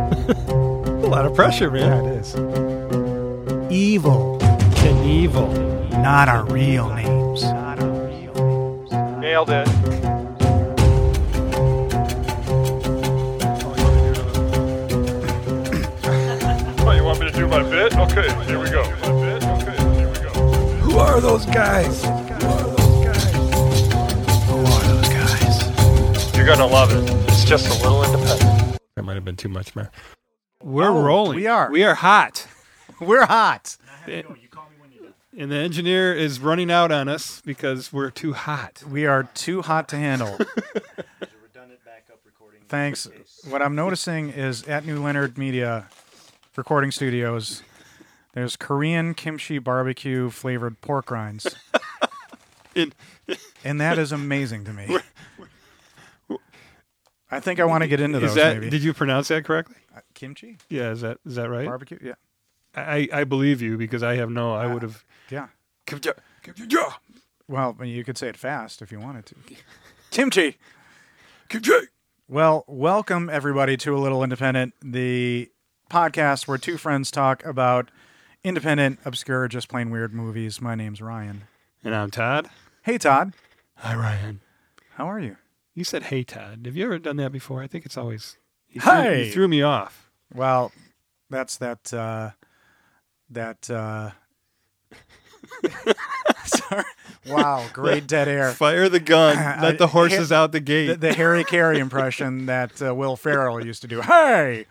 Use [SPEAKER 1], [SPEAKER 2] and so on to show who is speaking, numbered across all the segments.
[SPEAKER 1] A lot of pressure, man.
[SPEAKER 2] Yeah, it is. Evil,
[SPEAKER 1] Knievel.
[SPEAKER 2] not our real names.
[SPEAKER 3] Nailed it. oh, you want me to do my bit? Okay, here we go. My bit? Okay, here we go.
[SPEAKER 1] Who are those guys?
[SPEAKER 2] Who are those guys?
[SPEAKER 3] You're gonna love it. It's just a little independent.
[SPEAKER 1] That might have been too much, man. We're rolling.
[SPEAKER 2] we are.
[SPEAKER 1] Oh, We are hot.
[SPEAKER 2] We're hot.
[SPEAKER 1] And the engineer is running out on us because we're too hot.
[SPEAKER 2] We are too hot to handle. Thanks. What I'm noticing is at New Leonard Media Recording Studios, there's Korean kimchi barbecue flavored pork rinds.
[SPEAKER 1] In-
[SPEAKER 2] and that is amazing to me. I think I want to get into those
[SPEAKER 1] Is that?
[SPEAKER 2] maybe.
[SPEAKER 1] Did you pronounce that correctly?
[SPEAKER 2] Uh, kimchi?
[SPEAKER 1] Yeah. Is that? Is that right?
[SPEAKER 2] Barbecue? Yeah.
[SPEAKER 1] I I believe you because I have no. I would have.
[SPEAKER 2] Yeah.
[SPEAKER 1] Kimchi.
[SPEAKER 2] Well, I mean, you could say it fast if you wanted to. Kimchi. Well, welcome everybody to A Little Independent, the podcast where two friends talk about independent, obscure, just plain weird movies. My name's Ryan.
[SPEAKER 1] And I'm Todd.
[SPEAKER 2] Hey, Todd.
[SPEAKER 1] Hi, Ryan.
[SPEAKER 2] How are you?
[SPEAKER 1] You said, "Hey, Todd." Have you ever done that before? I think it's always. You Threw,
[SPEAKER 2] Hey!
[SPEAKER 1] you threw me off.
[SPEAKER 2] Well, that's that. Uh, that. Uh... Sorry. Wow, great dead air.
[SPEAKER 1] Fire the gun.
[SPEAKER 2] Let the horses
[SPEAKER 1] out the gate.
[SPEAKER 2] the, the Harry Carey impression that uh, Will Ferrell used to do. Hey!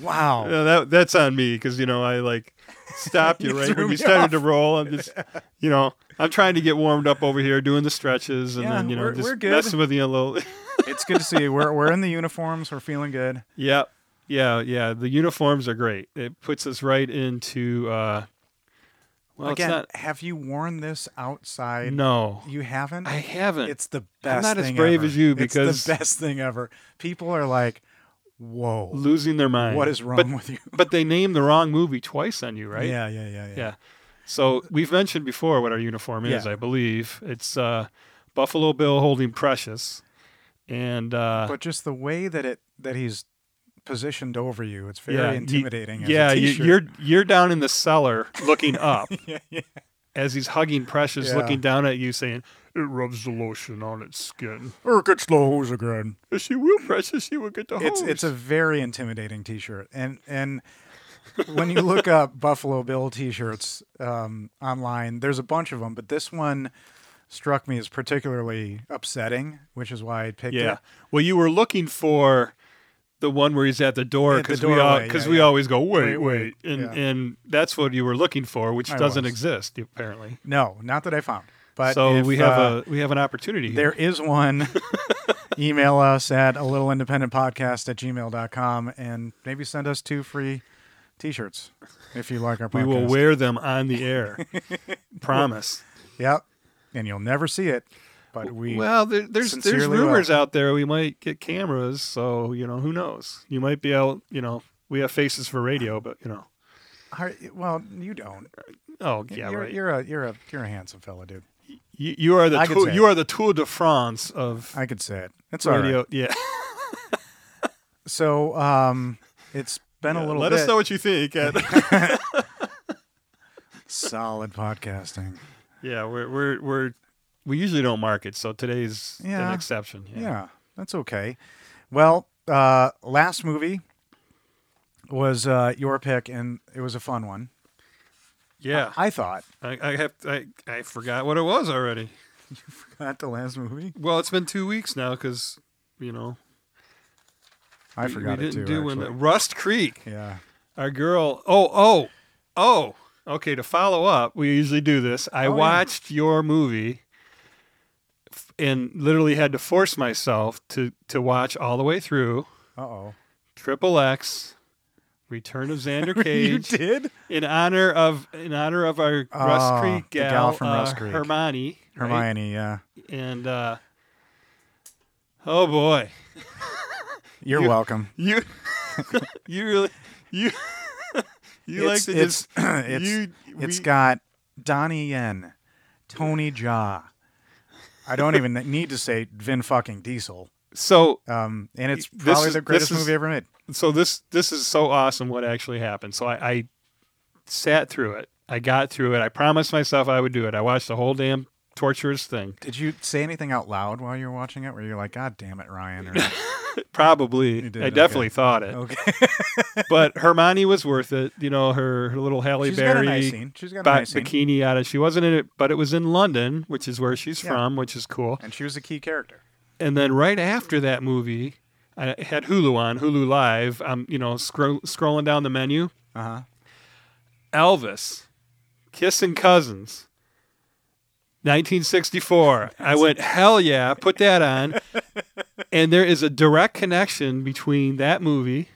[SPEAKER 2] Wow.
[SPEAKER 1] Yeah, Uh, that that's on me because you know I like stopped you,
[SPEAKER 2] You
[SPEAKER 1] right
[SPEAKER 2] threw
[SPEAKER 1] when
[SPEAKER 2] me
[SPEAKER 1] you started
[SPEAKER 2] off.
[SPEAKER 1] to roll. I'm just, you know, I'm trying to get warmed up over here, doing the stretches, and
[SPEAKER 2] Yeah,
[SPEAKER 1] then you know
[SPEAKER 2] we're-
[SPEAKER 1] just
[SPEAKER 2] we're good.
[SPEAKER 1] messing with you a little.
[SPEAKER 2] It's good to see you. We're, we're in the uniforms. We're feeling good.
[SPEAKER 1] yep, yeah, yeah. The uniforms are great. It puts us right into. uh Well,
[SPEAKER 2] Again,
[SPEAKER 1] it's
[SPEAKER 2] have you worn this
[SPEAKER 1] not.
[SPEAKER 2] outside?
[SPEAKER 1] No,
[SPEAKER 2] You haven't?
[SPEAKER 1] I haven't.
[SPEAKER 2] It's the best
[SPEAKER 1] not as
[SPEAKER 2] thing
[SPEAKER 1] brave
[SPEAKER 2] ever.
[SPEAKER 1] as you
[SPEAKER 2] It's
[SPEAKER 1] because-
[SPEAKER 2] the best thing ever. People are like, whoa,
[SPEAKER 1] losing their mind.
[SPEAKER 2] what is wrong
[SPEAKER 1] But,
[SPEAKER 2] with you?
[SPEAKER 1] but they named the wrong movie twice on you, right?
[SPEAKER 2] Yeah, yeah, yeah, yeah.
[SPEAKER 1] Yeah. So we've mentioned before what our uniform is,
[SPEAKER 2] Yeah.
[SPEAKER 1] I believe. It's uh, Buffalo Bill holding Precious. And uh,
[SPEAKER 2] But just the way that it that he's positioned over you, it's very
[SPEAKER 1] yeah, you-
[SPEAKER 2] intimidating. as a
[SPEAKER 1] yeah, you,
[SPEAKER 2] t-shirt.
[SPEAKER 1] you're you're down in the cellar looking up
[SPEAKER 2] yeah, yeah.
[SPEAKER 1] as he's hugging Precious,
[SPEAKER 2] Yeah.
[SPEAKER 1] looking down at you, saying, "It rubs the lotion on its skin.
[SPEAKER 2] Or gets the hose again.
[SPEAKER 1] If she will, Precious, she will get the
[SPEAKER 2] It's
[SPEAKER 1] hose."
[SPEAKER 2] it's a very intimidating T-shirt, and and when you look up Buffalo Bill T-shirts um, online, there's a bunch of them, but this one struck me as particularly upsetting, which is why I picked
[SPEAKER 1] yeah.
[SPEAKER 2] it.
[SPEAKER 1] Well, you were looking for the one where he's at the door
[SPEAKER 2] At the
[SPEAKER 1] because we all
[SPEAKER 2] doorway,
[SPEAKER 1] because
[SPEAKER 2] yeah,
[SPEAKER 1] we
[SPEAKER 2] yeah.
[SPEAKER 1] always go wait
[SPEAKER 2] Wait, wait,
[SPEAKER 1] wait, and
[SPEAKER 2] yeah.
[SPEAKER 1] and that's what you were looking for, which
[SPEAKER 2] I
[SPEAKER 1] doesn't
[SPEAKER 2] was.
[SPEAKER 1] exist apparently.
[SPEAKER 2] No, not that I found, but
[SPEAKER 1] so
[SPEAKER 2] if,
[SPEAKER 1] we have
[SPEAKER 2] uh,
[SPEAKER 1] a we have an opportunity.
[SPEAKER 2] there
[SPEAKER 1] There,
[SPEAKER 2] is one. Email us at a little independent podcast at gmail.com and maybe send us two free t shirts if you like our podcast.
[SPEAKER 1] we will wear them on the air. Promise.
[SPEAKER 2] Yep. And you'll never see it, but we.
[SPEAKER 1] well, there, there's there's
[SPEAKER 2] sincerely
[SPEAKER 1] rumors out there we might get cameras, so you know who knows. You might be out. You know we have faces for radio, but you know.
[SPEAKER 2] Are- well, you don't.
[SPEAKER 1] Oh yeah,
[SPEAKER 2] you're,
[SPEAKER 1] right. You're,
[SPEAKER 2] you're a you're a you're a handsome fella, dude.
[SPEAKER 1] you, you are the
[SPEAKER 2] I could
[SPEAKER 1] tour,
[SPEAKER 2] say
[SPEAKER 1] you are the Tour de France of
[SPEAKER 2] I could say it. It's all
[SPEAKER 1] radio.
[SPEAKER 2] right.
[SPEAKER 1] Yeah.
[SPEAKER 2] So, um, it's been a little
[SPEAKER 1] Let
[SPEAKER 2] bit
[SPEAKER 1] us know what you think. at-
[SPEAKER 2] solid podcasting.
[SPEAKER 1] yeah, we're we're we're we usually don't market, so today's
[SPEAKER 2] Yeah.
[SPEAKER 1] an exception.
[SPEAKER 2] Yeah. that's okay. Well, uh, last movie was uh, your pick, and it was a fun one.
[SPEAKER 1] Yeah.
[SPEAKER 2] I thought.
[SPEAKER 1] I, I have I, I forgot what it was already.
[SPEAKER 2] Not the last movie.
[SPEAKER 1] Well, it's been two weeks now because you know
[SPEAKER 2] I
[SPEAKER 1] we-
[SPEAKER 2] forgot
[SPEAKER 1] we
[SPEAKER 2] it
[SPEAKER 1] didn't
[SPEAKER 2] too.
[SPEAKER 1] do when
[SPEAKER 2] actually.
[SPEAKER 1] Rust Creek.
[SPEAKER 2] yeah.
[SPEAKER 1] Our girl. Oh oh oh. Okay, to follow up, we usually do this. I
[SPEAKER 2] Oh, yeah.
[SPEAKER 1] watched your movie f- and literally had to force myself to to watch all the way through
[SPEAKER 2] Uh oh.
[SPEAKER 1] Triple X. Return of Xander
[SPEAKER 2] You
[SPEAKER 1] Cage
[SPEAKER 2] did.
[SPEAKER 1] in honor of in honor of our
[SPEAKER 2] Ah,
[SPEAKER 1] Rust Creek
[SPEAKER 2] the
[SPEAKER 1] gal,
[SPEAKER 2] gal from
[SPEAKER 1] uh,
[SPEAKER 2] Rust Creek.
[SPEAKER 1] Hermione, right?
[SPEAKER 2] Hermione. Yeah.
[SPEAKER 1] and uh, oh boy,
[SPEAKER 2] You're
[SPEAKER 1] You-
[SPEAKER 2] welcome.
[SPEAKER 1] you you really you you
[SPEAKER 2] it's,
[SPEAKER 1] like to
[SPEAKER 2] it's,
[SPEAKER 1] just
[SPEAKER 2] it's,
[SPEAKER 1] you
[SPEAKER 2] It's
[SPEAKER 1] we-
[SPEAKER 2] got Donnie Yen, Tony Jaa. I don't even need to say Vin fucking Diesel.
[SPEAKER 1] So
[SPEAKER 2] Um, and it's
[SPEAKER 1] This
[SPEAKER 2] probably
[SPEAKER 1] is-
[SPEAKER 2] the
[SPEAKER 1] this
[SPEAKER 2] greatest
[SPEAKER 1] is-
[SPEAKER 2] movie ever made.
[SPEAKER 1] so this this is so awesome what actually happened. So I, I sat through it. I got through it. I promised myself I would do it. I watched the whole damn torturous thing.
[SPEAKER 2] Did you say anything out loud while you were watching it? Where you're like, "God damn it, Ryan"? Or,
[SPEAKER 1] Probably,
[SPEAKER 2] You did,
[SPEAKER 1] I definitely
[SPEAKER 2] okay.
[SPEAKER 1] thought it.
[SPEAKER 2] okay,
[SPEAKER 1] But Hermione was worth it. You know her her little Halle
[SPEAKER 2] she's got
[SPEAKER 1] Berry
[SPEAKER 2] a nice scene. She's got a
[SPEAKER 1] ba-
[SPEAKER 2] nice scene,
[SPEAKER 1] bikini out of. She wasn't in it, but it was in London, which is where she's
[SPEAKER 2] Yeah.
[SPEAKER 1] from, which is cool.
[SPEAKER 2] and she was a key character.
[SPEAKER 1] And then right after that movie, I had Hulu on Hulu Live. I'm you know scroll, scrolling down the menu.
[SPEAKER 2] Uh huh.
[SPEAKER 1] Elvis, Kissing Cousins, 1964. I went, hell yeah, put that on. and there is a direct connection between that movie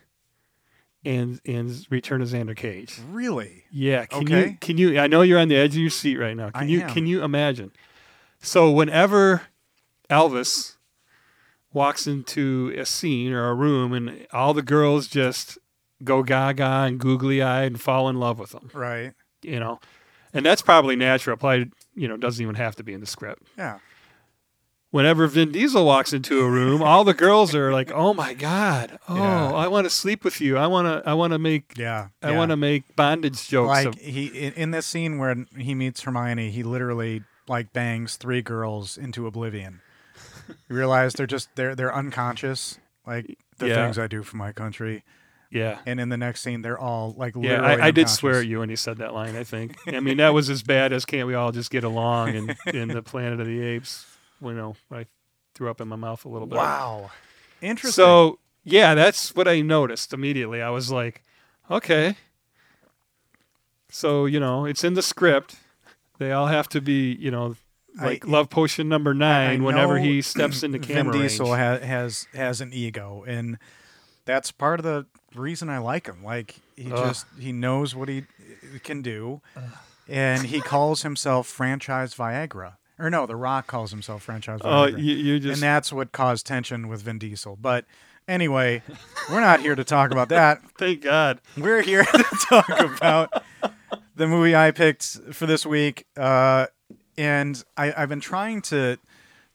[SPEAKER 1] and and Return of Xander Cage.
[SPEAKER 2] Really?
[SPEAKER 1] Yeah. Can you
[SPEAKER 2] Okay.
[SPEAKER 1] can you I know you're on the edge of your seat right now. Can
[SPEAKER 2] I
[SPEAKER 1] you
[SPEAKER 2] am.
[SPEAKER 1] can you imagine? So whenever Elvis walks into a scene or a room and all the girls just go gaga and googly eyed and fall in love with him
[SPEAKER 2] Right.
[SPEAKER 1] you know, and that's probably natural. Probably, you know, doesn't even have to be in the script.
[SPEAKER 2] Yeah.
[SPEAKER 1] Whenever Vin Diesel walks into a room, all the girls are like, "Oh my god! Oh,
[SPEAKER 2] Yeah.
[SPEAKER 1] I want to sleep with you. I want to. I want to make.
[SPEAKER 2] Yeah.
[SPEAKER 1] I
[SPEAKER 2] yeah.
[SPEAKER 1] want to make bondage jokes."
[SPEAKER 2] like
[SPEAKER 1] of-
[SPEAKER 2] he in, in this scene where he meets Hermione, he literally like bangs three girls into oblivion. you realize they're just they're they're unconscious, like the
[SPEAKER 1] Yeah.
[SPEAKER 2] things I do for my country.
[SPEAKER 1] yeah,
[SPEAKER 2] And in the next scene, they're all like
[SPEAKER 1] yeah.
[SPEAKER 2] literally.
[SPEAKER 1] I, I did
[SPEAKER 2] unconscious.
[SPEAKER 1] swear at you when he said that line. I think. I mean, that was as bad as "Can't we all just get along?" in in the Planet of the Apes. You know, I threw up in my mouth a little bit.
[SPEAKER 2] Wow, interesting.
[SPEAKER 1] So yeah, that's what I noticed immediately. I was like, okay. So you know, it's in the script. They all have to be, you know,
[SPEAKER 2] I-
[SPEAKER 1] like love potion number nine. whenever
[SPEAKER 2] know
[SPEAKER 1] he steps into
[SPEAKER 2] Vin
[SPEAKER 1] camera
[SPEAKER 2] Diesel
[SPEAKER 1] range.
[SPEAKER 2] ha- has has an ego, and that's part of the reason I like him. Like he
[SPEAKER 1] Ugh.
[SPEAKER 2] just he knows what he uh, can do, and he calls himself franchise Viagra. Or no, The Rock calls himself franchise
[SPEAKER 1] Oh,
[SPEAKER 2] Viagra,
[SPEAKER 1] you, you just
[SPEAKER 2] and that's what caused tension with Vin Diesel. But anyway, we're not here to talk about that.
[SPEAKER 1] thank God.
[SPEAKER 2] We're here to talk about the movie I picked for this week, uh, and I, I've been trying to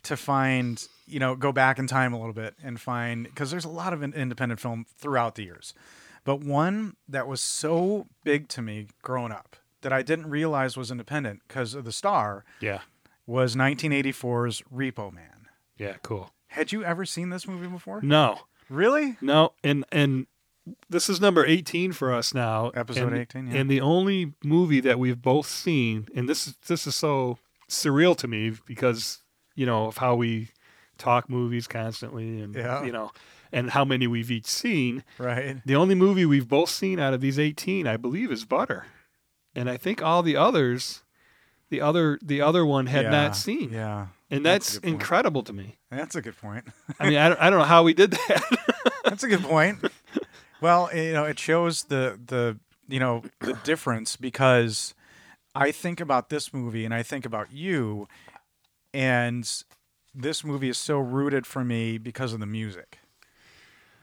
[SPEAKER 2] to find you know go back in time a little bit and find because there's a lot of in- independent film throughout the years, but one that was so big to me growing up that I didn't realize was independent because of the star
[SPEAKER 1] Yeah,
[SPEAKER 2] was 1984's Repo Man.
[SPEAKER 1] yeah, cool.
[SPEAKER 2] Had you ever seen this movie before?
[SPEAKER 1] No,
[SPEAKER 2] Really?
[SPEAKER 1] no, and and this is number eighteen for us now.
[SPEAKER 2] Episode
[SPEAKER 1] and-
[SPEAKER 2] 18, yeah.
[SPEAKER 1] And the only movie that we've both seen, and this is this is so surreal to me because you know of how we talk movies constantly, and
[SPEAKER 2] Yeah.
[SPEAKER 1] you know, and how many we've each seen.
[SPEAKER 2] Right.
[SPEAKER 1] The only movie we've both seen out of these eighteen, I believe, is Butter, and I think all the others, the other the other one had
[SPEAKER 2] Yeah,
[SPEAKER 1] not seen,
[SPEAKER 2] Yeah,
[SPEAKER 1] and
[SPEAKER 2] That's a
[SPEAKER 1] that's,
[SPEAKER 2] good point.
[SPEAKER 1] incredible to me.
[SPEAKER 2] that's a good point.
[SPEAKER 1] I mean, I don't, I don't know how we did that.
[SPEAKER 2] That's a good point. well, you know, it shows the the you know the difference because I think about this movie and I think about you, and this movie is so rooted for me because of the music,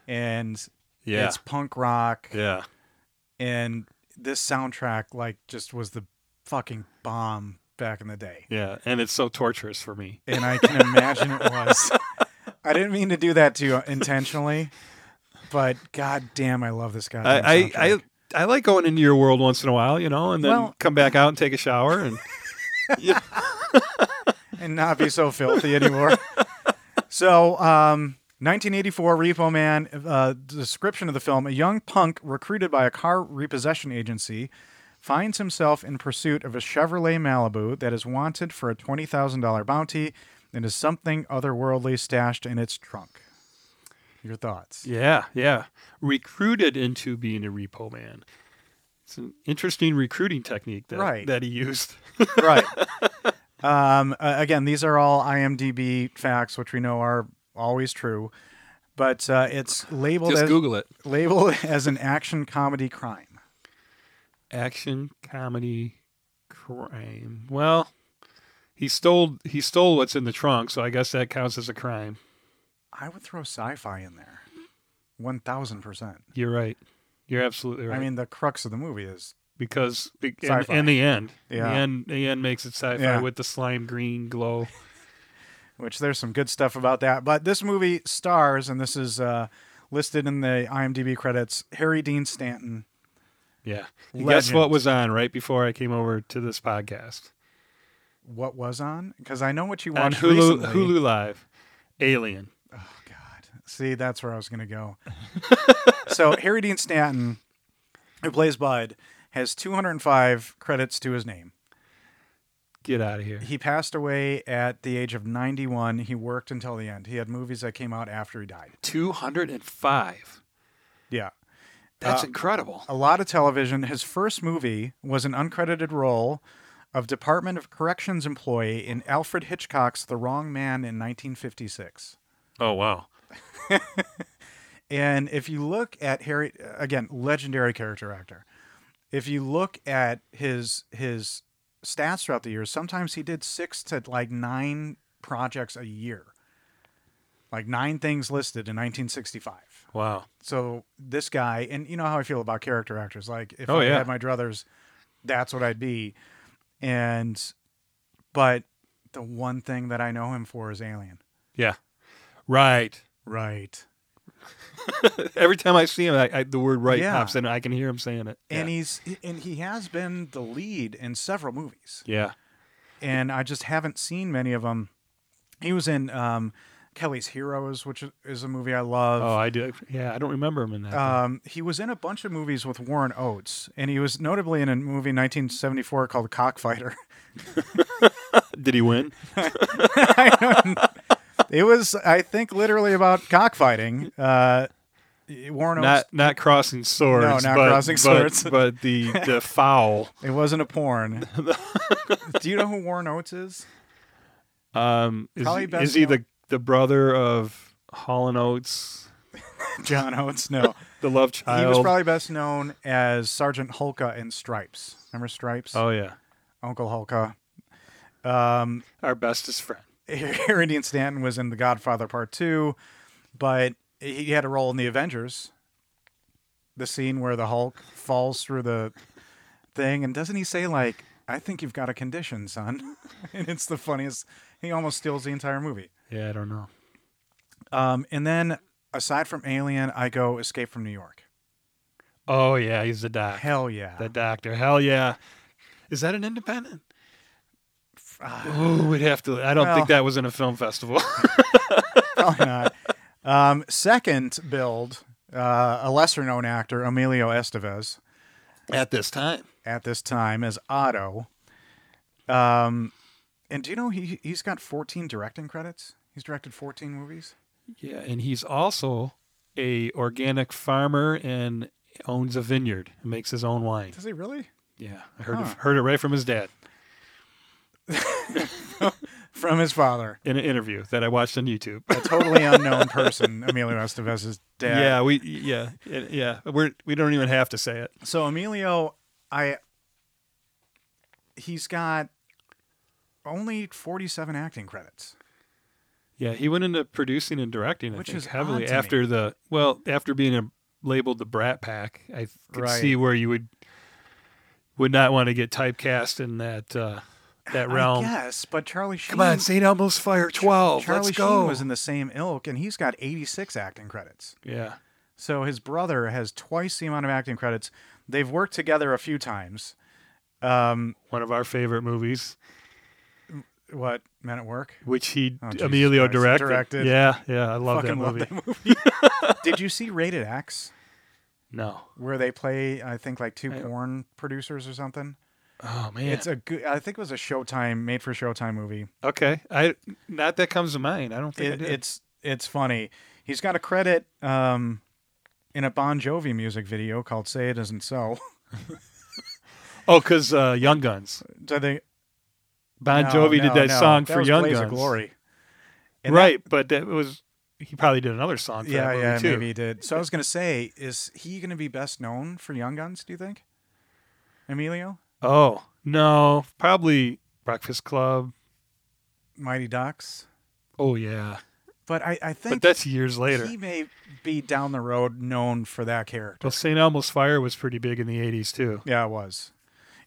[SPEAKER 2] and it's punk rock,
[SPEAKER 1] yeah.
[SPEAKER 2] and this soundtrack like just was the fucking bomb back in the day,
[SPEAKER 1] Yeah, and it's so torturous for me.
[SPEAKER 2] and I can imagine it was. I didn't mean to do that to you intentionally, but god damn, I love this guy.
[SPEAKER 1] I, I, I, I like going into your world once in a while, you know, and then
[SPEAKER 2] Well-
[SPEAKER 1] come back out and take a shower. And yeah,
[SPEAKER 2] and not be so filthy anymore. so, um, 1984 Repo Man, uh, description of the film a young punk recruited by a car repossession agency finds himself in pursuit of a Chevrolet Malibu that is wanted for a $20,000 bounty and is something otherworldly stashed in its trunk. Your thoughts?
[SPEAKER 1] yeah, yeah. Recruited into being a repo man. It's an interesting recruiting technique that
[SPEAKER 2] Right.
[SPEAKER 1] that he used.
[SPEAKER 2] right. Um, uh, again, these are all IMDb facts, which we know are always true, but uh, it's labeled
[SPEAKER 1] Just
[SPEAKER 2] as
[SPEAKER 1] Google it.
[SPEAKER 2] labeled as an action comedy crime.
[SPEAKER 1] Action comedy crime. Well, he stole he stole what's in the trunk, so I guess that counts as a crime.
[SPEAKER 2] I would throw sci-fi in there, one thousand percent.
[SPEAKER 1] You're right. You're absolutely right.
[SPEAKER 2] I mean, the crux of the movie is
[SPEAKER 1] because be- and,
[SPEAKER 2] Sci-fi.
[SPEAKER 1] and the end,
[SPEAKER 2] Yeah.
[SPEAKER 1] the end, the end makes it sci-fi
[SPEAKER 2] Yeah.
[SPEAKER 1] with the slime green glow.
[SPEAKER 2] which there's some good stuff about that. But this movie stars, and this is uh, listed in the IMDb credits, Harry Dean Stanton.
[SPEAKER 1] Yeah. And Guess
[SPEAKER 2] Legend.
[SPEAKER 1] what was on right before I came over to this podcast?
[SPEAKER 2] What was on? Because I know what you
[SPEAKER 1] On
[SPEAKER 2] watched
[SPEAKER 1] Hulu
[SPEAKER 2] recently.
[SPEAKER 1] Hulu Live. Alien.
[SPEAKER 2] Oh God! See, that's where I was gonna go. so Harry Dean Stanton, who plays Bud, has 205 credits to his name.
[SPEAKER 1] Get out of here.
[SPEAKER 2] He passed away at the age of 91. He worked until the end. He had movies that came out after he died.
[SPEAKER 1] 205.
[SPEAKER 2] Yeah.
[SPEAKER 1] That's incredible.
[SPEAKER 2] a lot of television. His first movie was an uncredited role of Department of Corrections employee in Alfred Hitchcock's The Wrong Man in 1956.
[SPEAKER 1] Oh, wow.
[SPEAKER 2] And if you look at Harry again, legendary character actor. If you look at his his stats throughout the years, sometimes he did 6 to like 9 projects a year. Like 9 things listed in 1965.
[SPEAKER 1] Wow.
[SPEAKER 2] So this guy, and you know how I feel about character actors. Like if
[SPEAKER 1] Oh,
[SPEAKER 2] I
[SPEAKER 1] yeah.
[SPEAKER 2] had my druthers, that's what I'd be. And but the one thing that I know him for is Alien.
[SPEAKER 1] Yeah. Right.
[SPEAKER 2] Right.
[SPEAKER 1] Every time I see him, I, I, the word right
[SPEAKER 2] Yeah.
[SPEAKER 1] pops in. I can hear him saying it.
[SPEAKER 2] And
[SPEAKER 1] yeah.
[SPEAKER 2] he's and he has been the lead in several movies.
[SPEAKER 1] yeah.
[SPEAKER 2] And I just haven't seen many of them. He was in um, Kelly's Heroes, which is a movie I love.
[SPEAKER 1] Oh, I do. Yeah, I don't remember him in that.
[SPEAKER 2] Um, he was in a bunch of movies with Warren Oates, and he was notably in a movie in 1974 called Cockfighter.
[SPEAKER 1] Did he win?
[SPEAKER 2] it was, I think, literally about cockfighting. Uh, Warren Oates.
[SPEAKER 1] Not not crossing swords.
[SPEAKER 2] No, not
[SPEAKER 1] but-
[SPEAKER 2] crossing
[SPEAKER 1] but-
[SPEAKER 2] swords.
[SPEAKER 1] But the the foul.
[SPEAKER 2] it wasn't a porn. Do you know who Warren Oates is?
[SPEAKER 1] Um, is,
[SPEAKER 2] Probably
[SPEAKER 1] he-
[SPEAKER 2] best
[SPEAKER 1] is he
[SPEAKER 2] known-
[SPEAKER 1] the the brother of Hall and Oates,
[SPEAKER 2] John Oates. No,
[SPEAKER 1] the love
[SPEAKER 2] he
[SPEAKER 1] child?
[SPEAKER 2] was probably best known as Sergeant Hulka in Stripes. Remember Stripes?
[SPEAKER 1] oh yeah,
[SPEAKER 2] Uncle Hulka. Um,
[SPEAKER 1] our bestest friend.
[SPEAKER 2] Harry Dean Stanton was in The Godfather Part Two, but he had a role in The Avengers. The scene where the Hulk falls through the thing, and doesn't he say like, "I think you've got a condition, son," and it's the funniest. He almost steals the entire movie.
[SPEAKER 1] Yeah, I don't know.
[SPEAKER 2] Um, and then aside from Alien, I go Escape from New York.
[SPEAKER 1] Oh yeah, he's the doc.
[SPEAKER 2] Hell yeah!
[SPEAKER 1] the doctor. Hell yeah. Is that an independent?
[SPEAKER 2] Ah.
[SPEAKER 1] Oh, we'd have to. I don't
[SPEAKER 2] Well.
[SPEAKER 1] think that was in a film festival.
[SPEAKER 2] Probably not. Um, second build, uh, a lesser known actor, Emilio Estevez.
[SPEAKER 1] At this time.
[SPEAKER 2] at this time as Otto. Um, and do you know he he's got 14 directing credits? He's directed 14 movies.
[SPEAKER 1] Yeah, and he's also a organic farmer and owns a vineyard and makes his own wine.
[SPEAKER 2] Does he really?
[SPEAKER 1] Yeah, I heard
[SPEAKER 2] Huh.
[SPEAKER 1] it, heard it right from his dad
[SPEAKER 2] From his father,
[SPEAKER 1] in an interview that I watched on YouTube.
[SPEAKER 2] a totally unknown person, Emilio Estevez's dad.
[SPEAKER 1] yeah, we yeah it- yeah we're we don't even have to say it.
[SPEAKER 2] So Emilio, I he's got only 47 acting credits.
[SPEAKER 1] Yeah, he went into producing and directing, I
[SPEAKER 2] Which
[SPEAKER 1] think,
[SPEAKER 2] is odd
[SPEAKER 1] heavily
[SPEAKER 2] to me.
[SPEAKER 1] after the well after being a, labeled the Brat Pack. I could
[SPEAKER 2] Right.
[SPEAKER 1] see where you would would not want to get typecast in that uh, that realm.
[SPEAKER 2] Yes, but Charlie Sheen.
[SPEAKER 1] Come on, St. Elmo's Fire Twelve.
[SPEAKER 2] Charlie
[SPEAKER 1] Oh, let's go.
[SPEAKER 2] Sheen was in the same ilk, and he's got 86 acting credits.
[SPEAKER 1] yeah.
[SPEAKER 2] So his brother has twice the amount of acting credits. They've worked together a few times. Um,
[SPEAKER 1] one of our favorite movies,
[SPEAKER 2] what Men at Work?
[SPEAKER 1] which he
[SPEAKER 2] Oh, Jesus
[SPEAKER 1] Emilio
[SPEAKER 2] Christ.
[SPEAKER 1] directed.
[SPEAKER 2] Directed.
[SPEAKER 1] Yeah, yeah, I love that
[SPEAKER 2] Fucking
[SPEAKER 1] movie.
[SPEAKER 2] love that movie. Did you see Rated X,
[SPEAKER 1] No,
[SPEAKER 2] where they play I think like two
[SPEAKER 1] I don't-
[SPEAKER 2] porn producers or something?
[SPEAKER 1] oh man,
[SPEAKER 2] It's a good. I think it was a Showtime made for Showtime movie.
[SPEAKER 1] okay. I not that comes to mind. I don't think I
[SPEAKER 2] It,
[SPEAKER 1] did.
[SPEAKER 2] it's it's funny. He's got a credit um, in a Bon Jovi music video called "Say It Isn't So."
[SPEAKER 1] oh, because uh, Young Guns.
[SPEAKER 2] So they,
[SPEAKER 1] Bon
[SPEAKER 2] no,
[SPEAKER 1] Jovi
[SPEAKER 2] no,
[SPEAKER 1] did that
[SPEAKER 2] no.
[SPEAKER 1] song for
[SPEAKER 2] was
[SPEAKER 1] Young
[SPEAKER 2] Blaze of
[SPEAKER 1] Guns,
[SPEAKER 2] Glory. And that-
[SPEAKER 1] right? but that was he probably did another song for
[SPEAKER 2] yeah,
[SPEAKER 1] that movie
[SPEAKER 2] yeah,
[SPEAKER 1] too.
[SPEAKER 2] maybe he did. So I was gonna say, is he gonna be best known for Young Guns? Do you think, Emilio,
[SPEAKER 1] Oh no, probably Breakfast Club.
[SPEAKER 2] Mighty Ducks?
[SPEAKER 1] Oh yeah,
[SPEAKER 2] But I, I think
[SPEAKER 1] but that's years later.
[SPEAKER 2] he may be down the road known for that character.
[SPEAKER 1] Well, St. Elmo's Fire was pretty big in the '80s too.
[SPEAKER 2] Yeah, it was.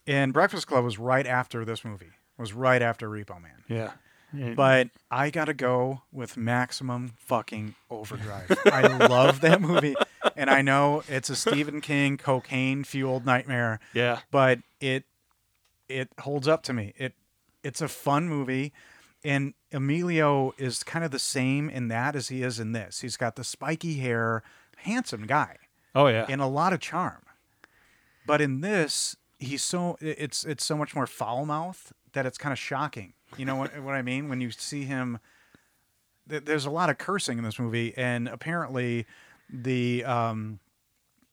[SPEAKER 2] And Breakfast Club was right after this movie. Was right after Repo Man.
[SPEAKER 1] Yeah, And-
[SPEAKER 2] but I gotta go with Maximum Fucking Overdrive. I love that movie, and I know it's a Stephen King cocaine fueled nightmare,
[SPEAKER 1] yeah,
[SPEAKER 2] but it it holds up to me. It it's a fun movie, and Emilio is kind of the same in that as he is in this. He's got the spiky hair, handsome guy
[SPEAKER 1] oh yeah,
[SPEAKER 2] and a lot of charm. But in this, he's so it's it's so much more foul mouth that it's kind of shocking. You know what, what I mean when you see him. th- There's a lot of cursing in this movie, and apparently, the um,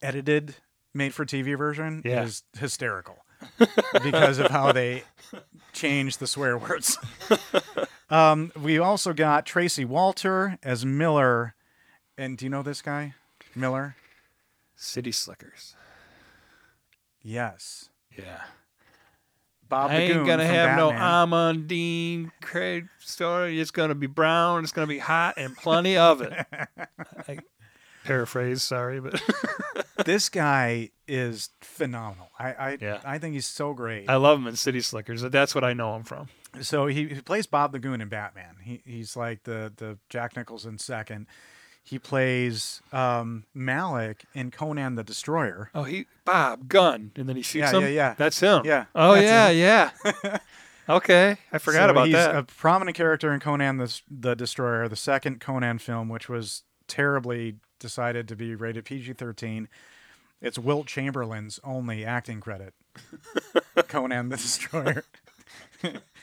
[SPEAKER 2] edited made-for-TV version
[SPEAKER 1] Yeah.
[SPEAKER 2] is hysterical because of how they change the swear words. um, we also got Tracy Walter as Miller, and do you know this guy, Miller?
[SPEAKER 1] City Slickers.
[SPEAKER 2] Yes.
[SPEAKER 1] Yeah,
[SPEAKER 2] Bob
[SPEAKER 1] I
[SPEAKER 2] the
[SPEAKER 1] ain't
[SPEAKER 2] Goon
[SPEAKER 1] gonna
[SPEAKER 2] from
[SPEAKER 1] have no
[SPEAKER 2] Batman.
[SPEAKER 1] Amandine Craig story. It's gonna be brown. It's gonna be hot and plenty of it. I, paraphrase, sorry, but um-
[SPEAKER 2] This guy is phenomenal. I I,
[SPEAKER 1] Yeah. Oh.
[SPEAKER 2] I think he's so great.
[SPEAKER 1] I love him in City Slickers. That's what I know him from.
[SPEAKER 2] so he, he plays Bob the Goon in Batman. He he's like the the Jack Nicholson second. He plays um, Malik in Conan the Destroyer.
[SPEAKER 1] Oh, he Bob Gun, and then he shoots
[SPEAKER 2] Yeah,
[SPEAKER 1] him.
[SPEAKER 2] yeah, yeah.
[SPEAKER 1] That's him.
[SPEAKER 2] Yeah,
[SPEAKER 1] Oh
[SPEAKER 2] that's
[SPEAKER 1] yeah, yeah. okay, I forgot
[SPEAKER 2] So
[SPEAKER 1] about
[SPEAKER 2] he's
[SPEAKER 1] that.
[SPEAKER 2] a prominent character in Conan the the Destroyer, the second Conan film, which was terribly decided to be rated PG-13. It's Wilt Chamberlain's only acting credit. Conan the Destroyer.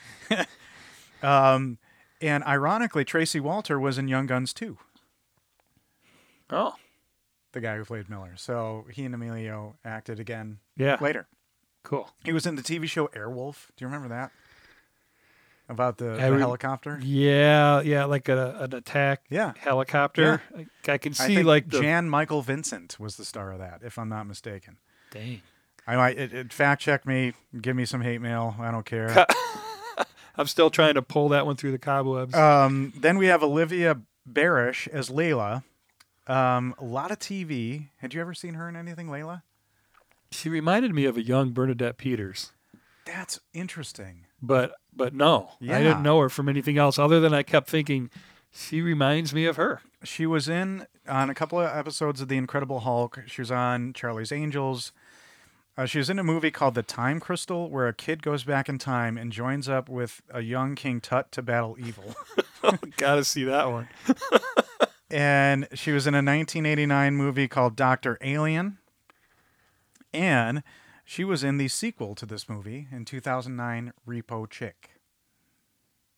[SPEAKER 2] um, and ironically, Tracy Walter was in Young Guns too,
[SPEAKER 1] oh,
[SPEAKER 2] the guy who played Miller. So he and Emilio acted again
[SPEAKER 1] yeah.
[SPEAKER 2] later.
[SPEAKER 1] Cool.
[SPEAKER 2] He was in the TV show Airwolf. Do you remember that? About the,
[SPEAKER 1] I
[SPEAKER 2] the
[SPEAKER 1] re-
[SPEAKER 2] helicopter?
[SPEAKER 1] Yeah, yeah, like a, an attack
[SPEAKER 2] Yeah.
[SPEAKER 1] helicopter. I, I can
[SPEAKER 2] I
[SPEAKER 1] see
[SPEAKER 2] think
[SPEAKER 1] like the
[SPEAKER 2] Jan Michael Vincent was the star of that, if I'm not mistaken.
[SPEAKER 1] dang.
[SPEAKER 2] I might it, it fact check me, give me some hate mail. I don't care.
[SPEAKER 1] I'm still trying to pull that one through the cobwebs.
[SPEAKER 2] um, then we have Olivia Barish as Layla. Um, a lot of TV. Had you ever seen her in anything, Layla?
[SPEAKER 1] she reminded me of a young Bernadette Peters,
[SPEAKER 2] That's interesting.
[SPEAKER 1] but but no, I
[SPEAKER 2] Yeah.
[SPEAKER 1] didn't know her from anything else other than I kept thinking she reminds me of her.
[SPEAKER 2] She was in on a couple of episodes of The Incredible Hulk. She was on Charlie's Angels. Uh, she was in a movie called The Time Crystal, where a kid goes back in time and joins up with a young King Tut to battle evil.
[SPEAKER 1] Gotta see that one.
[SPEAKER 2] and she was in a 1989 movie called Doctor Alien, and she was in the sequel to this movie in 2009, Repo Chick.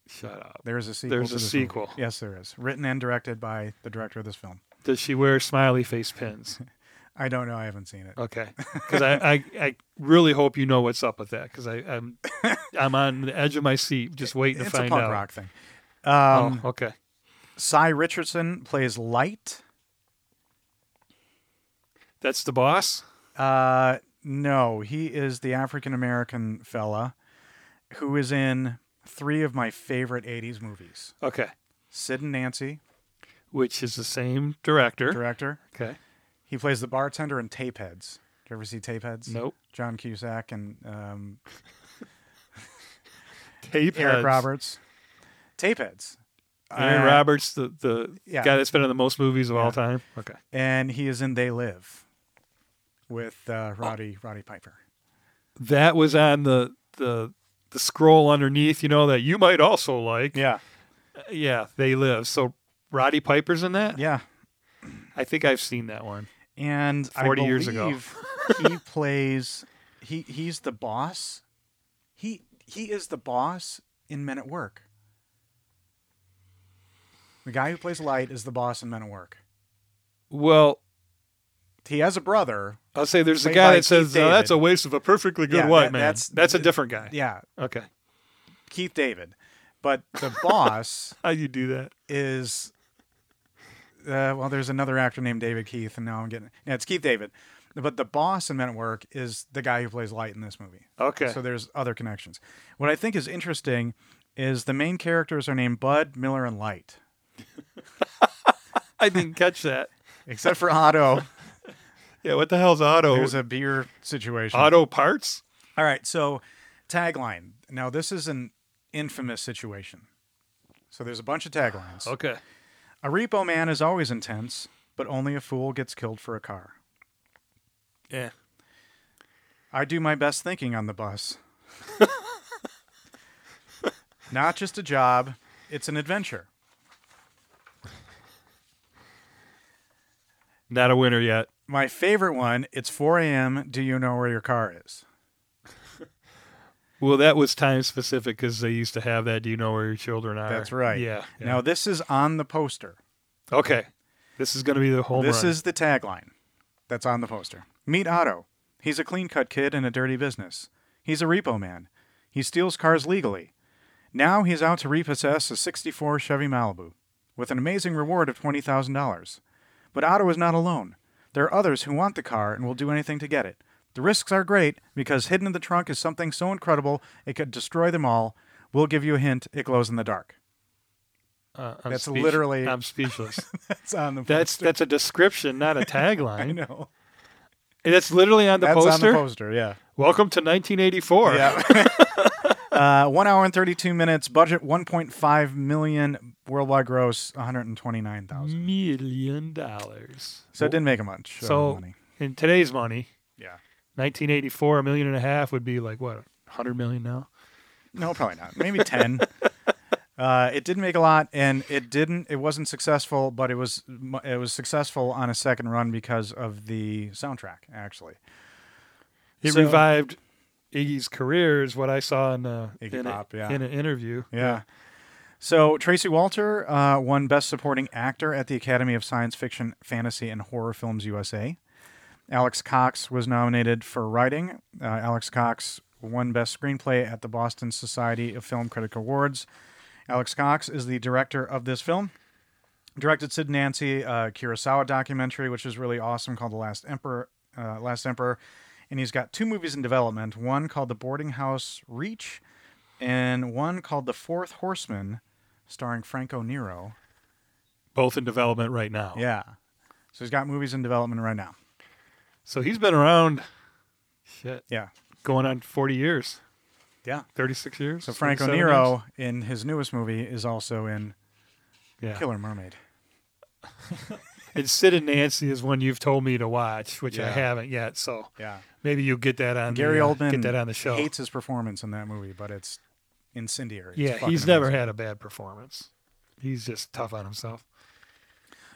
[SPEAKER 1] Shut up.
[SPEAKER 2] There is a sequel.
[SPEAKER 1] There's
[SPEAKER 2] to
[SPEAKER 1] a
[SPEAKER 2] this movie.
[SPEAKER 1] sequel.
[SPEAKER 2] Yes, there is. Written and directed by the director of this film.
[SPEAKER 1] Does she wear smiley face pins?
[SPEAKER 2] I don't know. I haven't seen it.
[SPEAKER 1] Okay, because I, I I really hope you know what's up with that because I'm I'm on the edge of my seat just waiting to
[SPEAKER 2] it's
[SPEAKER 1] find
[SPEAKER 2] a punk
[SPEAKER 1] out.
[SPEAKER 2] rock thing. Um,
[SPEAKER 1] oh, okay.
[SPEAKER 2] Cy Richardson plays Light.
[SPEAKER 1] That's the boss.
[SPEAKER 2] Uh, no, he is the African American fella who is in three of my favorite 80s movies
[SPEAKER 1] Okay.
[SPEAKER 2] Sid and Nancy,
[SPEAKER 1] Which is the same director.
[SPEAKER 2] director.
[SPEAKER 1] Okay.
[SPEAKER 2] He plays the bartender in Tapeheads. Did you ever see Tapeheads?
[SPEAKER 1] Nope.
[SPEAKER 2] John Cusack and um,
[SPEAKER 1] Tape
[SPEAKER 2] Eric
[SPEAKER 1] heads.
[SPEAKER 2] Roberts. Tapeheads.
[SPEAKER 1] Eric
[SPEAKER 2] Uh,
[SPEAKER 1] Roberts, the the
[SPEAKER 2] yeah.
[SPEAKER 1] guy that's been in the most movies of all time. Okay.
[SPEAKER 2] And he is in They Live with uh, Roddy Roddy Piper.
[SPEAKER 1] That was on the the the scroll underneath. You know that you might also like.
[SPEAKER 2] Yeah.
[SPEAKER 1] Yeah. They live. So Roddy Piper's in that.
[SPEAKER 2] Yeah.
[SPEAKER 1] I think I've seen that one.
[SPEAKER 2] And
[SPEAKER 1] 40
[SPEAKER 2] I
[SPEAKER 1] years
[SPEAKER 2] believe
[SPEAKER 1] ago.
[SPEAKER 2] he plays he he's the boss. He he is the boss in Men at Work. The guy who plays Light is the boss in Men at Work.
[SPEAKER 1] Well,
[SPEAKER 2] He has a brother.
[SPEAKER 1] I'll say there's the
[SPEAKER 2] Played
[SPEAKER 1] guy
[SPEAKER 2] by
[SPEAKER 1] that says
[SPEAKER 2] Keith
[SPEAKER 1] "Oh, that's
[SPEAKER 2] David."
[SPEAKER 1] a waste of a perfectly good
[SPEAKER 2] Yeah,
[SPEAKER 1] white
[SPEAKER 2] that-
[SPEAKER 1] man. That's,
[SPEAKER 2] that's-
[SPEAKER 1] a different guy.
[SPEAKER 2] Yeah,
[SPEAKER 1] Okay.
[SPEAKER 2] Keith David. But the boss
[SPEAKER 1] How you do that?
[SPEAKER 2] is uh, well, there's another actor named David Keith, and now I'm getting yeah, it's Keith David. But the boss in Men at Work is the guy who plays Light in this movie.
[SPEAKER 1] Okay.
[SPEAKER 2] So there's other connections. What I think is interesting is the main characters are named Bud, Miller, and Light,
[SPEAKER 1] I didn't catch that.
[SPEAKER 2] except for Otto.
[SPEAKER 1] Yeah. What the hell's auto?
[SPEAKER 2] There's a beer situation.
[SPEAKER 1] auto parts.
[SPEAKER 2] All right. So, tagline. Now, this is an infamous situation. So there's a bunch of taglines.
[SPEAKER 1] Okay.
[SPEAKER 2] A repo man is always intense, but only a fool gets killed for a car.
[SPEAKER 1] Yeah.
[SPEAKER 2] I do my best thinking on the bus. Not just a job, it's an adventure.
[SPEAKER 1] Not a winner yet.
[SPEAKER 2] My favorite one, it's 4 a.m. Do you know where your car is?
[SPEAKER 1] Well, that was time specific because they used to have that. Do you know where your children are?
[SPEAKER 2] That's right.
[SPEAKER 1] Yeah. yeah.
[SPEAKER 2] Now, this is on the poster.
[SPEAKER 1] okay. This is going to be the home
[SPEAKER 2] this
[SPEAKER 1] run.
[SPEAKER 2] is the tagline that's on the poster. Meet Otto. He's a clean cut kid in a dirty business. He's a repo man. He steals cars legally. Now he's out to repossess a 64 Chevy Malibu with an amazing reward of $20,000. But Otto is not alone. There are others who want the car and will do anything to get it. The risks are great because hidden in the trunk is something so incredible it could destroy them all. We'll give you a hint it glows in the dark.
[SPEAKER 1] Uh, I'm
[SPEAKER 2] that's
[SPEAKER 1] speech-
[SPEAKER 2] literally-
[SPEAKER 1] I'm speechless.
[SPEAKER 2] That's on the
[SPEAKER 1] that's that's a description, not a
[SPEAKER 2] I
[SPEAKER 1] tagline.
[SPEAKER 2] know.
[SPEAKER 1] That's literally on the
[SPEAKER 2] That's
[SPEAKER 1] poster.
[SPEAKER 2] on the poster, yeah.
[SPEAKER 1] Welcome to 1984.
[SPEAKER 2] Yeah. uh, one hour and 32 minutes. Budget 1.5 million. Worldwide gross 129,000.
[SPEAKER 1] Million dollars.
[SPEAKER 2] So it didn't make a bunch. of
[SPEAKER 1] So-
[SPEAKER 2] money.
[SPEAKER 1] in today's money,
[SPEAKER 2] yeah.
[SPEAKER 1] 1984, a million and a half would be like what, 100 million now?
[SPEAKER 2] No, probably not. Maybe 10. Uh, it didn't make a lot, and it didn't. It wasn't successful, but it was it was successful on a second run because of the soundtrack. Actually,
[SPEAKER 1] It
[SPEAKER 2] So-
[SPEAKER 1] revived Iggy's career, is what I saw in a,
[SPEAKER 2] Iggy
[SPEAKER 1] in, a-
[SPEAKER 2] Pop, yeah.
[SPEAKER 1] in an interview.
[SPEAKER 2] Yeah. So Tracy Walter uh, won Best Supporting Actor at the Academy of Science Fiction, Fantasy, and Horror Films USA. Alex Cox was nominated for writing. Uh, Alex Cox won Best Screenplay at the Boston Society of Film Critic Awards. Alex Cox is the director of this film. Directed Sid and Nancy, a Kurosawa documentary, which is really awesome, called The Last Emperor. Uh, Last Emperor, and he's got two movies in development. One called The Boarding House Reach, and one called The Fourth Horseman, starring Franco Nero.
[SPEAKER 1] Both in development right now.
[SPEAKER 2] Yeah. So he's got movies in development right now.
[SPEAKER 1] So he's been around, shit,
[SPEAKER 2] Yeah.
[SPEAKER 1] going on 40 years,
[SPEAKER 2] Yeah.
[SPEAKER 1] 36 years.
[SPEAKER 2] So Franco
[SPEAKER 1] 37 years?
[SPEAKER 2] Nero in his newest movie is also in
[SPEAKER 1] Yeah.
[SPEAKER 2] Killer Mermaid.
[SPEAKER 1] And Sid and Nancy is one you've told me to watch, which I
[SPEAKER 2] Yeah.
[SPEAKER 1] haven't yet. So
[SPEAKER 2] Yeah.
[SPEAKER 1] maybe you'll get that on
[SPEAKER 2] Gary
[SPEAKER 1] the, uh,
[SPEAKER 2] Oldman
[SPEAKER 1] Get that on the show.
[SPEAKER 2] hates his performance in that movie, but it's incendiary. It's
[SPEAKER 1] yeah,
[SPEAKER 2] fucking
[SPEAKER 1] he's never
[SPEAKER 2] amazing.
[SPEAKER 1] had a bad performance. He's just tough on himself.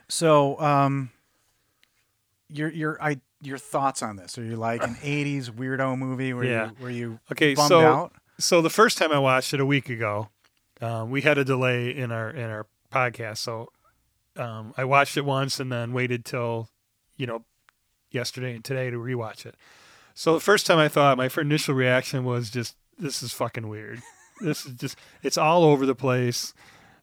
[SPEAKER 2] So, um, your your I your thoughts on this? Are you like an '80s weirdo movie where
[SPEAKER 1] Yeah.
[SPEAKER 2] you where you
[SPEAKER 1] Okay,
[SPEAKER 2] bummed
[SPEAKER 1] so
[SPEAKER 2] out?
[SPEAKER 1] so the first time I watched it a week ago, um, we had a delay in our in our podcast, so um, I watched it once and then waited till you know yesterday and today to rewatch it. So the first time I thought my fir- initial reaction was just this is fucking weird. this is just it's all over the place.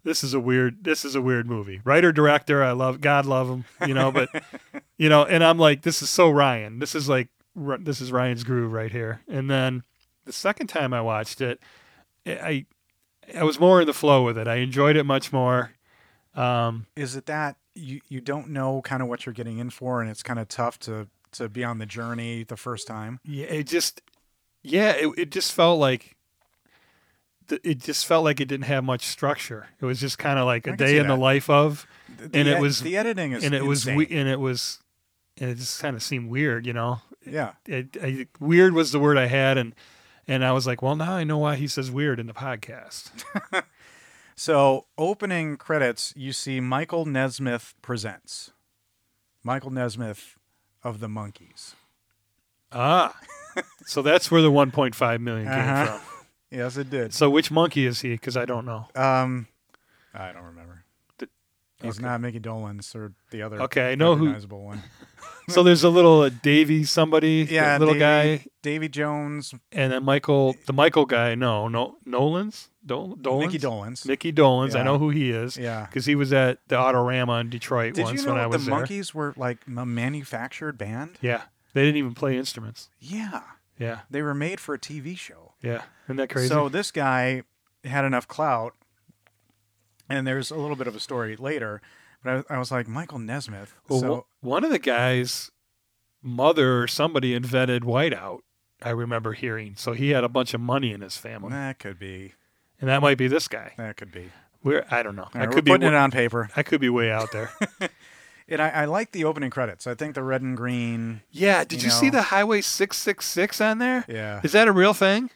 [SPEAKER 1] This is a weird this is a weird movie. Writer director, I love God love him, you know, but you know, and I'm like this is so Ryan. This is like Ry- this is Ryan's groove right here. And then the second time I watched it, eh, I I was more in the flow with it. I enjoyed it much more. Um,
[SPEAKER 2] is it that you, you don't know kind of what you're getting in for and it's kind of tough to to be on the journey the first time
[SPEAKER 1] yeah, it just yeah, it, it just felt like th- it just felt like it didn't have much structure. It was just kind of like
[SPEAKER 2] I
[SPEAKER 1] a
[SPEAKER 2] can
[SPEAKER 1] day
[SPEAKER 2] see
[SPEAKER 1] in the
[SPEAKER 2] that.
[SPEAKER 1] life of,
[SPEAKER 2] The-
[SPEAKER 1] And
[SPEAKER 2] the
[SPEAKER 1] it
[SPEAKER 2] ed-
[SPEAKER 1] was-
[SPEAKER 2] the editing is
[SPEAKER 1] and it was
[SPEAKER 2] insane.
[SPEAKER 1] we- and it was and it just kind of seemed weird, you know.
[SPEAKER 2] yeah
[SPEAKER 1] It, I, weird was the word I had, and and I was like, well, now I know why he says weird in the podcast.
[SPEAKER 2] so opening credits you see michael nesmith presents michael nesmith of the monkeys
[SPEAKER 1] ah, so that's where the 1.5 million came
[SPEAKER 2] Uh-huh.
[SPEAKER 1] from.
[SPEAKER 2] yes it did
[SPEAKER 1] So which monkey is he? Because I don't know.
[SPEAKER 2] um i don't remember
[SPEAKER 1] The-
[SPEAKER 2] he's
[SPEAKER 1] okay.
[SPEAKER 2] not mickey dolan's or the other
[SPEAKER 1] Okay, I know who-
[SPEAKER 2] recognizable one
[SPEAKER 1] So there's a little uh, Davy somebody,
[SPEAKER 2] yeah
[SPEAKER 1] yeah, little
[SPEAKER 2] Davy-
[SPEAKER 1] guy,
[SPEAKER 2] davy jones
[SPEAKER 1] and then Michael, the Michael guy. No, no, Nolan's, Dol- Dolan's,
[SPEAKER 2] mickey dolan's
[SPEAKER 1] Mickey Dolan's. I
[SPEAKER 2] Yeah.
[SPEAKER 1] know who he is
[SPEAKER 2] yeah
[SPEAKER 1] because he was at the Autorama in Detroit
[SPEAKER 2] Did
[SPEAKER 1] once
[SPEAKER 2] you know
[SPEAKER 1] when I was
[SPEAKER 2] the
[SPEAKER 1] there.
[SPEAKER 2] monkeys were like a manufactured band?
[SPEAKER 1] Yeah, they didn't even play instruments.
[SPEAKER 2] Yeah,
[SPEAKER 1] Yeah,
[SPEAKER 2] they were made for a TV show.
[SPEAKER 1] yeah, isn't that crazy?
[SPEAKER 2] So this guy had enough clout, and there's a little bit of a story later. But I, I was like Michael Nesmith.
[SPEAKER 1] Well,
[SPEAKER 2] so
[SPEAKER 1] one- one of the guys' mother or somebody invented whiteout. I remember hearing. So he had a bunch of money in his family,
[SPEAKER 2] that could be.
[SPEAKER 1] and that might be this guy.
[SPEAKER 2] That could be.
[SPEAKER 1] We're I don't know.
[SPEAKER 2] All
[SPEAKER 1] I
[SPEAKER 2] right,
[SPEAKER 1] could
[SPEAKER 2] we're
[SPEAKER 1] be
[SPEAKER 2] putting
[SPEAKER 1] wa-
[SPEAKER 2] it on paper.
[SPEAKER 1] I could be way out there.
[SPEAKER 2] And I, I like the opening credits. I think the red and green.
[SPEAKER 1] yeah. Did
[SPEAKER 2] You
[SPEAKER 1] you, see
[SPEAKER 2] know.
[SPEAKER 1] the Highway 666 on there? Is
[SPEAKER 2] Yeah,
[SPEAKER 1] that a real thing?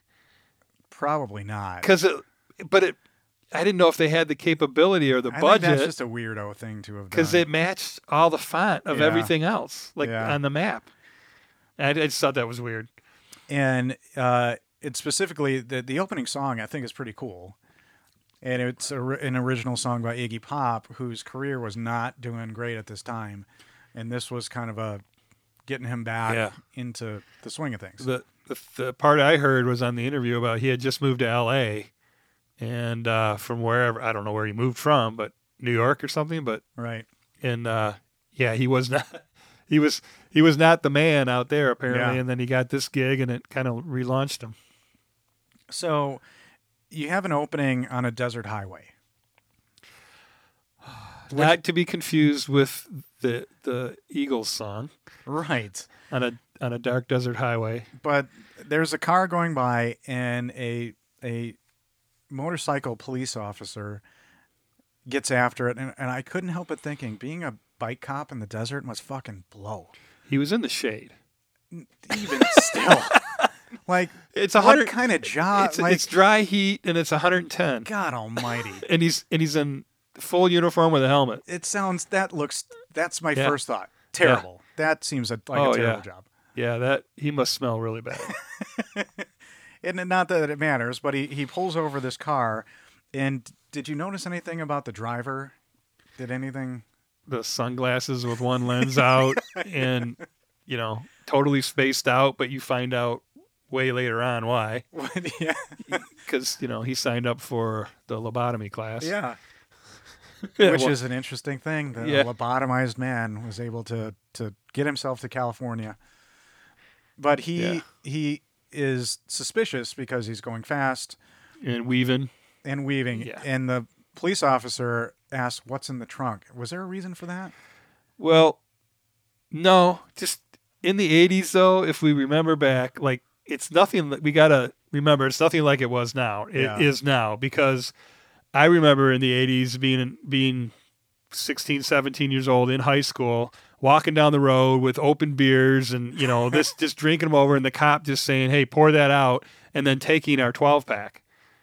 [SPEAKER 2] probably not.
[SPEAKER 1] Because it, but it, I didn't know if they had the capability or the
[SPEAKER 2] I think that's
[SPEAKER 1] budget
[SPEAKER 2] just a weirdo thing to have done.
[SPEAKER 1] because it matched all the font of
[SPEAKER 2] Yeah.
[SPEAKER 1] everything else, like
[SPEAKER 2] Yeah.
[SPEAKER 1] on the map. I, I just thought that was weird.
[SPEAKER 2] and uh, it's specifically the the opening song I think is pretty cool, and it's a, an original song by Iggy Pop, whose career was not doing great at this time, and this was kind of a getting him back
[SPEAKER 1] Yeah.
[SPEAKER 2] into the swing of things.
[SPEAKER 1] the, the the part I heard was on the interview about he had just moved to L.A. and uh, from wherever I don't know where he moved from, but New York or something. But
[SPEAKER 2] right?
[SPEAKER 1] and uh, yeah, he was not he was he was not the man out there apparently.
[SPEAKER 2] Yeah.
[SPEAKER 1] And then he got this gig, and it kind of relaunched him.
[SPEAKER 2] So you have an opening on a desert highway.
[SPEAKER 1] Not to be confused with the the Eagles song
[SPEAKER 2] Right.
[SPEAKER 1] on a on a dark desert highway.
[SPEAKER 2] but there's a car going by and a a motorcycle police officer gets after it and, and I couldn't help but thinking being a bike cop in the desert must fucking blow.
[SPEAKER 1] He was in the shade.
[SPEAKER 2] Even still. like
[SPEAKER 1] It's a
[SPEAKER 2] what
[SPEAKER 1] hundred.
[SPEAKER 2] kind of job
[SPEAKER 1] It's,
[SPEAKER 2] like
[SPEAKER 1] it's dry heat, and it's 110,
[SPEAKER 2] God almighty.
[SPEAKER 1] and he's and he's in full uniform with a helmet.
[SPEAKER 2] It sounds that looks that's my
[SPEAKER 1] Yeah.
[SPEAKER 2] first thought. Terrible. That seems a, like
[SPEAKER 1] Oh,
[SPEAKER 2] a terrible
[SPEAKER 1] yeah.
[SPEAKER 2] job.
[SPEAKER 1] Yeah, that he must smell really bad.
[SPEAKER 2] And not that it matters, but he, he pulls over this car and did you notice anything about the driver? Did anything
[SPEAKER 1] the sunglasses with one lens out and you know, totally spaced out, but you find out way later on why
[SPEAKER 2] What- yeah.
[SPEAKER 1] cuz you know, he signed up for the lobotomy class.
[SPEAKER 2] Yeah.
[SPEAKER 1] Yeah,
[SPEAKER 2] Which
[SPEAKER 1] well,
[SPEAKER 2] is an interesting thing that
[SPEAKER 1] Yeah.
[SPEAKER 2] a lobotomized man was able to to get himself to California. But he
[SPEAKER 1] Yeah.
[SPEAKER 2] he is suspicious because he's going fast
[SPEAKER 1] and weaving.
[SPEAKER 2] and weaving.
[SPEAKER 1] Yeah.
[SPEAKER 2] And the police officer asks what's in the trunk. Was there a reason for that?
[SPEAKER 1] Well, no, just in the 80s though, if we remember back, like it's nothing that- we got to remember it's nothing like it was now. It is
[SPEAKER 2] Yeah.
[SPEAKER 1] now because I remember in the 80s being being 16, 17 years old in high school, walking down the road with open beers and, you know, this just drinking them over and the cop just saying, "Hey, pour that out," and then taking our 12 pack.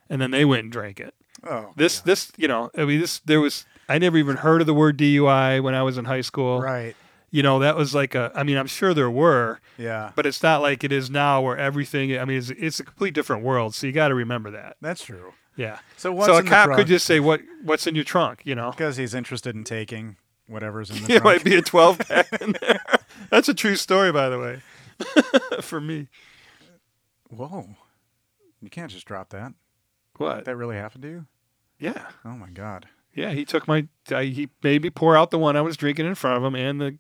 [SPEAKER 1] And then they went and drank it.
[SPEAKER 2] Oh.
[SPEAKER 1] This this, you know, I mean this there was I never even heard of the word DUI when I was in high school
[SPEAKER 2] Right.
[SPEAKER 1] you know that was like a i mean i'm sure there were
[SPEAKER 2] Yeah.
[SPEAKER 1] but it's not like it is now where everything i mean it's, it's a complete different world so you got to remember that
[SPEAKER 2] That's true.
[SPEAKER 1] yeah
[SPEAKER 2] So what's
[SPEAKER 1] so a
[SPEAKER 2] in the
[SPEAKER 1] cop
[SPEAKER 2] trunk?
[SPEAKER 1] could just say what what's in your trunk you know
[SPEAKER 2] because he's interested in taking whatever's in the
[SPEAKER 1] it
[SPEAKER 2] trunk.
[SPEAKER 1] might be a 12 pack in there that's a true story by the way for me
[SPEAKER 2] Whoa. You can't just drop that.
[SPEAKER 1] what
[SPEAKER 2] That really happened to you?
[SPEAKER 1] yeah
[SPEAKER 2] Oh my god.
[SPEAKER 1] yeah he took my I, he made me pour out the one i was drinking in front of him and the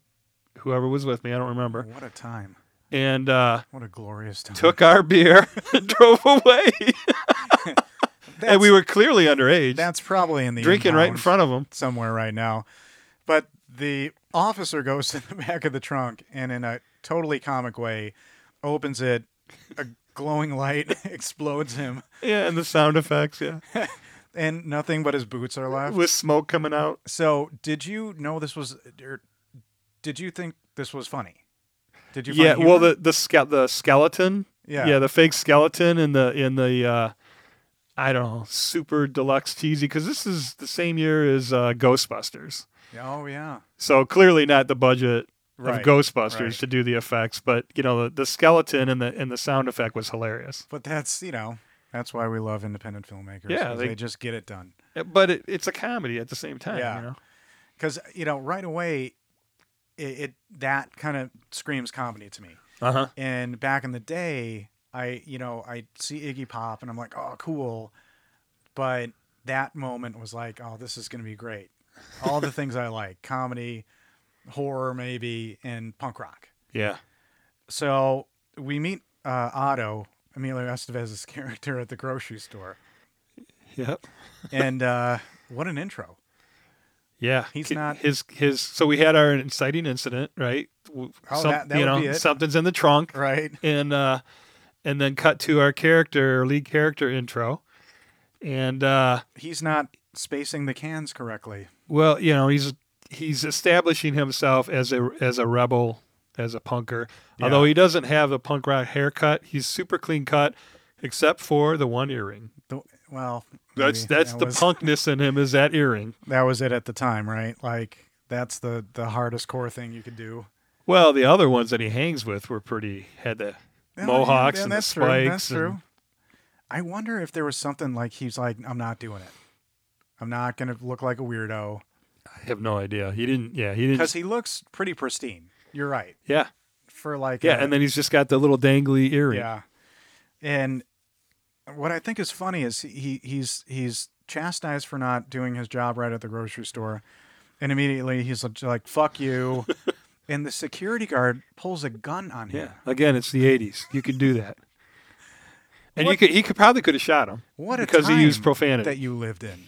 [SPEAKER 1] whoever was with me i don't remember
[SPEAKER 2] What a time.
[SPEAKER 1] and uh
[SPEAKER 2] What a glorious time.
[SPEAKER 1] took our beer and drove away and we
[SPEAKER 2] That's-
[SPEAKER 1] were clearly underage
[SPEAKER 2] That's probably in the
[SPEAKER 1] drinking right in
[SPEAKER 2] impound
[SPEAKER 1] front of him
[SPEAKER 2] somewhere right now. But the officer goes to the back of the trunk and in a totally comic way opens it, a glowing light explodes him,
[SPEAKER 1] Yeah, and the sound effects, yeah.
[SPEAKER 2] and nothing but his boots are left.
[SPEAKER 1] With smoke coming out.
[SPEAKER 2] So, did you know this was or did you think this was funny? Did you find
[SPEAKER 1] Yeah, well
[SPEAKER 2] humor?
[SPEAKER 1] the the ske- the skeleton.
[SPEAKER 2] Yeah.
[SPEAKER 1] Yeah, the fake skeleton in the in the uh I don't know, super deluxe cheesy cuz this is the same year as uh Ghostbusters.
[SPEAKER 2] Oh yeah.
[SPEAKER 1] So clearly not the budget
[SPEAKER 2] Right,
[SPEAKER 1] of Ghostbusters
[SPEAKER 2] right.
[SPEAKER 1] to do the effects, but you know, the, the skeleton and the and the sound effect was hilarious.
[SPEAKER 2] But that's, you know, that's why we love independent filmmakers.
[SPEAKER 1] Yeah,
[SPEAKER 2] is
[SPEAKER 1] they-
[SPEAKER 2] they just get it done.
[SPEAKER 1] But it, it's a comedy at the same time,
[SPEAKER 2] Yeah.
[SPEAKER 1] you know.
[SPEAKER 2] because you know right away it, it that kind of screams comedy to me
[SPEAKER 1] Uh-huh.
[SPEAKER 2] and back in the day i you know i see iggy pop and i'm like oh cool but that moment was like oh this is going to be great all the things i like comedy horror maybe and punk rock
[SPEAKER 1] Yeah.
[SPEAKER 2] so we meet uh, otto emilio estevez's character at the grocery store
[SPEAKER 1] Yep.
[SPEAKER 2] and uh, what an intro
[SPEAKER 1] Yeah,
[SPEAKER 2] He's
[SPEAKER 1] Ki-
[SPEAKER 2] not-
[SPEAKER 1] his his. So we had our inciting incident, right? Oh,
[SPEAKER 2] Oh, that- that
[SPEAKER 1] you
[SPEAKER 2] would
[SPEAKER 1] know,
[SPEAKER 2] be it.
[SPEAKER 1] something's in the trunk,
[SPEAKER 2] right
[SPEAKER 1] and uh, and then cut to our character lead character intro, and uh,
[SPEAKER 2] he's not spacing the cans correctly.
[SPEAKER 1] Well, you know, he's he's establishing himself as a as a rebel, as a punker. Although he doesn't have a punk rock haircut, he's super clean cut, except for the one earring.
[SPEAKER 2] The, well,
[SPEAKER 1] That's
[SPEAKER 2] maybe
[SPEAKER 1] that's
[SPEAKER 2] that
[SPEAKER 1] the
[SPEAKER 2] was,
[SPEAKER 1] punkness in him is that earring.
[SPEAKER 2] That was it at the time, right? Like that's the the hardest core thing you could do.
[SPEAKER 1] Well, the other ones that he hangs with were pretty had the
[SPEAKER 2] Yeah,
[SPEAKER 1] mohawks
[SPEAKER 2] yeah,
[SPEAKER 1] and the
[SPEAKER 2] that's
[SPEAKER 1] spikes.
[SPEAKER 2] True, that's
[SPEAKER 1] and-
[SPEAKER 2] true. I wonder if there was something like he's like, I'm not doing it. I'm not going to look like a weirdo
[SPEAKER 1] I have no idea. He didn't. Yeah, he
[SPEAKER 2] because
[SPEAKER 1] didn't.
[SPEAKER 2] he looks pretty pristine. You're right.
[SPEAKER 1] yeah,
[SPEAKER 2] For like,
[SPEAKER 1] yeah.
[SPEAKER 2] a-
[SPEAKER 1] And then he's just got the little dangly earring.
[SPEAKER 2] yeah. And what I think is funny is he he's he's chastised for not doing his job right at the grocery store, and immediately he's like, "Fuck you," and the security guard pulls a gun on him.
[SPEAKER 1] Yeah. Again, it's the '80s. You can do that. And you could. He could probably could have shot him.
[SPEAKER 2] What a
[SPEAKER 1] because he used
[SPEAKER 2] time
[SPEAKER 1] profanity.
[SPEAKER 2] that you lived in.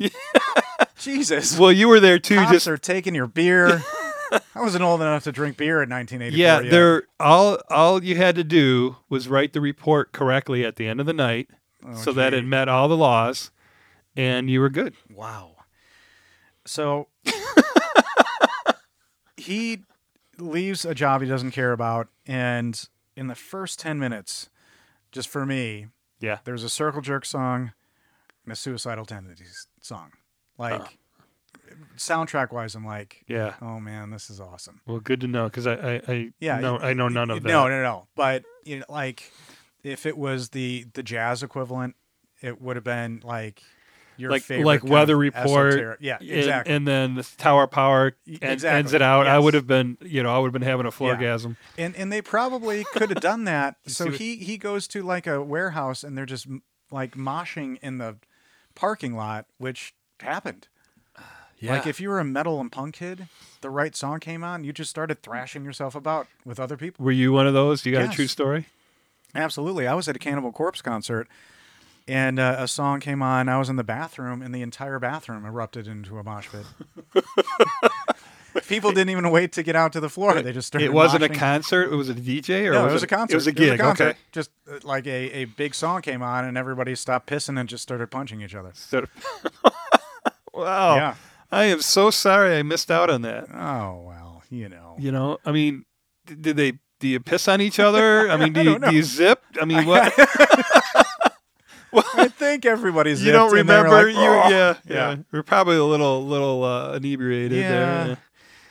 [SPEAKER 2] Jesus.
[SPEAKER 1] well, you were there too.
[SPEAKER 2] cops
[SPEAKER 1] just
[SPEAKER 2] are taking your beer. I wasn't old enough to drink beer in 1984.
[SPEAKER 1] yeah.
[SPEAKER 2] yet.
[SPEAKER 1] There. All all you had to do was write the report correctly at the end of the night,
[SPEAKER 2] Oh,
[SPEAKER 1] so that
[SPEAKER 2] Okay.
[SPEAKER 1] it met all the laws, and you were good.
[SPEAKER 2] Wow. So he leaves a job he doesn't care about, and in the first 10 minutes, just for me,
[SPEAKER 1] Yeah.
[SPEAKER 2] there's a circle jerk song and a suicidal tendencies song. Like soundtrack wise, I'm like,
[SPEAKER 1] Yeah.
[SPEAKER 2] oh man, this is awesome.
[SPEAKER 1] Well, good to know because I, I, I
[SPEAKER 2] Yeah,
[SPEAKER 1] know, I know Oh, none of that.
[SPEAKER 2] No, no, no. But you know, like, if it was the the jazz equivalent, it would have been like your
[SPEAKER 1] Like-
[SPEAKER 2] favorite
[SPEAKER 1] like
[SPEAKER 2] kind
[SPEAKER 1] Weather
[SPEAKER 2] of
[SPEAKER 1] Report
[SPEAKER 2] esoteric- Yeah,
[SPEAKER 1] And-
[SPEAKER 2] exactly.
[SPEAKER 1] And, then the Tower Power en- ends
[SPEAKER 2] exactly,
[SPEAKER 1] it out. I
[SPEAKER 2] yes.
[SPEAKER 1] would have been, you know, I would have been having a florgasm.
[SPEAKER 2] And, and they probably could have done that. so
[SPEAKER 1] see what-
[SPEAKER 2] he he goes to like a warehouse and they're just m- like moshing in the parking lot, which happened.
[SPEAKER 1] Yeah.
[SPEAKER 2] Like if you were a metal and punk kid, the right song came on, you just started thrashing yourself about with other people.
[SPEAKER 1] Were you one of those? You got
[SPEAKER 2] Yes.
[SPEAKER 1] a true story?
[SPEAKER 2] Absolutely. I was at a Cannibal Corpse concert and uh, a song came on. I was in the bathroom and the entire bathroom erupted into a mosh pit. People didn't even wait to get out to the floor. They just started.
[SPEAKER 1] It wasn't a
[SPEAKER 2] moshing.
[SPEAKER 1] concert. It was a DJ or
[SPEAKER 2] No, it was a concert.
[SPEAKER 1] It was a gig.
[SPEAKER 2] concert.
[SPEAKER 1] okay.
[SPEAKER 2] Just uh, like a, a big song came on and everybody stopped pissing and just started punching each other.
[SPEAKER 1] So- wow.
[SPEAKER 2] Yeah.
[SPEAKER 1] I am so sorry I missed out on that.
[SPEAKER 2] Oh, well, you know.
[SPEAKER 1] You know, I mean, d- did they? Do you piss on each other? I mean, do
[SPEAKER 2] I
[SPEAKER 1] you,
[SPEAKER 2] don't know.
[SPEAKER 1] do you zip? I mean, what?
[SPEAKER 2] I think everybody's.
[SPEAKER 1] you don't
[SPEAKER 2] zipped, and they were
[SPEAKER 1] remember?
[SPEAKER 2] like,
[SPEAKER 1] you yeah,
[SPEAKER 2] "Oh." Yeah.
[SPEAKER 1] yeah. We're probably a little little uh, inebriated
[SPEAKER 2] Yeah.
[SPEAKER 1] there.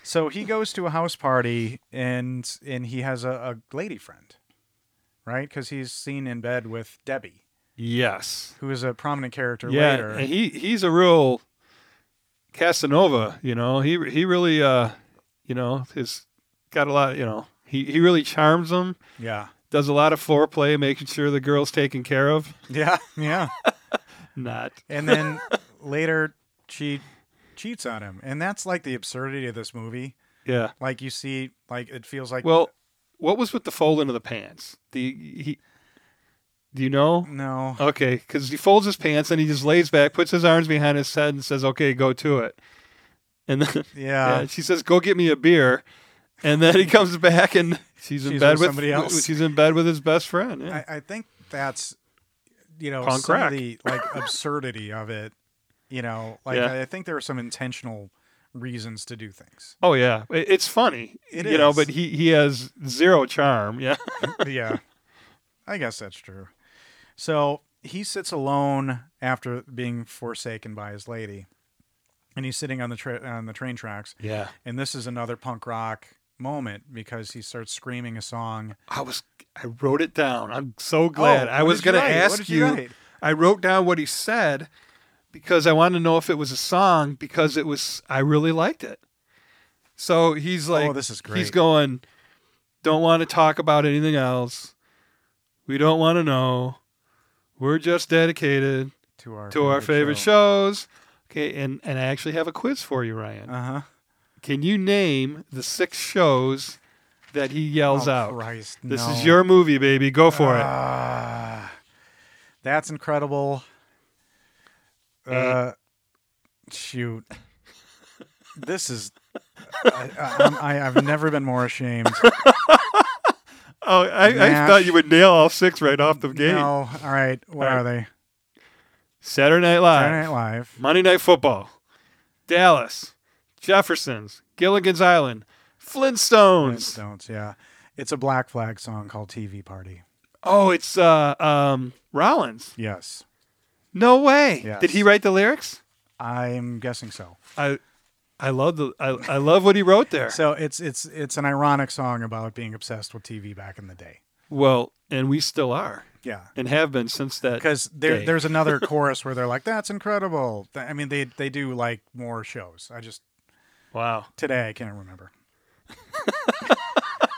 [SPEAKER 2] So he goes to a house party and and he has a, a lady friend, right? Because he's seen in bed with Debbie,
[SPEAKER 1] Yes.
[SPEAKER 2] who is a prominent character
[SPEAKER 1] Yeah,
[SPEAKER 2] later.
[SPEAKER 1] and he he's a real Casanova. You know, he he really uh, you know, has got a lot. You know, he he really charms them.
[SPEAKER 2] yeah.
[SPEAKER 1] Does a lot of foreplay, making sure the girl's taken care of.
[SPEAKER 2] Yeah. Yeah.
[SPEAKER 1] Not.
[SPEAKER 2] and then later she cheats on him, and that's like the absurdity of this movie.
[SPEAKER 1] Yeah.
[SPEAKER 2] Like you see, like it feels like
[SPEAKER 1] Well, what was with the folding of the pants? The he. Do you know?
[SPEAKER 2] no.
[SPEAKER 1] Okay, because he folds his pants and he just lays back, puts his arms behind his head, and says, "Okay, go to it." And then
[SPEAKER 2] Yeah.
[SPEAKER 1] yeah, Uh, she says, "Go get me a beer," and then he comes back and she's in
[SPEAKER 2] She's
[SPEAKER 1] bed
[SPEAKER 2] with
[SPEAKER 1] with
[SPEAKER 2] somebody else.
[SPEAKER 1] She's in bed with his best friend. Yeah.
[SPEAKER 2] I, I think that's you know
[SPEAKER 1] Punk
[SPEAKER 2] some
[SPEAKER 1] rock.
[SPEAKER 2] of the like absurdity of it. You know, like
[SPEAKER 1] Yeah.
[SPEAKER 2] I, I think there are some intentional reasons to do things.
[SPEAKER 1] oh yeah, I- it's funny,
[SPEAKER 2] It
[SPEAKER 1] you know,
[SPEAKER 2] is.
[SPEAKER 1] but he he has zero charm. Yeah,
[SPEAKER 2] yeah, I guess that's true. So he sits alone after being forsaken by his lady, and he's sitting on the tra- on the train tracks.
[SPEAKER 1] yeah.
[SPEAKER 2] And this is another punk rock moment because he starts screaming a song.
[SPEAKER 1] I was I wrote it down. I'm so glad.
[SPEAKER 2] Oh,
[SPEAKER 1] I
[SPEAKER 2] what
[SPEAKER 1] was
[SPEAKER 2] did you
[SPEAKER 1] gonna
[SPEAKER 2] write? What
[SPEAKER 1] ask
[SPEAKER 2] did you write?
[SPEAKER 1] I wrote down what he said because I wanted to know if it was a song because it was I really liked it. So he's like
[SPEAKER 2] Oh, this is
[SPEAKER 1] He's
[SPEAKER 2] great.
[SPEAKER 1] going don't want to talk about anything else. We don't want to know. We're just dedicated
[SPEAKER 2] to our
[SPEAKER 1] to our favorite shows. Okay, and and I actually have a quiz for you, Ryan.
[SPEAKER 2] Uh huh.
[SPEAKER 1] Can you name the six shows that he yells
[SPEAKER 2] oh,
[SPEAKER 1] out?
[SPEAKER 2] Christ,
[SPEAKER 1] This
[SPEAKER 2] no. Uh,
[SPEAKER 1] is your movie, baby. Go for it.
[SPEAKER 2] Ah, that's incredible. Uh, shoot, this is. I, I, I'm- I, I've never been more ashamed.
[SPEAKER 1] Oh, I, I
[SPEAKER 2] Nash.
[SPEAKER 1] thought you would nail all six right off the gate.
[SPEAKER 2] No, all right, what
[SPEAKER 1] All right.
[SPEAKER 2] are they?
[SPEAKER 1] Saturday Night Live,
[SPEAKER 2] Saturday Night Live.
[SPEAKER 1] Monday Night Football, Dallas, Jefferson's, Gilligan's Island, Flintstones.
[SPEAKER 2] Stones, yeah. It's a Black Flag song called TV Party.
[SPEAKER 1] Oh, it's uh, um, Rollins.
[SPEAKER 2] Yes.
[SPEAKER 1] No way.
[SPEAKER 2] Yes.
[SPEAKER 1] Did he write the lyrics?
[SPEAKER 2] I'm guessing so.
[SPEAKER 1] I, I love the I, I love what he wrote there.
[SPEAKER 2] So it's it's it's an ironic song about being obsessed with TV back in the day.
[SPEAKER 1] well, and we still are
[SPEAKER 2] Yeah.
[SPEAKER 1] and have been since that.
[SPEAKER 2] Because there,
[SPEAKER 1] day.
[SPEAKER 2] there's another chorus where they're like, "That's incredible." Th- I mean, they they do like more shows. I just
[SPEAKER 1] wow.
[SPEAKER 2] today I can't remember.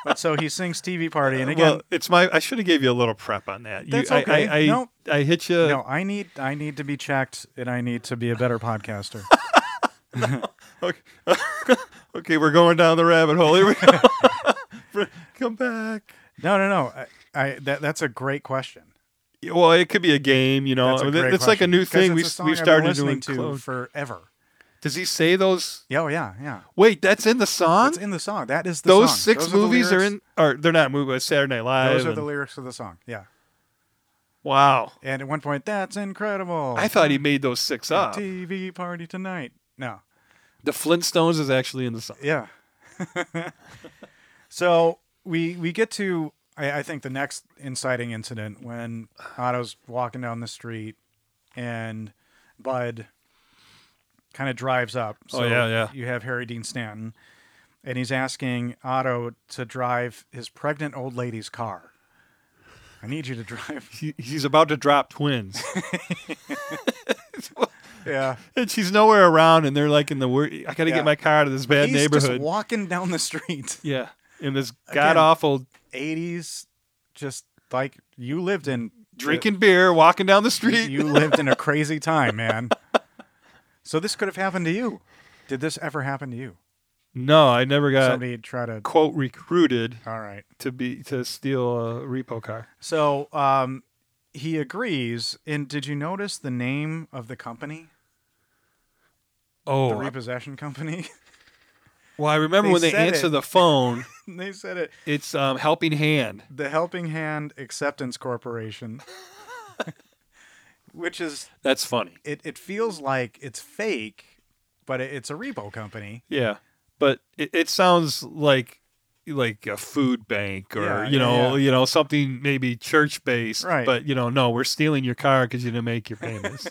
[SPEAKER 2] but so he sings TV party, and again,
[SPEAKER 1] Uh, Well, it's my. I should have gave you a little prep on that. You-
[SPEAKER 2] That's
[SPEAKER 1] I-
[SPEAKER 2] okay.
[SPEAKER 1] I, I,
[SPEAKER 2] Nope.
[SPEAKER 1] I hit you.
[SPEAKER 2] no, I need I need to be checked, and I need to be a better podcaster.
[SPEAKER 1] Okay. okay, we're going down the rabbit hole. Here we go. Come back.
[SPEAKER 2] No, no, no. I, I that, that's a great question.
[SPEAKER 1] Well, it could be a game, you know.
[SPEAKER 2] That's a
[SPEAKER 1] I mean,
[SPEAKER 2] great
[SPEAKER 1] it's like a
[SPEAKER 2] question.
[SPEAKER 1] new
[SPEAKER 2] 'Cause
[SPEAKER 1] thing
[SPEAKER 2] it's
[SPEAKER 1] we
[SPEAKER 2] a song
[SPEAKER 1] we
[SPEAKER 2] I've been
[SPEAKER 1] started
[SPEAKER 2] listening
[SPEAKER 1] doing.
[SPEAKER 2] to
[SPEAKER 1] close-
[SPEAKER 2] forever.
[SPEAKER 1] Does he say those?
[SPEAKER 2] Yeah, oh, yeah, yeah.
[SPEAKER 1] Wait, that's in the song.
[SPEAKER 2] It's in the song. That is the
[SPEAKER 1] those
[SPEAKER 2] song.
[SPEAKER 1] six
[SPEAKER 2] Those the
[SPEAKER 1] movies are,
[SPEAKER 2] lyrics.
[SPEAKER 1] in, or they're not movies. but Saturday Night Live.
[SPEAKER 2] Those are the
[SPEAKER 1] and-
[SPEAKER 2] lyrics of the song. Yeah.
[SPEAKER 1] wow,
[SPEAKER 2] And at one point, that's incredible.
[SPEAKER 1] I thought he made those six up.
[SPEAKER 2] TV party tonight. No.
[SPEAKER 1] The Flintstones is actually in the song.
[SPEAKER 2] Yeah. so we we get to I, I think the next inciting incident when Otto's walking down the street and Bud kind of drives up. So
[SPEAKER 1] Oh, yeah, yeah.
[SPEAKER 2] you have Harry Dean Stanton and he's asking Otto to drive his pregnant old lady's car. I need you to drive.
[SPEAKER 1] He, he's about to drop twins,
[SPEAKER 2] Yeah.
[SPEAKER 1] and she's nowhere around. And they're like in the wor- I got to
[SPEAKER 2] Yeah.
[SPEAKER 1] get my car out of this bad
[SPEAKER 2] He's
[SPEAKER 1] neighborhood.
[SPEAKER 2] just walking down the street.
[SPEAKER 1] yeah, in this god awful
[SPEAKER 2] 80s just like you lived in
[SPEAKER 1] drinking beer, walking down the
[SPEAKER 2] you-
[SPEAKER 1] street.
[SPEAKER 2] you lived in a crazy time man so this could have happened to you did this ever happen to you
[SPEAKER 1] no, I never got
[SPEAKER 2] somebody try to
[SPEAKER 1] quote recruited
[SPEAKER 2] all right
[SPEAKER 1] to be to steal a repo car.
[SPEAKER 2] so um he agrees and did you notice the name of the company the
[SPEAKER 1] Oh,
[SPEAKER 2] repossession company
[SPEAKER 1] well, I remember
[SPEAKER 2] they
[SPEAKER 1] when they
[SPEAKER 2] said
[SPEAKER 1] answer
[SPEAKER 2] it.
[SPEAKER 1] the phone.
[SPEAKER 2] they said it
[SPEAKER 1] It's um, Helping Hand.
[SPEAKER 2] the helping hand acceptance corporation which is
[SPEAKER 1] That's funny.
[SPEAKER 2] it, it feels like it's fake but it, it's a repo company
[SPEAKER 1] Yeah, but it, it sounds like like a food bank or
[SPEAKER 2] Yeah,
[SPEAKER 1] you
[SPEAKER 2] yeah,
[SPEAKER 1] know
[SPEAKER 2] yeah.
[SPEAKER 1] you know something maybe church based.
[SPEAKER 2] Right.
[SPEAKER 1] But you know, no, we're stealing your car because you didn't make your payments.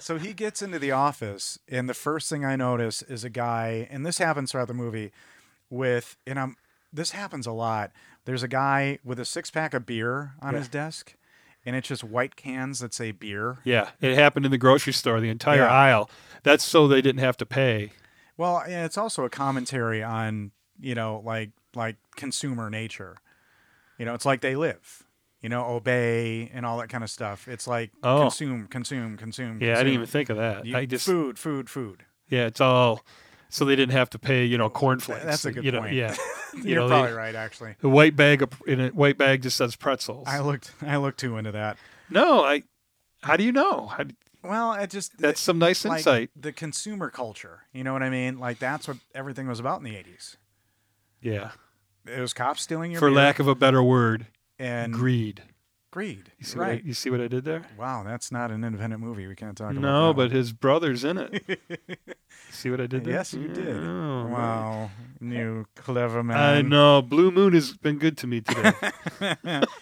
[SPEAKER 2] so he gets into the office, and the first thing I notice is a guy, and this happens throughout the movie, with and I'm this happens a lot. There's a guy with a six pack of beer on his desk, and it's just white cans that say beer.
[SPEAKER 1] yeah, it happened in the grocery store. The entire
[SPEAKER 2] Yeah.
[SPEAKER 1] aisle. That's so they didn't have to pay.
[SPEAKER 2] Well, and it's also a commentary on you know like like consumer nature. You know, it's like they live. You know, obey and all that kind of stuff. It's like
[SPEAKER 1] Oh.
[SPEAKER 2] consume, consume, consume.
[SPEAKER 1] Yeah, I didn't
[SPEAKER 2] consume.
[SPEAKER 1] even think of that.
[SPEAKER 2] You-
[SPEAKER 1] I just
[SPEAKER 2] food, food, food.
[SPEAKER 1] yeah, it's all so they didn't have to pay. You know, cornflakes.
[SPEAKER 2] That's a good
[SPEAKER 1] you know,
[SPEAKER 2] point.
[SPEAKER 1] Yeah, you
[SPEAKER 2] You're
[SPEAKER 1] know, they-
[SPEAKER 2] probably right, actually.
[SPEAKER 1] The white bag of, in a white bag just says pretzels.
[SPEAKER 2] I looked I looked too into that.
[SPEAKER 1] no, I. How do you know? How, d-
[SPEAKER 2] Well, I just
[SPEAKER 1] that's some nice
[SPEAKER 2] like,
[SPEAKER 1] insight.
[SPEAKER 2] The consumer culture, you know what I mean? Like that's what everything was about in the eighties.
[SPEAKER 1] Yeah,
[SPEAKER 2] It was cops stealing your
[SPEAKER 1] for
[SPEAKER 2] beer
[SPEAKER 1] lack of a better word,
[SPEAKER 2] and
[SPEAKER 1] greed.
[SPEAKER 2] greed.
[SPEAKER 1] You see, what,
[SPEAKER 2] right?
[SPEAKER 1] I, you see what I did there?
[SPEAKER 2] Wow, that's not an independent movie. We can't talk
[SPEAKER 1] No,
[SPEAKER 2] about that.
[SPEAKER 1] but his brother's in it. see what I did there?
[SPEAKER 2] yes, you did.
[SPEAKER 1] Oh, man.
[SPEAKER 2] wow, new clever man.
[SPEAKER 1] I know. Blue Moon has been good to me today.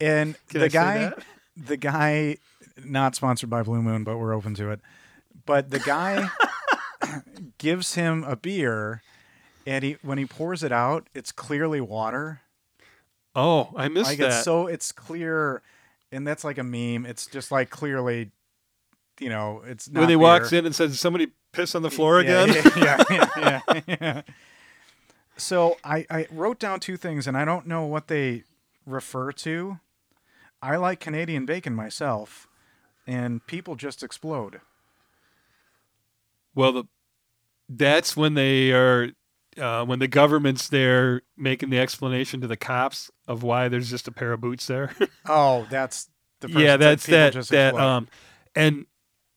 [SPEAKER 2] And
[SPEAKER 1] Can
[SPEAKER 2] the
[SPEAKER 1] I say
[SPEAKER 2] guy,
[SPEAKER 1] that?
[SPEAKER 2] the guy, not sponsored by Blue Moon, but we're open to it. But the guy gives him a beer, and he when he pours it out, it's clearly water.
[SPEAKER 1] Oh, I missed
[SPEAKER 2] like
[SPEAKER 1] that.
[SPEAKER 2] it's so it's clear and that's like a meme it's just like clearly you know it's not
[SPEAKER 1] when he
[SPEAKER 2] beer.
[SPEAKER 1] walks in and says, "Did "Somebody piss on the floor
[SPEAKER 2] Yeah,
[SPEAKER 1] again."
[SPEAKER 2] yeah, yeah, yeah, yeah. so I, I wrote down two things and i don't know what they refer to i like canadian bacon myself and people just explode
[SPEAKER 1] Well, the that's when they are uh, when the government's there making the explanation to the cops of why there's just a pair of boots there.
[SPEAKER 2] oh that's the first
[SPEAKER 1] yeah,
[SPEAKER 2] thing,
[SPEAKER 1] that's
[SPEAKER 2] people
[SPEAKER 1] that
[SPEAKER 2] just
[SPEAKER 1] that
[SPEAKER 2] explode.
[SPEAKER 1] um and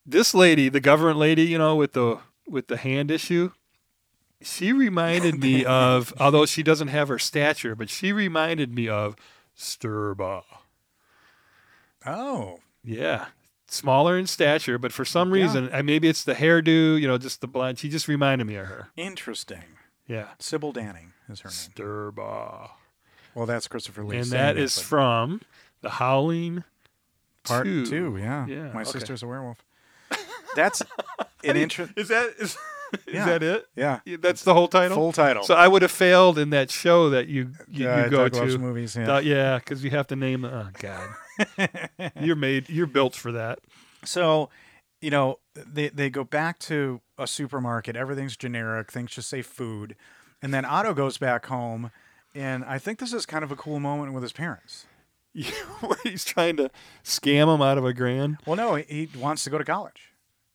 [SPEAKER 1] this lady, the government lady, you know, with the with the hand issue, she reminded me
[SPEAKER 2] Oh,
[SPEAKER 1] of although she doesn't have her stature, but she reminded me of Sturba.
[SPEAKER 2] oh
[SPEAKER 1] Yeah. smaller in stature, but for some
[SPEAKER 2] Yeah.
[SPEAKER 1] reason, and maybe it's the hairdo, you know, just the blonde. She just reminded me of her.
[SPEAKER 2] Interesting.
[SPEAKER 1] Yeah.
[SPEAKER 2] Sybil Danning is her name.
[SPEAKER 1] Sturba.
[SPEAKER 2] Well, that's Christopher Lee.
[SPEAKER 1] And
[SPEAKER 2] singing
[SPEAKER 1] that
[SPEAKER 2] it,
[SPEAKER 1] is
[SPEAKER 2] but
[SPEAKER 1] from The Howling
[SPEAKER 2] part
[SPEAKER 1] two.
[SPEAKER 2] two. yeah.
[SPEAKER 1] Yeah,
[SPEAKER 2] My
[SPEAKER 1] okay.
[SPEAKER 2] sister's a werewolf. That's an interest.
[SPEAKER 1] Is that is,
[SPEAKER 2] Yeah.
[SPEAKER 1] is that it?
[SPEAKER 2] Yeah.
[SPEAKER 1] Yeah, That's the whole title.
[SPEAKER 2] Full title.
[SPEAKER 1] So I would have failed in that show that you you,
[SPEAKER 2] Uh,
[SPEAKER 1] you go
[SPEAKER 2] Doug Loves
[SPEAKER 1] to.
[SPEAKER 2] movies. Yeah.
[SPEAKER 1] Uh, yeah, because you have to name. Oh God, you're made. You're built for that.
[SPEAKER 2] So, you know, they, they go back to a supermarket. Everything's generic. Things just say food. And then Otto goes back home. And I think this is kind of a cool moment with his parents.
[SPEAKER 1] Where he's trying to scam him out of a grand.
[SPEAKER 2] Well, no, he, he wants to go to college.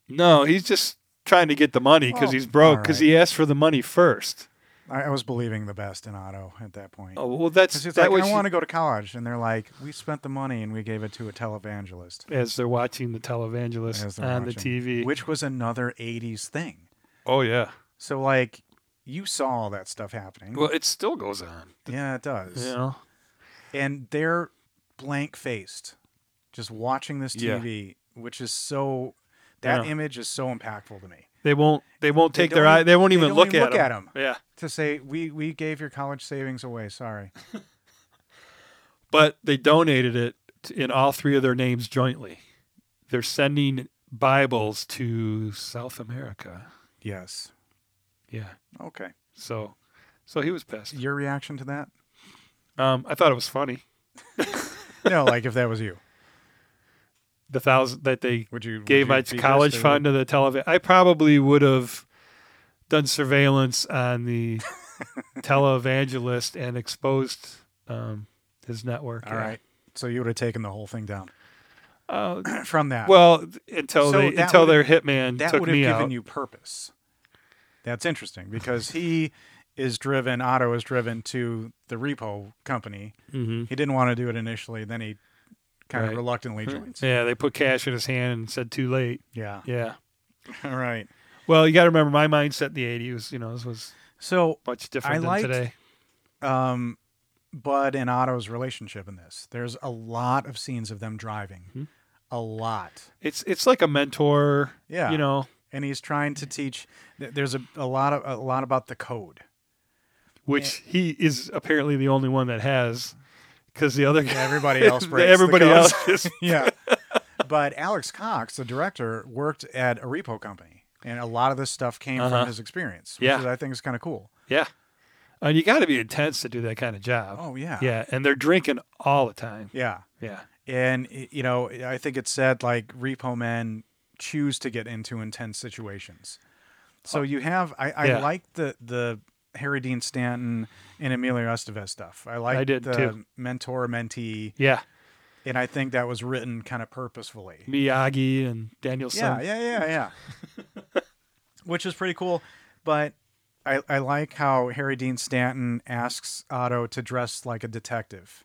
[SPEAKER 1] No, he's just trying to get the money because
[SPEAKER 2] Oh,
[SPEAKER 1] he's broke.
[SPEAKER 2] all
[SPEAKER 1] Because
[SPEAKER 2] right.
[SPEAKER 1] he asked for the money first.
[SPEAKER 2] I, I was believing the best in Otto at that point.
[SPEAKER 1] Oh well, that's
[SPEAKER 2] 'Cause he's
[SPEAKER 1] that
[SPEAKER 2] like,
[SPEAKER 1] was
[SPEAKER 2] I want to go to college. And they're like, we spent the money and we gave it to a televangelist.
[SPEAKER 1] as they're watching the televangelist
[SPEAKER 2] as they're
[SPEAKER 1] on
[SPEAKER 2] watching,
[SPEAKER 1] the TV.
[SPEAKER 2] Which was another 80s thing.
[SPEAKER 1] oh yeah,
[SPEAKER 2] So, like, you saw all that stuff happening.
[SPEAKER 1] well it still goes on.
[SPEAKER 2] yeah, it does.
[SPEAKER 1] You know,
[SPEAKER 2] and they're blank faced just watching this
[SPEAKER 1] Yeah.
[SPEAKER 2] TV, which is so that
[SPEAKER 1] Yeah.
[SPEAKER 2] image is so impactful to me.
[SPEAKER 1] they won't. They won't
[SPEAKER 2] They
[SPEAKER 1] take their
[SPEAKER 2] don't
[SPEAKER 1] eye.
[SPEAKER 2] e-
[SPEAKER 1] They won't
[SPEAKER 2] they
[SPEAKER 1] even
[SPEAKER 2] don't
[SPEAKER 1] look,
[SPEAKER 2] even
[SPEAKER 1] at,
[SPEAKER 2] look
[SPEAKER 1] him.
[SPEAKER 2] at him.
[SPEAKER 1] Yeah,
[SPEAKER 2] To say we we gave your college savings away, sorry.
[SPEAKER 1] but they donated it t- in all three of their names jointly. They're sending Bibles to South America.
[SPEAKER 2] Yes.
[SPEAKER 1] Yeah.
[SPEAKER 2] Okay.
[SPEAKER 1] So, so he was pissed.
[SPEAKER 2] Your reaction to that?
[SPEAKER 1] Um, I thought it was funny
[SPEAKER 2] No, like if that was you,
[SPEAKER 1] the thousand that they
[SPEAKER 2] would you would
[SPEAKER 1] gave
[SPEAKER 2] you
[SPEAKER 1] my
[SPEAKER 2] be pissed
[SPEAKER 1] college
[SPEAKER 2] or would-
[SPEAKER 1] fund to the television. I probably would have done surveillance on the televangelist and exposed um, his network.
[SPEAKER 2] All right. So you would have taken the whole thing down
[SPEAKER 1] Uh,
[SPEAKER 2] from that.
[SPEAKER 1] well, until
[SPEAKER 2] So
[SPEAKER 1] they
[SPEAKER 2] that
[SPEAKER 1] until their
[SPEAKER 2] would've-
[SPEAKER 1] hitman
[SPEAKER 2] that
[SPEAKER 1] took
[SPEAKER 2] would have
[SPEAKER 1] me
[SPEAKER 2] given
[SPEAKER 1] out.
[SPEAKER 2] you purpose. That's interesting because he is driven. Otto is driven to the repo company
[SPEAKER 1] mm-hmm.
[SPEAKER 2] He didn't want to do it initially. Then he kind of
[SPEAKER 1] Right.
[SPEAKER 2] reluctantly joins.
[SPEAKER 1] Yeah, they put cash in his hand and said too late.
[SPEAKER 2] Yeah.
[SPEAKER 1] Yeah.
[SPEAKER 2] All right.
[SPEAKER 1] Well, you got to remember my mindset in the 80s, you know, this was
[SPEAKER 2] So,
[SPEAKER 1] much different
[SPEAKER 2] I
[SPEAKER 1] than
[SPEAKER 2] liked-
[SPEAKER 1] today.
[SPEAKER 2] um, Bud and Otto's relationship in this. There's a lot of scenes of them driving.
[SPEAKER 1] Mhm.
[SPEAKER 2] A lot.
[SPEAKER 1] It's it's like a mentor,
[SPEAKER 2] Yeah.
[SPEAKER 1] you know,
[SPEAKER 2] And he's trying to teach. th- There's a, a lot of a lot about the code.
[SPEAKER 1] which he is apparently the only one that has cuz the other guy
[SPEAKER 2] Everybody else breaks. the
[SPEAKER 1] everybody
[SPEAKER 2] codes.
[SPEAKER 1] else is
[SPEAKER 2] yeah. But Alex Cox, the director, worked at a repo company, and a lot of this stuff came
[SPEAKER 1] Uh-huh.
[SPEAKER 2] from his experience, which
[SPEAKER 1] Yeah.
[SPEAKER 2] is, I think is kind of cool.
[SPEAKER 1] Yeah. And you got to be intense to do that kind of job.
[SPEAKER 2] Oh yeah.
[SPEAKER 1] Yeah, and they're drinking all the time.
[SPEAKER 2] Yeah.
[SPEAKER 1] Yeah.
[SPEAKER 2] and y- you know i think it said like repo men choose to get into intense situations so you have i, I
[SPEAKER 1] Oh. Yeah.
[SPEAKER 2] like the the harry dean stanton and emilio estevez stuff i like
[SPEAKER 1] did,
[SPEAKER 2] the
[SPEAKER 1] too.
[SPEAKER 2] mentor mentee
[SPEAKER 1] Yeah.
[SPEAKER 2] and i think that was written kind of purposefully
[SPEAKER 1] Miyagi and Danielson.
[SPEAKER 2] yeah yeah yeah yeah which is pretty cool but I, I like how harry dean stanton asks otto to dress like a detective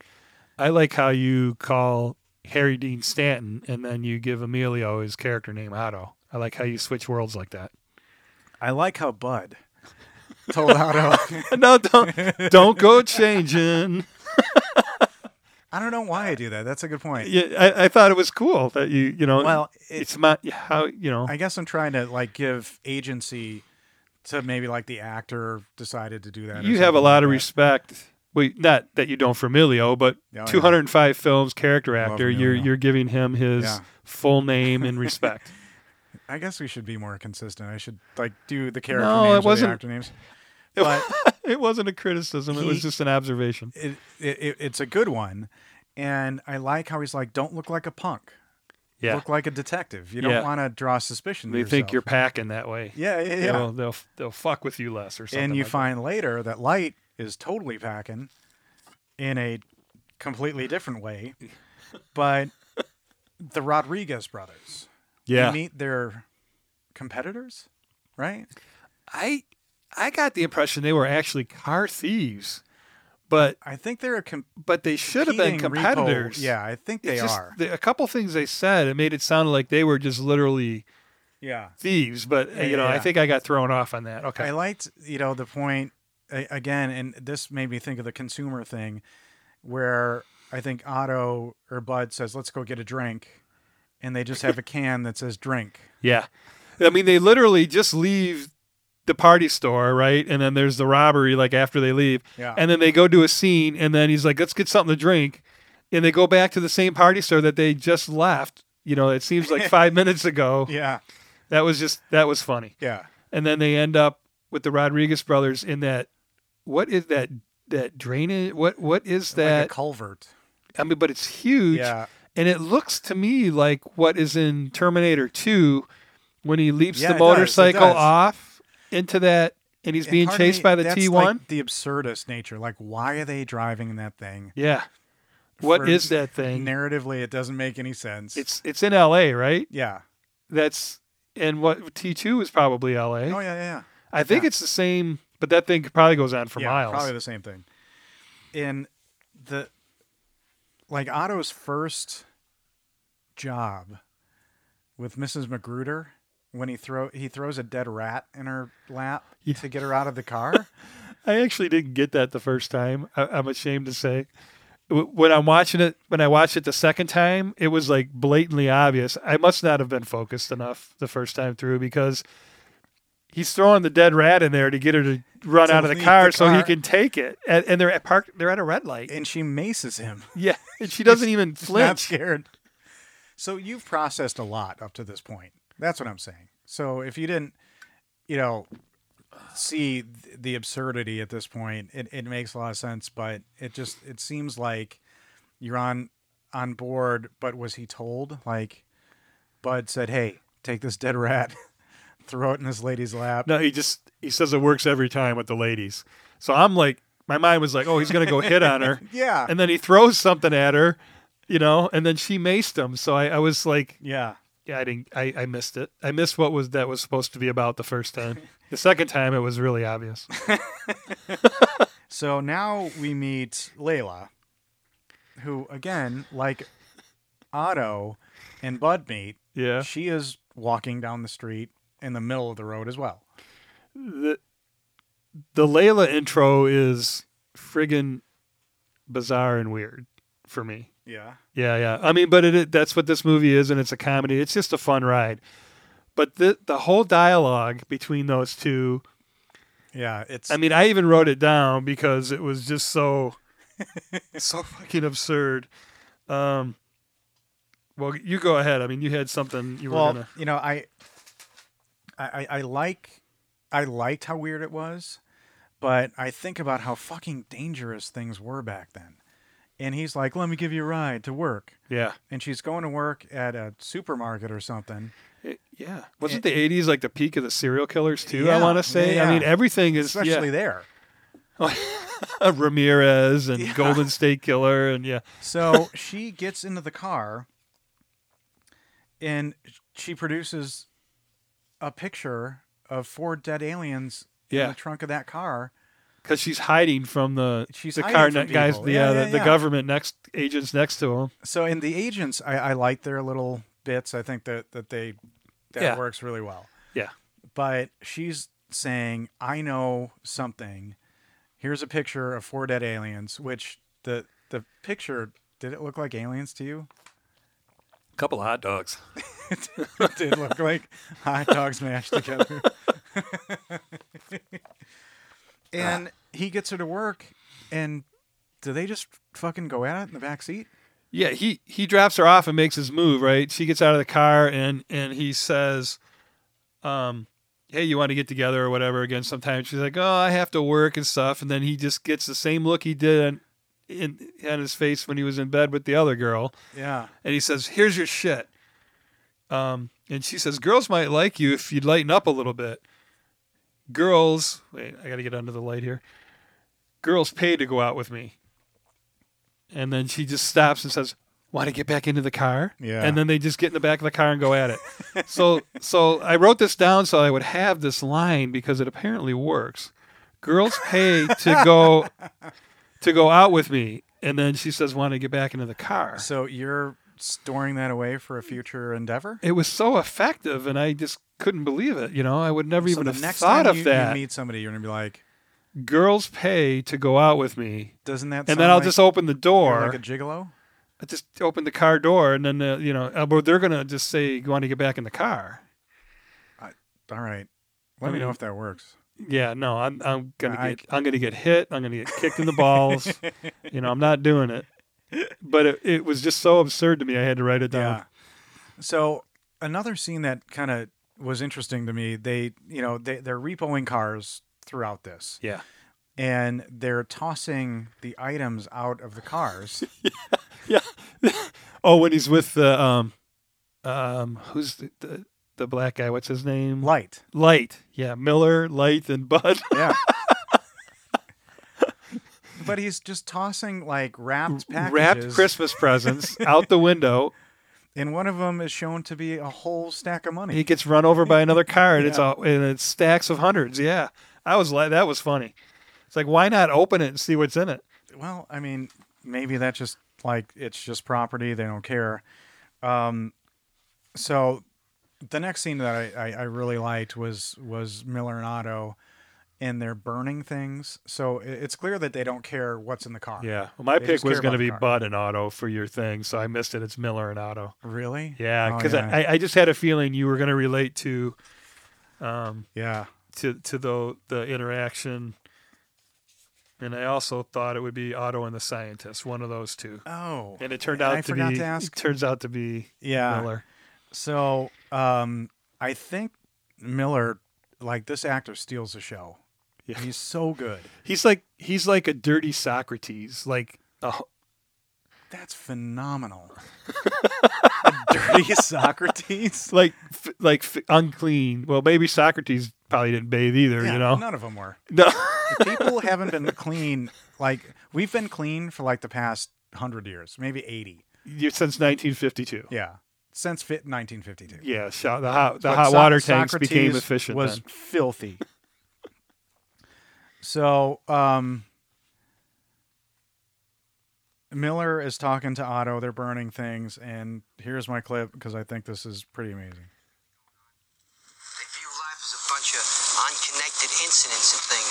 [SPEAKER 1] I like how you call Harry Dean Stanton and then you give Emilio his character name Otto. I like how you switch worlds like that.
[SPEAKER 2] i like how bud told otto
[SPEAKER 1] no, don't don't go changing.
[SPEAKER 2] I don't know why I do that. That's a good point.
[SPEAKER 1] Yeah, I, I thought it was cool that you you know.
[SPEAKER 2] Well, it-
[SPEAKER 1] it's my how you know.
[SPEAKER 2] I guess I'm trying to like give agency to maybe like the actor decided to do that. or
[SPEAKER 1] you have a
[SPEAKER 2] something
[SPEAKER 1] lot of
[SPEAKER 2] like
[SPEAKER 1] respect. Well, not that you don't for Emilio, but
[SPEAKER 2] Yeah, I know.
[SPEAKER 1] 205 films character
[SPEAKER 2] Love
[SPEAKER 1] actor. You're
[SPEAKER 2] Emilio.
[SPEAKER 1] you're giving him his
[SPEAKER 2] Yeah.
[SPEAKER 1] full name and respect.
[SPEAKER 2] that. I guess we should be more consistent. I should like do the character
[SPEAKER 1] No,
[SPEAKER 2] names
[SPEAKER 1] it
[SPEAKER 2] or the
[SPEAKER 1] wasn't-
[SPEAKER 2] actor names.
[SPEAKER 1] It
[SPEAKER 2] But
[SPEAKER 1] it wasn't a criticism. it
[SPEAKER 2] He-
[SPEAKER 1] was just an observation.
[SPEAKER 2] it, it, it it's a good one, and I like how he's like, "Don't look like a punk.
[SPEAKER 1] Yeah,
[SPEAKER 2] Look like a detective. You don't
[SPEAKER 1] Yeah.
[SPEAKER 2] want to draw suspicion." to
[SPEAKER 1] they think you're
[SPEAKER 2] yourself."
[SPEAKER 1] packing that way.
[SPEAKER 2] Yeah, yeah, yeah.
[SPEAKER 1] They'll, they'll they'll fuck with you less or something.
[SPEAKER 2] and you
[SPEAKER 1] like
[SPEAKER 2] find later that light is totally packing in a completely different way but the rodriguez brothers
[SPEAKER 1] that.
[SPEAKER 2] you meet their competitors right
[SPEAKER 1] I I got the impression they were actually car thieves, but
[SPEAKER 2] i think they're a com-
[SPEAKER 1] but they should have been
[SPEAKER 2] competing repo-
[SPEAKER 1] competitors.
[SPEAKER 2] yeah i think
[SPEAKER 1] It's
[SPEAKER 2] they
[SPEAKER 1] just
[SPEAKER 2] are
[SPEAKER 1] the- a couple things they said it made it sound like they were just literally
[SPEAKER 2] yeah
[SPEAKER 1] thieves. But
[SPEAKER 2] Yeah,
[SPEAKER 1] you know,
[SPEAKER 2] yeah,
[SPEAKER 1] I
[SPEAKER 2] yeah.
[SPEAKER 1] think I got thrown off on that. Okay,
[SPEAKER 2] I liked, you know, the point a- again, and this made me think of the consumer thing, where I think Otto or Bud says, "Let's go get a drink," and they just have a can that says drink.
[SPEAKER 1] Yeah. I mean, they literally just leave the party store, right? And then there's the robbery, like after they leave.
[SPEAKER 2] Yeah.
[SPEAKER 1] And then they go do a scene, and then he's like, let's get something to drink. And they go back to the same party store that they just left. You know, it seems like five minutes ago.
[SPEAKER 2] Yeah.
[SPEAKER 1] That was just, that was funny.
[SPEAKER 2] Yeah.
[SPEAKER 1] And then they end up with the Rodriguez brothers in that, what is that, that drainage? What, what is
[SPEAKER 2] like a
[SPEAKER 1] that?
[SPEAKER 2] culvert.
[SPEAKER 1] I mean, but it's huge.
[SPEAKER 2] Yeah.
[SPEAKER 1] And it looks to me like what is in Terminator 2 when he leaps
[SPEAKER 2] Yeah,
[SPEAKER 1] the
[SPEAKER 2] it does, it
[SPEAKER 1] motorcycle
[SPEAKER 2] does.
[SPEAKER 1] off into that and he's
[SPEAKER 2] And
[SPEAKER 1] being
[SPEAKER 2] part of
[SPEAKER 1] chased
[SPEAKER 2] me-
[SPEAKER 1] by the
[SPEAKER 2] that's
[SPEAKER 1] T1.
[SPEAKER 2] Like the absurdist nature. Like, why are they driving that thing?
[SPEAKER 1] yeah. What
[SPEAKER 2] For-
[SPEAKER 1] is that thing?
[SPEAKER 2] Narratively, it doesn't make any sense.
[SPEAKER 1] It's it's in LA, right?
[SPEAKER 2] yeah.
[SPEAKER 1] That's and what T2 is probably LA.
[SPEAKER 2] Oh yeah, yeah, yeah.
[SPEAKER 1] I think
[SPEAKER 2] yeah.
[SPEAKER 1] it's the same, but that thing probably goes on for
[SPEAKER 2] yeah,
[SPEAKER 1] miles.
[SPEAKER 2] Probably the same thing. In the like Otto's first job with Mrs. Magruder when he throw he throws a dead rat in her lap
[SPEAKER 1] Yeah.
[SPEAKER 2] to get her out of the car.
[SPEAKER 1] I actually didn't get that the first time. I, I'm ashamed to say. W- When I'm watching it, when I watched it the second time, it was like blatantly obvious. I must not have been focused enough the first time through because he's throwing the dead rat in there to get her to run
[SPEAKER 2] To
[SPEAKER 1] out of the
[SPEAKER 2] leave
[SPEAKER 1] car,
[SPEAKER 2] the
[SPEAKER 1] so he
[SPEAKER 2] car.
[SPEAKER 1] can take it. And, and they're at park. They're at a red light.
[SPEAKER 2] and she maces him.
[SPEAKER 1] yeah, and she doesn't even
[SPEAKER 2] Not
[SPEAKER 1] flinch.
[SPEAKER 2] scared. So you've processed a lot up to this point. That's what I'm saying. So if you didn't, you know, see th- the absurdity at this point, it, it makes a lot of sense. But it just it seems like you're on on board. But was he told? Like Bud said, "Hey, take this dead rat, throw it in this lady's lap."
[SPEAKER 1] No, he just he says it works every time with the ladies. So I'm like, my mind was like, oh, he's gonna go hit on her.
[SPEAKER 2] Yeah,
[SPEAKER 1] and then he throws something at her, you know, and then she maced him. So I, I was like,
[SPEAKER 2] yeah.
[SPEAKER 1] yeah, I didn't, I, I missed it. I missed what was that was supposed to be about the first time. The second time, it was really obvious.
[SPEAKER 2] So now we meet Layla, who again, like Otto and Bud meet,
[SPEAKER 1] Yeah,
[SPEAKER 2] she is walking down the street in the middle of the road as well.
[SPEAKER 1] the the Layla intro is friggin' bizarre and weird for me.
[SPEAKER 2] Yeah.
[SPEAKER 1] Yeah, yeah. I mean, but it, it that's what this movie is, and it's a comedy. It's just a fun ride. But the the whole dialogue between those two,
[SPEAKER 2] Yeah. It's
[SPEAKER 1] I mean, I even wrote it down because it was just so so fucking absurd. Um, well, you go ahead. I mean, you had something you were
[SPEAKER 2] well,
[SPEAKER 1] gonna.
[SPEAKER 2] you know, I, I I I like I liked how weird it was, but I think about how fucking dangerous things were back then. And he's like, "Let me give you a ride to work."
[SPEAKER 1] Yeah,
[SPEAKER 2] And she's going to work at a supermarket or something.
[SPEAKER 1] It- yeah. Wasn't the '80s like the peak of the serial killers too? I
[SPEAKER 2] Yeah,
[SPEAKER 1] want to say.
[SPEAKER 2] yeah,
[SPEAKER 1] I mean,
[SPEAKER 2] yeah.
[SPEAKER 1] everything is
[SPEAKER 2] especially there.
[SPEAKER 1] yeah, Ramirez and
[SPEAKER 2] Yeah.
[SPEAKER 1] Golden State Killer, and yeah,
[SPEAKER 2] So she gets into the car and she produces a picture of four dead aliens in
[SPEAKER 1] yeah.
[SPEAKER 2] the trunk of that car.
[SPEAKER 1] because she's hiding from the
[SPEAKER 2] She's
[SPEAKER 1] the
[SPEAKER 2] hiding
[SPEAKER 1] car
[SPEAKER 2] from
[SPEAKER 1] ne- guys,
[SPEAKER 2] people.
[SPEAKER 1] the,
[SPEAKER 2] Yeah,
[SPEAKER 1] uh,
[SPEAKER 2] yeah,
[SPEAKER 1] the, the
[SPEAKER 2] yeah.
[SPEAKER 1] government next agents next to him.
[SPEAKER 2] So in the agents, I, I like their little bits. I think that, that they that
[SPEAKER 1] Yeah.
[SPEAKER 2] works really well.
[SPEAKER 1] Yeah.
[SPEAKER 2] But she's saying, I know something. Here's a picture of four dead aliens, which the the picture did it look like aliens to you?
[SPEAKER 1] A couple of hot dogs.
[SPEAKER 2] it did look like hot dogs mashed together.
[SPEAKER 1] Ah.
[SPEAKER 2] and he gets her to work, and do they just fucking go at it in the back seat?
[SPEAKER 1] Yeah, he he drops her off and makes his move. Right, she gets out of the car and and he says, um, "Hey, you want to get together or whatever again sometime?" She's like, "Oh, I have to work and stuff." And then he just gets the same look he did on, in on his face when he was in bed with the other girl.
[SPEAKER 2] Yeah.
[SPEAKER 1] and he says, "Here's your shit." Um, and she says, "Girls might like you if you'd lighten up a little bit." Girls, wait, I got to get under the light here. Girls pay to go out with me. And then she just stops and says, "Want to get back into the car?"
[SPEAKER 2] Yeah.
[SPEAKER 1] And then they just get in the back of the car and go at it. so, so I wrote this down so I would have this line because it apparently works. Girls pay to go to go out with me. And then she says, "Want to get back into the car?"
[SPEAKER 2] So you're storing that away for a future endeavor?
[SPEAKER 1] it was so effective, and I just couldn't believe it. You know, I would never
[SPEAKER 2] so
[SPEAKER 1] even
[SPEAKER 2] the
[SPEAKER 1] have
[SPEAKER 2] next
[SPEAKER 1] thought
[SPEAKER 2] time
[SPEAKER 1] of
[SPEAKER 2] you,
[SPEAKER 1] that.
[SPEAKER 2] you meet somebody, you're gonna be like,
[SPEAKER 1] Girls pay to go out with me,
[SPEAKER 2] doesn't that?
[SPEAKER 1] and
[SPEAKER 2] sound
[SPEAKER 1] then I'll
[SPEAKER 2] like
[SPEAKER 1] just open the
[SPEAKER 2] you're
[SPEAKER 1] door.
[SPEAKER 2] like a gigolo.
[SPEAKER 1] I just opened the car door, and then uh, you know, uh, well, they're gonna just say, "You want to get back in the car?"
[SPEAKER 2] All right. Let
[SPEAKER 1] I
[SPEAKER 2] me know
[SPEAKER 1] mean-
[SPEAKER 2] if that works.
[SPEAKER 1] Yeah, no, I'm I'm gonna
[SPEAKER 2] I-
[SPEAKER 1] get I'm gonna get hit. I'm gonna get kicked in the balls. you know, I'm not doing it. But it, it was just so absurd to me. I had to write it down.
[SPEAKER 2] So another scene that kind of was interesting to me, they, you know, they, they're repoing cars throughout this
[SPEAKER 1] Yeah,
[SPEAKER 2] and they're tossing the items out of the cars.
[SPEAKER 1] yeah. oh, when he's with the um, um, who's the, the the black guy? What's his name?
[SPEAKER 2] Light.
[SPEAKER 1] Light. Yeah, Miller, Light, and Bud.
[SPEAKER 2] Yeah. but he's just tossing like wrapped packages.
[SPEAKER 1] Wrapped Christmas presents out the window.
[SPEAKER 2] And one of them is shown to be a whole stack of money.
[SPEAKER 1] He gets run over by another car, and it's all and it's stacks of hundreds. Yeah, I was like, that was funny. It's like, why not open it and see what's in it?
[SPEAKER 2] Well, I mean, maybe that's just like it's just property. They don't care. Um, so the next scene that I, I, I really liked was was Miller and Otto, and they're burning things. So i- it's clear that they don't care what's in the car.
[SPEAKER 1] Yeah. Well, my
[SPEAKER 2] They just
[SPEAKER 1] pick was
[SPEAKER 2] care
[SPEAKER 1] going to
[SPEAKER 2] about the
[SPEAKER 1] be
[SPEAKER 2] car.
[SPEAKER 1] Bud and Otto for your thing, so I missed it. It's Miller and Otto.
[SPEAKER 2] Really?
[SPEAKER 1] Yeah,
[SPEAKER 2] Oh,
[SPEAKER 1] because
[SPEAKER 2] yeah.
[SPEAKER 1] I, I just had a feeling you were going to relate to
[SPEAKER 2] yeah.
[SPEAKER 1] to to the the interaction, and I also thought it would be Otto and the scientist, one of those two.
[SPEAKER 2] Oh.
[SPEAKER 1] And it turned out
[SPEAKER 2] I
[SPEAKER 1] to
[SPEAKER 2] forgot
[SPEAKER 1] be
[SPEAKER 2] to ask. Ah.
[SPEAKER 1] it turns out to be
[SPEAKER 2] Yeah.
[SPEAKER 1] Miller.
[SPEAKER 2] So um, I think Miller, like this actor, steals the show.
[SPEAKER 1] Yeah.
[SPEAKER 2] He's so good.
[SPEAKER 1] He's like he's like a dirty Socrates, like a,
[SPEAKER 2] That's phenomenal. Dirty Socrates.
[SPEAKER 1] like f- like f- unclean. Well, maybe Socrates probably didn't bathe either,
[SPEAKER 2] Yeah,
[SPEAKER 1] you know.
[SPEAKER 2] None of them were.
[SPEAKER 1] No.
[SPEAKER 2] People haven't been clean. Like, we've been clean for like the past 100 years, maybe 80.
[SPEAKER 1] since 1952.
[SPEAKER 2] Yeah. Since fit 1952.
[SPEAKER 1] Yeah, sho- the hot the
[SPEAKER 2] But
[SPEAKER 1] hot
[SPEAKER 2] So-
[SPEAKER 1] water tanks
[SPEAKER 2] Socrates
[SPEAKER 1] became efficient.
[SPEAKER 2] Was
[SPEAKER 1] then.
[SPEAKER 2] filthy. So, um, Miller is talking to Otto. They're burning things, and here's my clip because I think this is pretty amazing.
[SPEAKER 4] They view life as a bunch of unconnected incidents and things.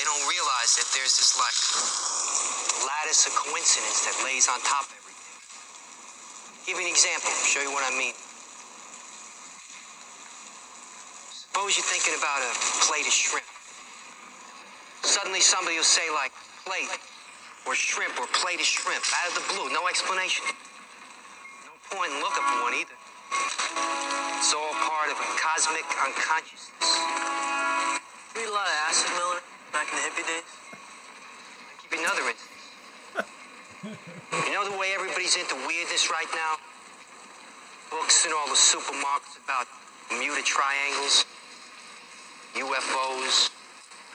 [SPEAKER 4] They don't realize that there's this like lattice of coincidence that lays on top of everything. Give you an example, show you what I mean. Suppose you're thinking about a plate of shrimp. Suddenly somebody will say like plate or shrimp or plate of shrimp out of the blue, no explanation. No point in looking for one either. It's all part of a cosmic unconsciousness. Read a lot of acid, Miller, back in the hippie days. I'll give you another instance. you know the way everybody's into weirdness right now? Books in all the supermarkets about Bermuda triangles, UFOs,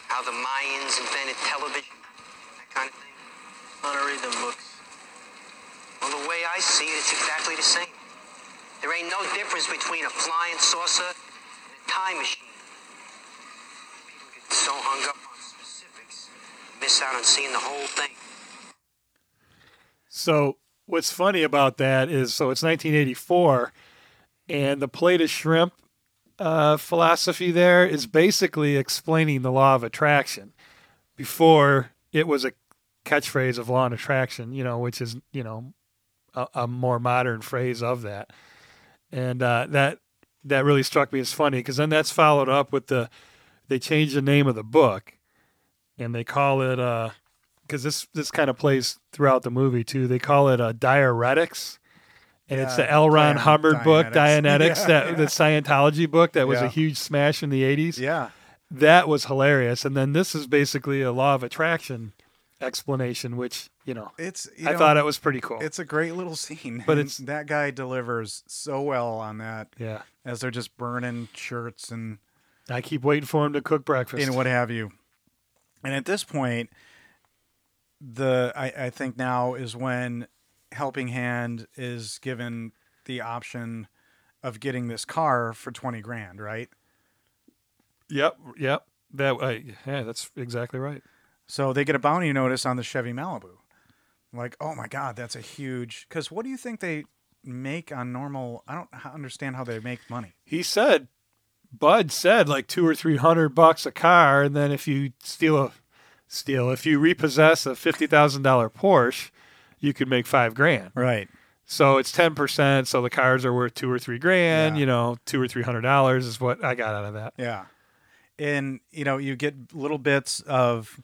[SPEAKER 4] how the Mayans invented television, that kind of thing. I want to read them books. Well, the way I see it, it's exactly the same. There ain't no difference between a flying saucer and a time machine. People get so hung up on specifics, miss out on seeing the whole thing.
[SPEAKER 1] So what's funny about that is so it's 1984, and the plate of shrimp uh, philosophy there is basically explaining the law of attraction. Before it was a catchphrase of law and attraction, you know, which is you know a, a more modern phrase of that, and uh, that that really struck me as funny because then that's followed up with the they changed the name of the book and they call it uh because this this kind of plays throughout the movie too. They call it a diuretics, and it's the
[SPEAKER 2] Yeah,
[SPEAKER 1] L. Ron
[SPEAKER 2] Dian-
[SPEAKER 1] Hubbard book,
[SPEAKER 2] Dianetics.
[SPEAKER 1] Dianetics,
[SPEAKER 2] Yeah,
[SPEAKER 1] that the Scientology book that was
[SPEAKER 2] Yeah.
[SPEAKER 1] a huge smash in the '80s.
[SPEAKER 2] Yeah.
[SPEAKER 1] That was hilarious. And then this is basically a law of attraction explanation, which you know
[SPEAKER 2] It's, you
[SPEAKER 1] I
[SPEAKER 2] know,
[SPEAKER 1] thought it was pretty cool.
[SPEAKER 2] it's a great little scene.
[SPEAKER 1] Oh. But
[SPEAKER 2] and
[SPEAKER 1] it's-
[SPEAKER 2] that guy delivers so well on that
[SPEAKER 1] yeah,
[SPEAKER 2] as they're just burning shirts and
[SPEAKER 1] I keep waiting for him to cook breakfast.
[SPEAKER 2] and what have you. And at this point, the I, I think now is when Helping Hand is given the option of getting this car for twenty grand, right?
[SPEAKER 1] Yep, yep. That I, yeah, that's exactly right.
[SPEAKER 2] So they get a bounty notice on the Chevy Malibu. Like, oh my God, that's a huge. Because what do you think they make on normal? I don't h- understand how they make money.
[SPEAKER 1] He said, Bud said like two or three hundred bucks a car, and then if you steal a steal, if you repossess a fifty thousand dollar Porsche, you could make five grand.
[SPEAKER 2] Right.
[SPEAKER 1] So it's ten percent. So the cards are worth two or three grand.
[SPEAKER 2] Yeah.
[SPEAKER 1] You know, two or three hundred dollars is what I got out of that.
[SPEAKER 2] Yeah. And, you know, you get little bits of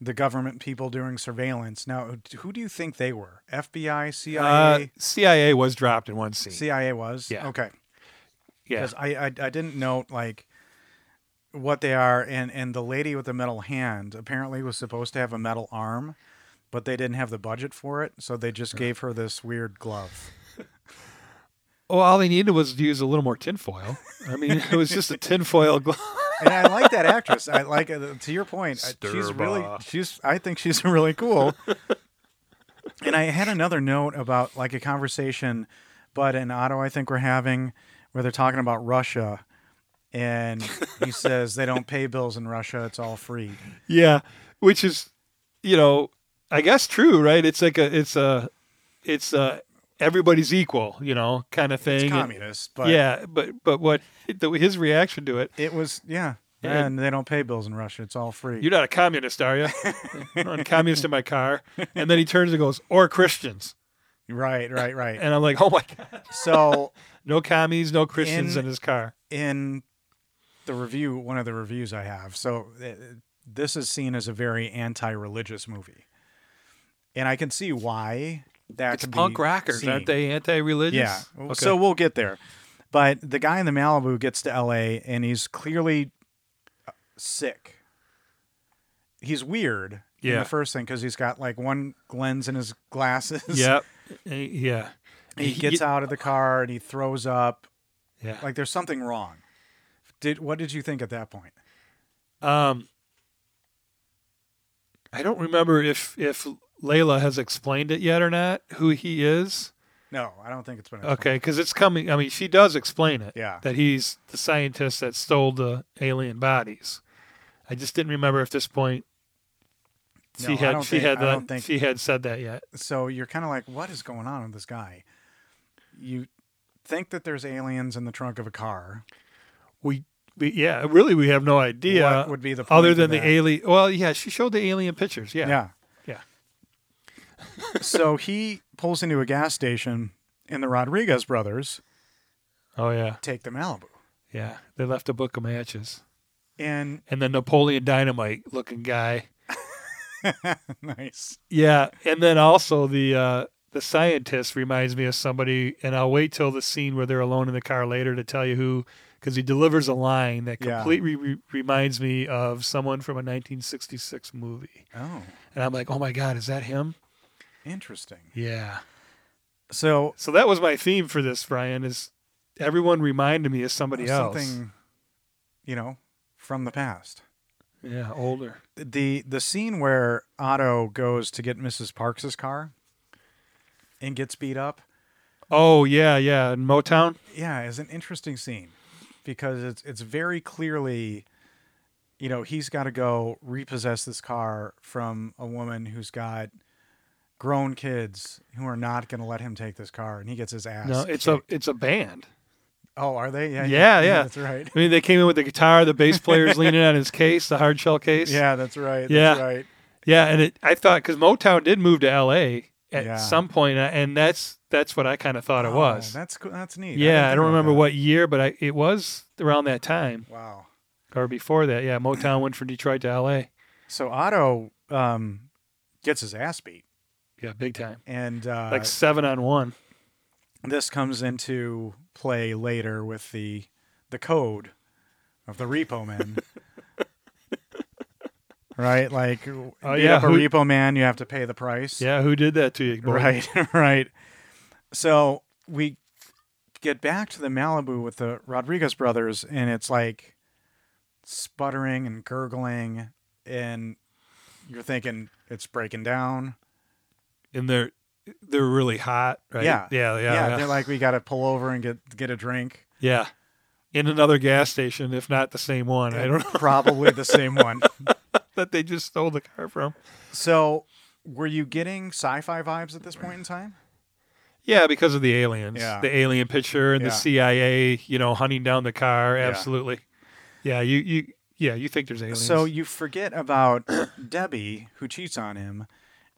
[SPEAKER 2] the government people doing surveillance. Now, who do you think they were? FBI, CIA?
[SPEAKER 1] Uh, CIA was dropped in one scene.
[SPEAKER 2] CIA was?
[SPEAKER 1] Yeah.
[SPEAKER 2] Okay.
[SPEAKER 1] yeah,
[SPEAKER 2] Because I, I, I didn't note, like, what they are. And, and the lady with the metal hand apparently was supposed to have a metal arm, but they didn't have the budget for it. So they just gave her this weird glove.
[SPEAKER 1] Well, all they needed was to use a little more tinfoil. I mean, it was just a tinfoil glove.
[SPEAKER 2] and I like that actress. I like uh, to your point. I, she's
[SPEAKER 1] Sturba.
[SPEAKER 2] really she's. I think she's really cool. and I had another note about like a conversation, but in Otto, I think we're having where they're talking about Russia, and he says they don't pay bills in Russia. It's all free.
[SPEAKER 1] yeah, which is, you know, I guess true, right? It's like a, it's a, it's a, everybody's equal, you know, kind of thing.
[SPEAKER 2] It's
[SPEAKER 1] And-
[SPEAKER 2] communist, but
[SPEAKER 1] yeah, but but what the, his reaction to it?
[SPEAKER 2] it was yeah.
[SPEAKER 1] Yeah.
[SPEAKER 2] And they don't pay bills in Russia. It's all free.
[SPEAKER 1] You're not a communist, are you? I'm a communist in my car, and then he turns and goes, "Or Christians,"
[SPEAKER 2] right, right, right.
[SPEAKER 1] and I'm like, "Oh my god,
[SPEAKER 2] So
[SPEAKER 1] no commies, no Christians
[SPEAKER 2] In-
[SPEAKER 1] in his car."
[SPEAKER 2] in the review, one of the reviews I have. So uh, this is seen as a very anti-religious movie, and I can see why that
[SPEAKER 1] It's
[SPEAKER 2] could
[SPEAKER 1] punk
[SPEAKER 2] be
[SPEAKER 1] rockers,
[SPEAKER 2] seen.
[SPEAKER 1] aren't they anti-religious?
[SPEAKER 2] Yeah.
[SPEAKER 1] Okay.
[SPEAKER 2] So we'll get there, but the guy in the Malibu gets to L.A. and he's clearly uh, sick. He's weird. in
[SPEAKER 1] Yeah.
[SPEAKER 2] the first thing because he's got like one lens in his glasses.
[SPEAKER 1] Yep. Uh, Yeah.
[SPEAKER 2] He gets out of the car and he throws up.
[SPEAKER 1] Yeah.
[SPEAKER 2] Like there's something wrong. Did what did you think at that point?
[SPEAKER 1] Um, I don't remember if if Layla has explained it yet or not. Who he is?
[SPEAKER 2] No, I don't think it's been. explained.
[SPEAKER 1] Okay, because it's coming. I mean, she does explain it.
[SPEAKER 2] Yeah.
[SPEAKER 1] That he's the scientist that stole the alien bodies. I just didn't remember if this point. She
[SPEAKER 2] No, I
[SPEAKER 1] had
[SPEAKER 2] don't
[SPEAKER 1] she
[SPEAKER 2] think-
[SPEAKER 1] had
[SPEAKER 2] I don't
[SPEAKER 1] that-
[SPEAKER 2] think-
[SPEAKER 1] she had said that yet.
[SPEAKER 2] So you're kind of like, what is going on with this guy? You think that there's aliens in the trunk of a car.
[SPEAKER 1] We, we yeah, really we have no idea
[SPEAKER 2] What would be the
[SPEAKER 1] other
[SPEAKER 2] point
[SPEAKER 1] than
[SPEAKER 2] of
[SPEAKER 1] the
[SPEAKER 2] that?
[SPEAKER 1] alien. Well, yeah, she showed the alien pictures. Yeah.
[SPEAKER 2] Yeah.
[SPEAKER 1] Yeah.
[SPEAKER 2] so he pulls into a gas station, and the Rodriguez brothers
[SPEAKER 1] Oh yeah.
[SPEAKER 2] take the Malibu.
[SPEAKER 1] Yeah. They left a book of matches.
[SPEAKER 2] And
[SPEAKER 1] and the Napoleon Dynamite looking guy.
[SPEAKER 2] nice.
[SPEAKER 1] Yeah, and then also the uh, the scientist reminds me of somebody, and I'll wait till the scene where they're alone in the car later to tell you who, because he delivers a line that
[SPEAKER 2] Yeah.
[SPEAKER 1] completely re- reminds me of someone from a 1966 movie,
[SPEAKER 2] Oh,
[SPEAKER 1] and I'm like, oh my god, is that him?
[SPEAKER 2] interesting.
[SPEAKER 1] Yeah.
[SPEAKER 2] So
[SPEAKER 1] So that was my theme for this, Brian. Is everyone reminded me of somebody else?
[SPEAKER 2] something, you know, from the past.
[SPEAKER 1] Yeah, older.
[SPEAKER 2] the the scene where Otto goes to get Mrs. Parks's car and gets beat up,
[SPEAKER 1] Oh yeah, yeah. In Motown.
[SPEAKER 2] yeah, is an interesting scene because it's it's very clearly, you know, he's got to go repossess this car from a woman who's got grown kids who are not going to let him take this car, and he gets his ass.
[SPEAKER 1] No, it's a
[SPEAKER 2] kicked.
[SPEAKER 1] it's a band.
[SPEAKER 2] oh, are they? Yeah,
[SPEAKER 1] Yeah, yeah.
[SPEAKER 2] that's right.
[SPEAKER 1] I mean, they came in with the guitar. The bass player's leaning on his case, the hard shell case.
[SPEAKER 2] Yeah, that's right. that's
[SPEAKER 1] Yeah.
[SPEAKER 2] right.
[SPEAKER 1] yeah. And it, I thought because Motown did move to L.A. at
[SPEAKER 2] Yeah.
[SPEAKER 1] some point, uh, and that's that's what I kind of thought it
[SPEAKER 2] Oh,
[SPEAKER 1] was.
[SPEAKER 2] that's cool. That's neat. didn't
[SPEAKER 1] yeah, I
[SPEAKER 2] think
[SPEAKER 1] don't
[SPEAKER 2] about
[SPEAKER 1] remember
[SPEAKER 2] that.
[SPEAKER 1] what year, but I, it was around that time
[SPEAKER 2] Wow.
[SPEAKER 1] or before that. Yeah, Motown went from Detroit to L.A.
[SPEAKER 2] So Otto um, gets his ass beat.
[SPEAKER 1] Yeah, big time.
[SPEAKER 2] and uh,
[SPEAKER 1] Like seven on one.
[SPEAKER 2] this comes into play later with the the code of the repo man right like oh,
[SPEAKER 1] yeah,
[SPEAKER 2] up a
[SPEAKER 1] who-
[SPEAKER 2] repo man you have to pay the price
[SPEAKER 1] Yeah, who did that to you, boy?
[SPEAKER 2] right right so we get back to the malibu with the rodriguez brothers and it's like sputtering and gurgling and you're thinking it's breaking down
[SPEAKER 1] And they're they're really hot, right?
[SPEAKER 2] Yeah.
[SPEAKER 1] yeah, yeah,
[SPEAKER 2] yeah,
[SPEAKER 1] yeah.
[SPEAKER 2] they're like we got to pull over and get get a drink
[SPEAKER 1] Yeah. In another gas station, if not the same one. I don't know
[SPEAKER 2] probably the same one.
[SPEAKER 1] that they just stole the car from.
[SPEAKER 2] So, were you getting sci-fi vibes at this point in time?
[SPEAKER 1] Yeah, because of the aliens.
[SPEAKER 2] Yeah.
[SPEAKER 1] The alien picture and
[SPEAKER 2] Yeah.
[SPEAKER 1] the CIA, you know, hunting down the car.
[SPEAKER 2] Yeah.
[SPEAKER 1] Absolutely. Yeah, you, you yeah, you think there's aliens.
[SPEAKER 2] So you forget about Debbie who cheats on him,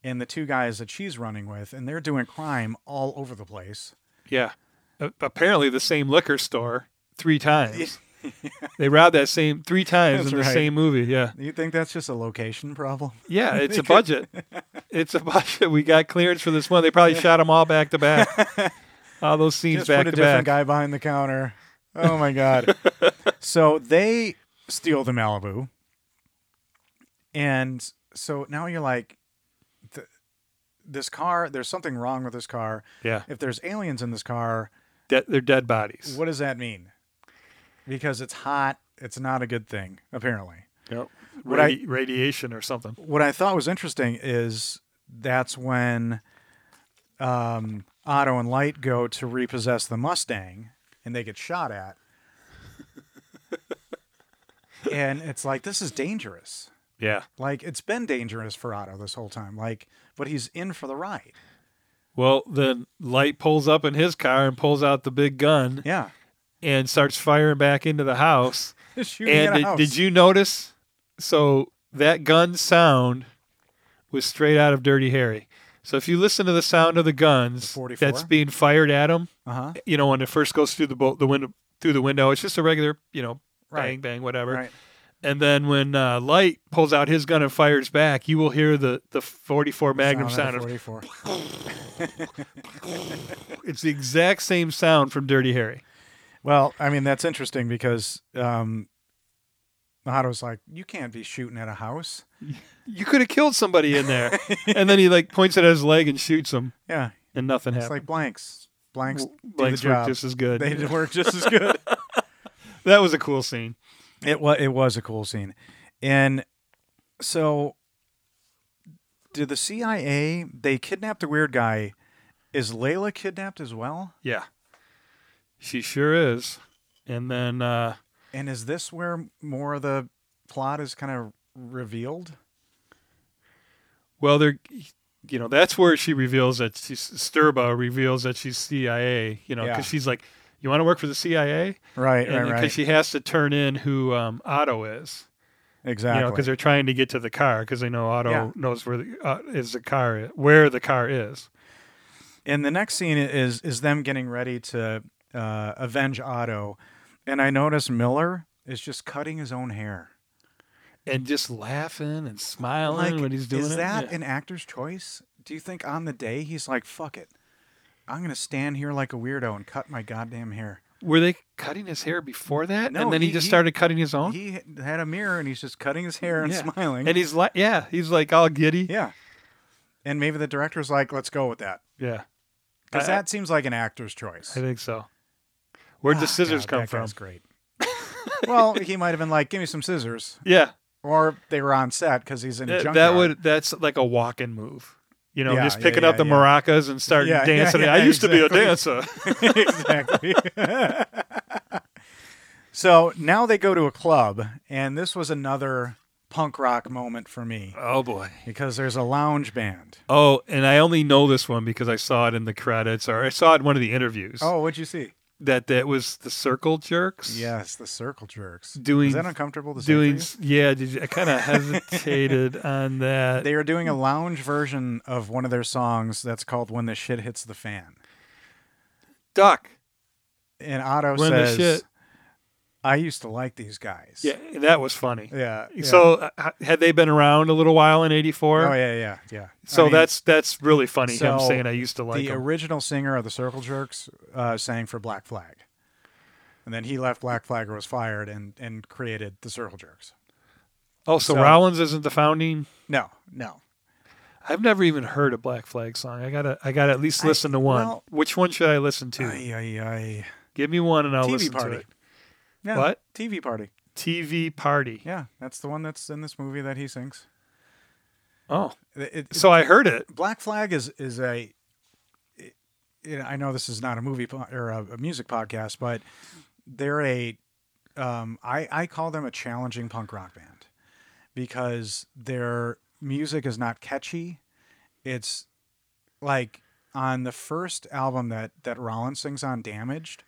[SPEAKER 2] and the two guys that she's running with, and they're doing crime all over the place.
[SPEAKER 1] Yeah. A- apparently, the same liquor store three times. they robbed that same three times
[SPEAKER 2] That's
[SPEAKER 1] in the
[SPEAKER 2] right.
[SPEAKER 1] same movie. Yeah.
[SPEAKER 2] You think that's just a location problem?
[SPEAKER 1] Yeah. It's a budget. it's a budget. We got clearance for this one. They probably shot them all back to back. All those scenes
[SPEAKER 2] Just
[SPEAKER 1] back
[SPEAKER 2] put a
[SPEAKER 1] to back.
[SPEAKER 2] different guy behind the counter. Oh my god! so they steal the Malibu, and so now you're like, th- this car. There's something wrong with this car.
[SPEAKER 1] Yeah.
[SPEAKER 2] If there's aliens in this car,
[SPEAKER 1] De- they're dead bodies.
[SPEAKER 2] what does that mean? Because it's hot. It's not a good thing, apparently.
[SPEAKER 1] Yep.
[SPEAKER 2] What I-
[SPEAKER 1] Radi- radiation or something.
[SPEAKER 2] what I thought was interesting is that's when um, Otto and Light go to repossess the Mustang, and they get shot at. and it's like this is dangerous.
[SPEAKER 1] Yeah.
[SPEAKER 2] Like it's been dangerous for Otto this whole time. Like, but he's in for the ride.
[SPEAKER 1] Well, then Light pulls up in his car and pulls out the big gun
[SPEAKER 2] Yeah.
[SPEAKER 1] and starts firing back into the house.
[SPEAKER 2] Shooting
[SPEAKER 1] and
[SPEAKER 2] at a
[SPEAKER 1] did,
[SPEAKER 2] house.
[SPEAKER 1] did you notice? So that gun sound was straight out of Dirty Harry. So if you listen to the sound of the guns
[SPEAKER 2] 44?
[SPEAKER 1] that's being fired at him,
[SPEAKER 2] Uh-huh.
[SPEAKER 1] you know, when it first goes through the bo- the window through the window, it's just a regular, you know, bang
[SPEAKER 2] Right.
[SPEAKER 1] bang whatever.
[SPEAKER 2] Right.
[SPEAKER 1] And then when uh, Light pulls out his gun and fires back, you will hear the the 44 Magnum
[SPEAKER 2] Sound
[SPEAKER 1] sound.
[SPEAKER 2] at
[SPEAKER 1] of-
[SPEAKER 2] 44.
[SPEAKER 1] it's the exact same sound from Dirty Harry.
[SPEAKER 2] Well, I mean that's interesting because um, Otto's like, you can't be shooting at a house.
[SPEAKER 1] You could have killed somebody in there. and then he like points it at his leg and shoots him,
[SPEAKER 2] Yeah,
[SPEAKER 1] and nothing
[SPEAKER 2] It's
[SPEAKER 1] happens.
[SPEAKER 2] like blanks. Blanks, do
[SPEAKER 1] Blanks
[SPEAKER 2] the
[SPEAKER 1] work
[SPEAKER 2] job.
[SPEAKER 1] just as good.
[SPEAKER 2] they did work just as good.
[SPEAKER 1] That was a cool scene.
[SPEAKER 2] it was it was a cool scene, and so did the CIA. They kidnapped a weird guy. Is Layla kidnapped as well?
[SPEAKER 1] Yeah. She sure is. And then uh
[SPEAKER 2] And is this where more of the plot is kind of revealed?
[SPEAKER 1] well they're you know, that's where she reveals that she's Sturba reveals that she's CIA, you know,
[SPEAKER 2] Yeah.
[SPEAKER 1] because she's like, You want to work for the CIA?
[SPEAKER 2] Right,
[SPEAKER 1] And because she has to turn in who um, Otto is,
[SPEAKER 2] exactly.
[SPEAKER 1] you know, because they're trying to get to the car because they know Otto
[SPEAKER 2] Yeah.
[SPEAKER 1] knows where the uh, is the car i- where the car is.
[SPEAKER 2] and the next scene is is them getting ready to uh, avenge Otto, and I notice Miller is just cutting his own hair.
[SPEAKER 1] and just laughing and smiling
[SPEAKER 2] like,
[SPEAKER 1] when he's doing
[SPEAKER 2] is
[SPEAKER 1] it.
[SPEAKER 2] that
[SPEAKER 1] Yeah.
[SPEAKER 2] an actor's choice? Do you think on the day he's like, "Fuck it, I'm gonna stand here like a weirdo and cut my goddamn hair"?
[SPEAKER 1] Were they cutting his hair before that,
[SPEAKER 2] No,
[SPEAKER 1] and then he,
[SPEAKER 2] he-
[SPEAKER 1] just
[SPEAKER 2] he-
[SPEAKER 1] started cutting his own?
[SPEAKER 2] He had a mirror and he's just cutting his hair and
[SPEAKER 1] Yeah.
[SPEAKER 2] smiling.
[SPEAKER 1] and he's like, yeah, he's like all giddy.
[SPEAKER 2] yeah, and maybe the director's like, "Let's go with that,"
[SPEAKER 1] Yeah,
[SPEAKER 2] because
[SPEAKER 1] I-
[SPEAKER 2] that seems like an actor's choice.
[SPEAKER 1] I think so. Where'd
[SPEAKER 2] Ah,
[SPEAKER 1] the scissors
[SPEAKER 2] God,
[SPEAKER 1] come
[SPEAKER 2] that
[SPEAKER 1] from?
[SPEAKER 2] guy's great. well, he might have been like, "Give me some scissors,"
[SPEAKER 1] Yeah,
[SPEAKER 2] or they were on set because he's in a
[SPEAKER 1] that,
[SPEAKER 2] junkyard.
[SPEAKER 1] that would that's like a walk-in move. You know,
[SPEAKER 2] Yeah,
[SPEAKER 1] just
[SPEAKER 2] yeah,
[SPEAKER 1] picking
[SPEAKER 2] yeah,
[SPEAKER 1] up the
[SPEAKER 2] yeah.
[SPEAKER 1] maracas and starting
[SPEAKER 2] Yeah, yeah,
[SPEAKER 1] dancing.
[SPEAKER 2] yeah,
[SPEAKER 1] I used to be
[SPEAKER 2] exactly.
[SPEAKER 1] a dancer.
[SPEAKER 2] exactly. so now they go to a club, and this was another punk rock moment for me
[SPEAKER 1] oh boy.
[SPEAKER 2] because there's a lounge band.
[SPEAKER 1] Oh, and I only know this one because I saw it in the credits or I saw it in one of the interviews.
[SPEAKER 2] Oh, what'd you see?
[SPEAKER 1] that that was the Circle Jerks.
[SPEAKER 2] Yes, the Circle Jerks.
[SPEAKER 1] Doing-
[SPEAKER 2] is that uncomfortable to say?
[SPEAKER 1] doing
[SPEAKER 2] for
[SPEAKER 1] s- yeah did you- i kind of hesitated on
[SPEAKER 2] you?
[SPEAKER 1] that
[SPEAKER 2] They are doing a lounge version of one of their songs that's called "When the Shit Hits the Fan,"
[SPEAKER 1] duck
[SPEAKER 2] and Otto
[SPEAKER 1] When the
[SPEAKER 2] says,
[SPEAKER 1] shit-
[SPEAKER 2] "I used to like these guys."
[SPEAKER 1] yeah and that was funny
[SPEAKER 2] yeah. yeah.
[SPEAKER 1] so uh, h- had they been around a little while in 84
[SPEAKER 2] oh yeah, yeah, yeah. I
[SPEAKER 1] so
[SPEAKER 2] mean,
[SPEAKER 1] that's that's really funny him
[SPEAKER 2] so
[SPEAKER 1] saying i used to like
[SPEAKER 2] the
[SPEAKER 1] him
[SPEAKER 2] original singer of the Circle Jerks uh, sang for Black Flag, and then he left Black Flag or was fired and and created the Circle Jerks.
[SPEAKER 1] oh so,
[SPEAKER 2] so-
[SPEAKER 1] rollins isn't the founding
[SPEAKER 2] No, no.
[SPEAKER 1] i've never even heard a black flag song i gotta i gotta at least listen to one
[SPEAKER 2] well-
[SPEAKER 1] which one should i listen to
[SPEAKER 2] Ay, ay, ay.
[SPEAKER 1] give me one and i'll
[SPEAKER 2] TV
[SPEAKER 1] listen
[SPEAKER 2] Party.
[SPEAKER 1] to it
[SPEAKER 2] Yeah,
[SPEAKER 1] What?
[SPEAKER 2] TV party?
[SPEAKER 1] tv party
[SPEAKER 2] Yeah, that's the one that's in this movie that he sings.
[SPEAKER 1] oh
[SPEAKER 2] It- it-
[SPEAKER 1] so i heard it
[SPEAKER 2] Black Flag is is a. it- you know, I know this is not a movie po- or a, a music podcast, but they're a. Um, I I call them a challenging punk rock band because their music is not catchy. It's like on the first album that that Rollins sings on, "Damaged."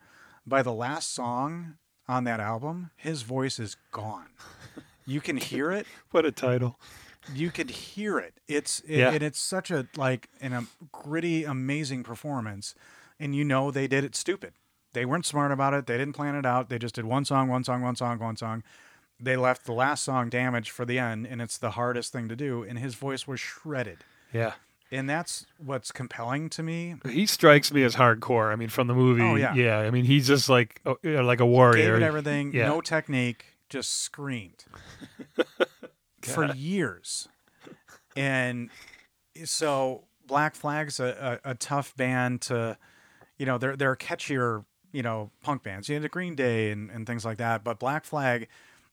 [SPEAKER 2] By the last song on that album, his voice is gone. You can hear it,
[SPEAKER 1] what a title
[SPEAKER 2] you could hear it. It's it,
[SPEAKER 1] Yeah.
[SPEAKER 2] and it's such a like an a gritty, amazing performance, and you know they did it stupid. They weren't smart about it. They didn't plan it out. They just did one song, one song, one song, one song. They left the last song damaged for the end, and it's the hardest thing to do. And his voice was shredded,
[SPEAKER 1] Yeah.
[SPEAKER 2] and that's what's compelling to me.
[SPEAKER 1] He strikes me as hardcore. I mean, from the movie.
[SPEAKER 2] Oh, yeah.
[SPEAKER 1] I mean, he's just like oh, yeah, like a
[SPEAKER 2] Gave
[SPEAKER 1] warrior.
[SPEAKER 2] it everything,
[SPEAKER 1] Yeah.
[SPEAKER 2] no technique, just screamed for years. And so Black Flag's a, a, a tough band to, you know, they're they're catchier, you know, punk bands. You know, the Green Day and, and things like that. But Black Flag,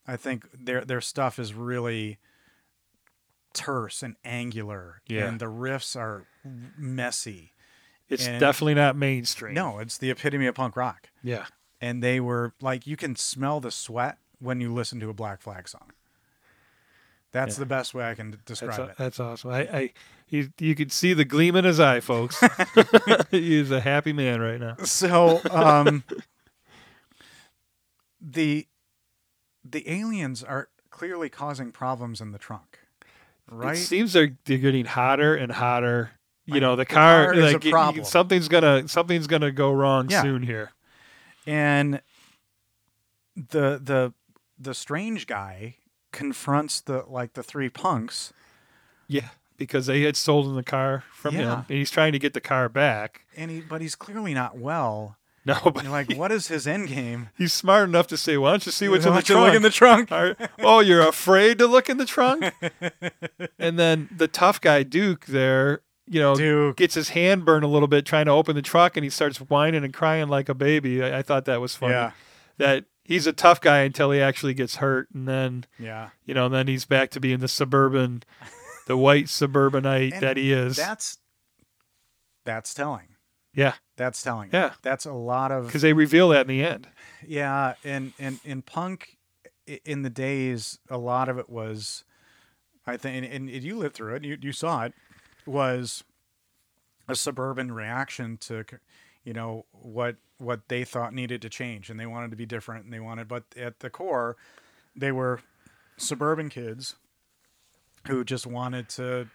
[SPEAKER 2] I think their their stuff is really terse and angular.
[SPEAKER 1] Yeah.
[SPEAKER 2] And the riffs are messy.
[SPEAKER 1] It's
[SPEAKER 2] and-
[SPEAKER 1] definitely not mainstream.
[SPEAKER 2] No, it's the epitome of punk rock
[SPEAKER 1] Yeah.
[SPEAKER 2] and they were like you can smell the sweat when you listen to a black flag song that's the best way i can d-
[SPEAKER 1] That's,
[SPEAKER 2] describe
[SPEAKER 1] aw-
[SPEAKER 2] it
[SPEAKER 1] that's awesome. I, I you, you could see the gleam in his eye, folks. he's a happy man right now.
[SPEAKER 2] so um the the aliens are clearly causing problems in the trunk
[SPEAKER 1] It
[SPEAKER 2] right
[SPEAKER 1] seems they're they're getting hotter and hotter. You know, the
[SPEAKER 2] car
[SPEAKER 1] car,
[SPEAKER 2] is a
[SPEAKER 1] like it-
[SPEAKER 2] problem.
[SPEAKER 1] something's gonna something's gonna go wrong
[SPEAKER 2] Yeah.
[SPEAKER 1] soon here.
[SPEAKER 2] and the the the strange guy confronts the like the three punks
[SPEAKER 1] Yeah, because they had stolen the car from
[SPEAKER 2] Yeah.
[SPEAKER 1] him, and he's trying to get the car back.
[SPEAKER 2] and he but he's clearly not well
[SPEAKER 1] No, but
[SPEAKER 2] and you're like what is his end game
[SPEAKER 1] he's smart enough to say, "Why don't you see what's in the
[SPEAKER 2] Like, look
[SPEAKER 1] trunk?"
[SPEAKER 2] in the trunk
[SPEAKER 1] Are- oh, you're afraid to look in the trunk? and then the tough guy Duke there, you know,
[SPEAKER 2] Duke.
[SPEAKER 1] gets his hand burned a little bit trying to open the trunk and he starts whining and crying like a baby. I, I thought that was funny.
[SPEAKER 2] Yeah.
[SPEAKER 1] That he's a tough guy until he actually gets hurt and then
[SPEAKER 2] yeah
[SPEAKER 1] you know, then he's back to being the suburban the white suburbanite
[SPEAKER 2] And
[SPEAKER 1] that he is.
[SPEAKER 2] That's that's telling.
[SPEAKER 1] yeah.
[SPEAKER 2] That's telling.
[SPEAKER 1] Yeah.
[SPEAKER 2] That's a lot of
[SPEAKER 1] Because they reveal that in the end.
[SPEAKER 2] yeah, and and in punk i- in the days a lot of it was I think and, and you lived through it, you you saw it was a suburban reaction to you know what what they thought needed to change and they wanted to be different and they wanted but at the core they were suburban kids who just wanted to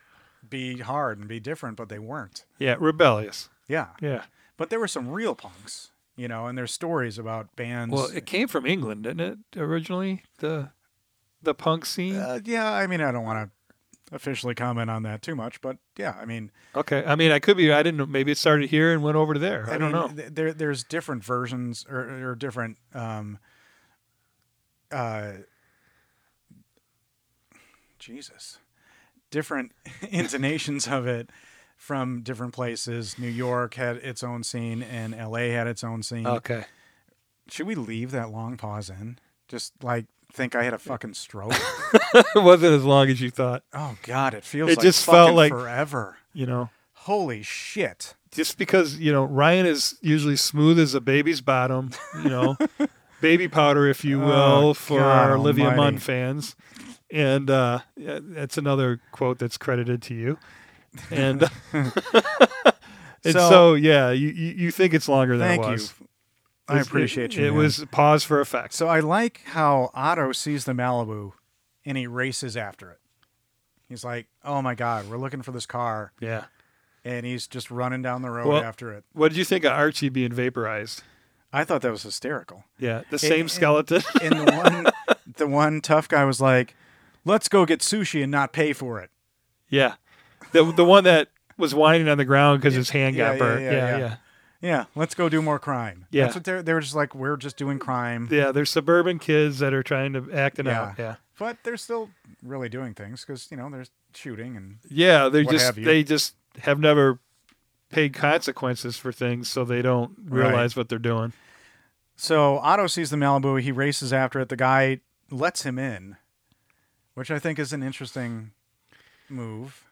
[SPEAKER 2] be hard and be different but they weren't.
[SPEAKER 1] Yeah, rebellious.
[SPEAKER 2] Yeah.
[SPEAKER 1] Yeah.
[SPEAKER 2] But there were some real punks, you know, and there's stories about bands.
[SPEAKER 1] Well, it came from England, didn't it? Originally, the the punk scene.
[SPEAKER 2] uh, yeah, I mean, I don't want to officially comment on that too much, but yeah, I mean,
[SPEAKER 1] Okay, I mean, I could be. I didn't. know. Maybe it started here and went over to there. I, don't
[SPEAKER 2] mean,
[SPEAKER 1] know.
[SPEAKER 2] th- there, there's different versions or, or different. Um, uh, Jesus, different intonations of it from different places. New York had its own scene, and L.A. had its own scene.
[SPEAKER 1] okay,
[SPEAKER 2] Should we leave that long pause in? Just like think I had a fucking stroke.
[SPEAKER 1] it wasn't as long as you thought.
[SPEAKER 2] Oh God, it feels.
[SPEAKER 1] It
[SPEAKER 2] like
[SPEAKER 1] just felt
[SPEAKER 2] fucking
[SPEAKER 1] like-
[SPEAKER 2] forever.
[SPEAKER 1] You know,
[SPEAKER 2] Holy shit!
[SPEAKER 1] just because you know Ryan is usually smooth as a baby's bottom. You know, baby powder, if you will,
[SPEAKER 2] Oh,
[SPEAKER 1] for
[SPEAKER 2] God
[SPEAKER 1] our Olivia
[SPEAKER 2] almighty.
[SPEAKER 1] Munn fans. And uh, yeah, that's another quote that's credited to you. And and
[SPEAKER 2] So-
[SPEAKER 1] so, yeah, you, you you think it's longer than
[SPEAKER 2] Thank
[SPEAKER 1] it
[SPEAKER 2] you.
[SPEAKER 1] was.
[SPEAKER 2] I
[SPEAKER 1] It's-
[SPEAKER 2] appreciate
[SPEAKER 1] it,
[SPEAKER 2] you.
[SPEAKER 1] It
[SPEAKER 2] man.
[SPEAKER 1] was pause for effect.
[SPEAKER 2] so. I like how Otto sees the Malibu, and he races after it. He's like, "Oh my God, we're looking for this car,"
[SPEAKER 1] yeah.
[SPEAKER 2] and he's just running down the road
[SPEAKER 1] Well-
[SPEAKER 2] after it.
[SPEAKER 1] What did you think of Archie being vaporized?
[SPEAKER 2] I thought that was hysterical.
[SPEAKER 1] Yeah, the same
[SPEAKER 2] and-
[SPEAKER 1] skeleton.
[SPEAKER 2] And the one, the one tough guy was like, "Let's go get sushi and not pay for it."
[SPEAKER 1] yeah, the the one that was whining on the ground because his hand
[SPEAKER 2] Yeah,
[SPEAKER 1] got
[SPEAKER 2] yeah,
[SPEAKER 1] burnt.
[SPEAKER 2] yeah,
[SPEAKER 1] Yeah yeah,
[SPEAKER 2] yeah.
[SPEAKER 1] yeah,
[SPEAKER 2] Yeah, let's go do more crime.
[SPEAKER 1] Yeah.
[SPEAKER 2] That's what they're they were just like, we're just doing crime.
[SPEAKER 1] They're suburban kids that are trying to act it out. Yeah,
[SPEAKER 2] But they're still really doing things because you know there's shooting and
[SPEAKER 1] yeah. They
[SPEAKER 2] What have
[SPEAKER 1] just
[SPEAKER 2] you.
[SPEAKER 1] they just have never paid consequences for things, so they don't realize what they're doing.
[SPEAKER 2] so Otto sees the Malibu. He races after it. The guy lets him in, which I think is an interesting move.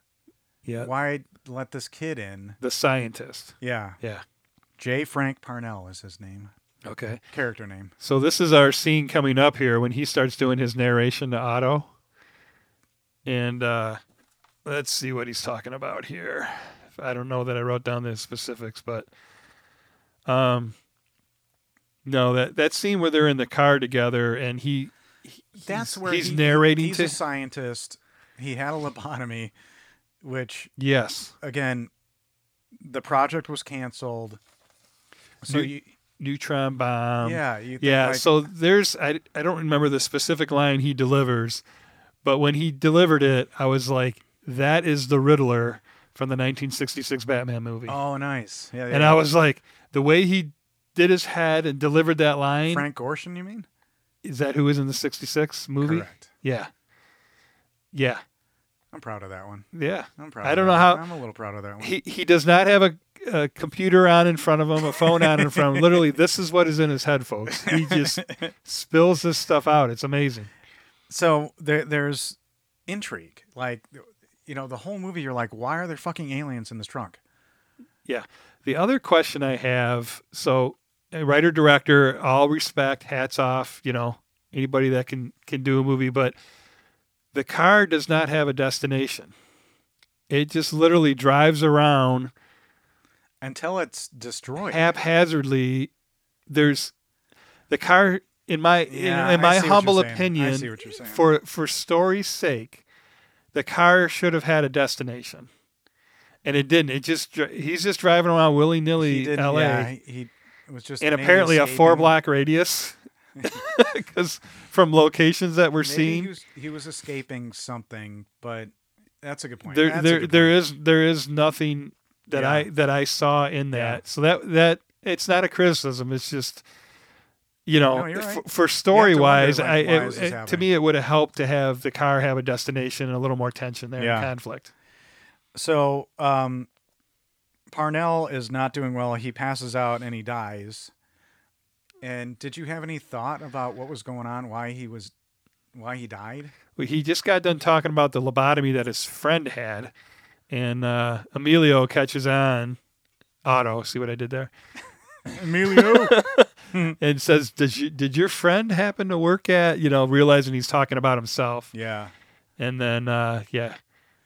[SPEAKER 1] Yeah,
[SPEAKER 2] Why let this kid in?
[SPEAKER 1] the scientist.
[SPEAKER 2] Yeah,
[SPEAKER 1] Yeah.
[SPEAKER 2] J. Frank Parnell is his name,
[SPEAKER 1] Okay.
[SPEAKER 2] character name.
[SPEAKER 1] So this is our scene coming up here when he starts doing his narration to Otto. And uh, let's see what he's talking about here. I don't know that I wrote down the specifics, but um, no that that scene where they're in the car together and he
[SPEAKER 2] That's
[SPEAKER 1] he's-
[SPEAKER 2] where
[SPEAKER 1] he's
[SPEAKER 2] he-
[SPEAKER 1] narrating
[SPEAKER 2] He's
[SPEAKER 1] to
[SPEAKER 2] a scientist. he had a lobotomy, which
[SPEAKER 1] Yes.
[SPEAKER 2] again, the project was canceled. So
[SPEAKER 1] New-
[SPEAKER 2] you,
[SPEAKER 1] Neutron bomb.
[SPEAKER 2] yeah, you think,
[SPEAKER 1] um, Yeah,
[SPEAKER 2] like,
[SPEAKER 1] so there's I, I don't remember the specific line he delivers, but when he delivered it, I was like, that is the Riddler from the 1966 Batman movie.
[SPEAKER 2] oh, nice. Yeah, yeah.
[SPEAKER 1] and I was like, the way he did his head and delivered that line,
[SPEAKER 2] Frank Gorshin, you mean?
[SPEAKER 1] is that who is in the 66 movie?
[SPEAKER 2] Correct.
[SPEAKER 1] Yeah. Yeah.
[SPEAKER 2] I'm proud of that one.
[SPEAKER 1] Yeah.
[SPEAKER 2] I'm proud.
[SPEAKER 1] I
[SPEAKER 2] of
[SPEAKER 1] don't
[SPEAKER 2] that
[SPEAKER 1] know
[SPEAKER 2] one.
[SPEAKER 1] how-
[SPEAKER 2] I'm a little proud of that one.
[SPEAKER 1] He he does not have a, a computer on in front of him, a phone on in front of him. Literally, this is what is in his head, folks. He just spills this stuff out. It's amazing.
[SPEAKER 2] so there, there's intrigue. Like, you know, the whole movie, you're like, why are there fucking aliens in this trunk?
[SPEAKER 1] Yeah. The other question I have so, a writer director, all respect, hats off, you know, anybody that can, can do a movie, but the car does not have a destination. It just literally drives around
[SPEAKER 2] Until it's destroyed.
[SPEAKER 1] haphazardly. There's the car, in my, in-
[SPEAKER 2] Yeah,
[SPEAKER 1] in,
[SPEAKER 2] I
[SPEAKER 1] my
[SPEAKER 2] see what you're
[SPEAKER 1] humble
[SPEAKER 2] saying. I
[SPEAKER 1] opinion,
[SPEAKER 2] see what you're saying.
[SPEAKER 1] for for story's sake, the car should have had a destination. And it didn't. It just dri- he's just driving around willy
[SPEAKER 2] he
[SPEAKER 1] nilly,
[SPEAKER 2] did,
[SPEAKER 1] L.A
[SPEAKER 2] Yeah, he, he it was just
[SPEAKER 1] and
[SPEAKER 2] maybe
[SPEAKER 1] apparently a
[SPEAKER 2] escaping.
[SPEAKER 1] four block radius because from locations that we're
[SPEAKER 2] Maybe
[SPEAKER 1] seeing
[SPEAKER 2] He was, he was escaping something, but that's a good point.
[SPEAKER 1] there
[SPEAKER 2] That's a
[SPEAKER 1] there
[SPEAKER 2] good
[SPEAKER 1] there is there is nothing that
[SPEAKER 2] Yeah.
[SPEAKER 1] i that i saw in that so that that it's not a criticism it's just you know
[SPEAKER 2] No, you're right.
[SPEAKER 1] for, for story wise
[SPEAKER 2] wonder,
[SPEAKER 1] i
[SPEAKER 2] like, why
[SPEAKER 1] it,
[SPEAKER 2] is this
[SPEAKER 1] it, to
[SPEAKER 2] happening?
[SPEAKER 1] me it would have helped to have the car have a destination and a little more tension there
[SPEAKER 2] Yeah.
[SPEAKER 1] and conflict
[SPEAKER 2] So um, Parnell is not doing well. He passes out and he dies. And did you have any thought about what was going on? Why he was, why he died?
[SPEAKER 1] Well, he just got done talking about the lobotomy that his friend had, and uh, Emilio catches on. Otto, see what I did there?
[SPEAKER 2] Emilio.
[SPEAKER 1] and says, "Did you did your friend happen to work at you know?" Realizing he's talking about himself,
[SPEAKER 2] yeah.
[SPEAKER 1] and then uh, yeah,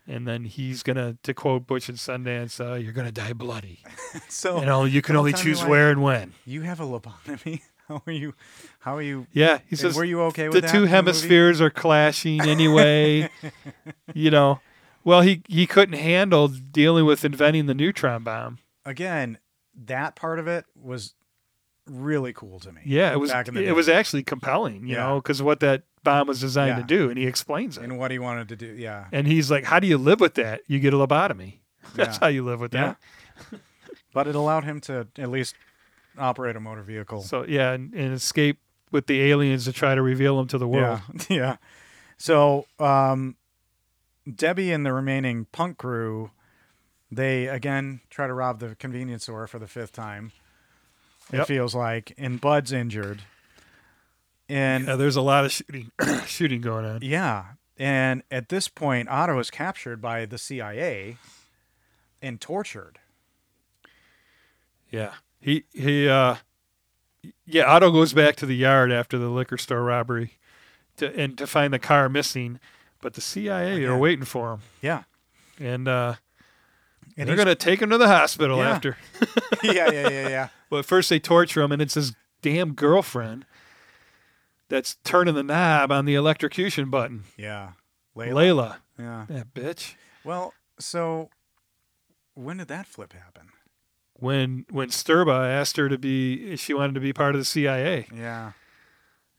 [SPEAKER 1] and then he's gonna to quote Butch and Sundance, uh, "You're gonna die bloody.
[SPEAKER 2] So
[SPEAKER 1] You know, you can only
[SPEAKER 2] Oh. tell me
[SPEAKER 1] choose
[SPEAKER 2] why-
[SPEAKER 1] where and when."
[SPEAKER 2] you have a lobotomy. How are you? How are you?
[SPEAKER 1] Yeah, he
[SPEAKER 2] and
[SPEAKER 1] says,
[SPEAKER 2] were you okay with
[SPEAKER 1] "The
[SPEAKER 2] that in
[SPEAKER 1] two
[SPEAKER 2] movie?
[SPEAKER 1] hemispheres are clashing anyway." you know, well he he couldn't handle dealing with inventing the neutron bomb.
[SPEAKER 2] Again, that part of it was really cool to me.
[SPEAKER 1] Yeah, it was
[SPEAKER 2] back in the
[SPEAKER 1] it
[SPEAKER 2] day.
[SPEAKER 1] was actually compelling, you
[SPEAKER 2] Yeah.
[SPEAKER 1] know, because what that bomb was designed
[SPEAKER 2] Yeah.
[SPEAKER 1] to do, and he explains it.
[SPEAKER 2] and what he wanted to do. Yeah.
[SPEAKER 1] And he's like, "How do you live with that? You get a lobotomy. That's
[SPEAKER 2] Yeah.
[SPEAKER 1] how you live with that."
[SPEAKER 2] But it allowed him to at least operate a motor vehicle.
[SPEAKER 1] So yeah, and, and escape with the aliens to try to reveal them to the world.
[SPEAKER 2] Yeah. yeah. So um, Debbie and the remaining punk crew, they again try to rob the convenience store for the fifth time. It
[SPEAKER 1] Yep.
[SPEAKER 2] feels like, and Bud's injured, and
[SPEAKER 1] Yeah, there's a lot of shooting shooting going on.
[SPEAKER 2] yeah, and at this point, Otto is captured by the CIA and tortured.
[SPEAKER 1] Yeah. He he uh yeah, Otto goes back to the yard after the liquor store robbery to and to find the car missing, but the CIA are
[SPEAKER 2] Again.
[SPEAKER 1] waiting for him.
[SPEAKER 2] Yeah,
[SPEAKER 1] And uh
[SPEAKER 2] and
[SPEAKER 1] they're
[SPEAKER 2] he's-
[SPEAKER 1] going to take him to the hospital
[SPEAKER 2] Yeah.
[SPEAKER 1] after.
[SPEAKER 2] yeah, yeah, yeah, yeah.
[SPEAKER 1] But first they torture him, and it's his damn girlfriend that's turning the knob on the electrocution button.
[SPEAKER 2] Yeah. Layla.
[SPEAKER 1] Layla,
[SPEAKER 2] Yeah.
[SPEAKER 1] that bitch.
[SPEAKER 2] Well, so when did that flip happen?
[SPEAKER 1] When when Sturba asked her to be, if she wanted to be part of the CIA.
[SPEAKER 2] Yeah.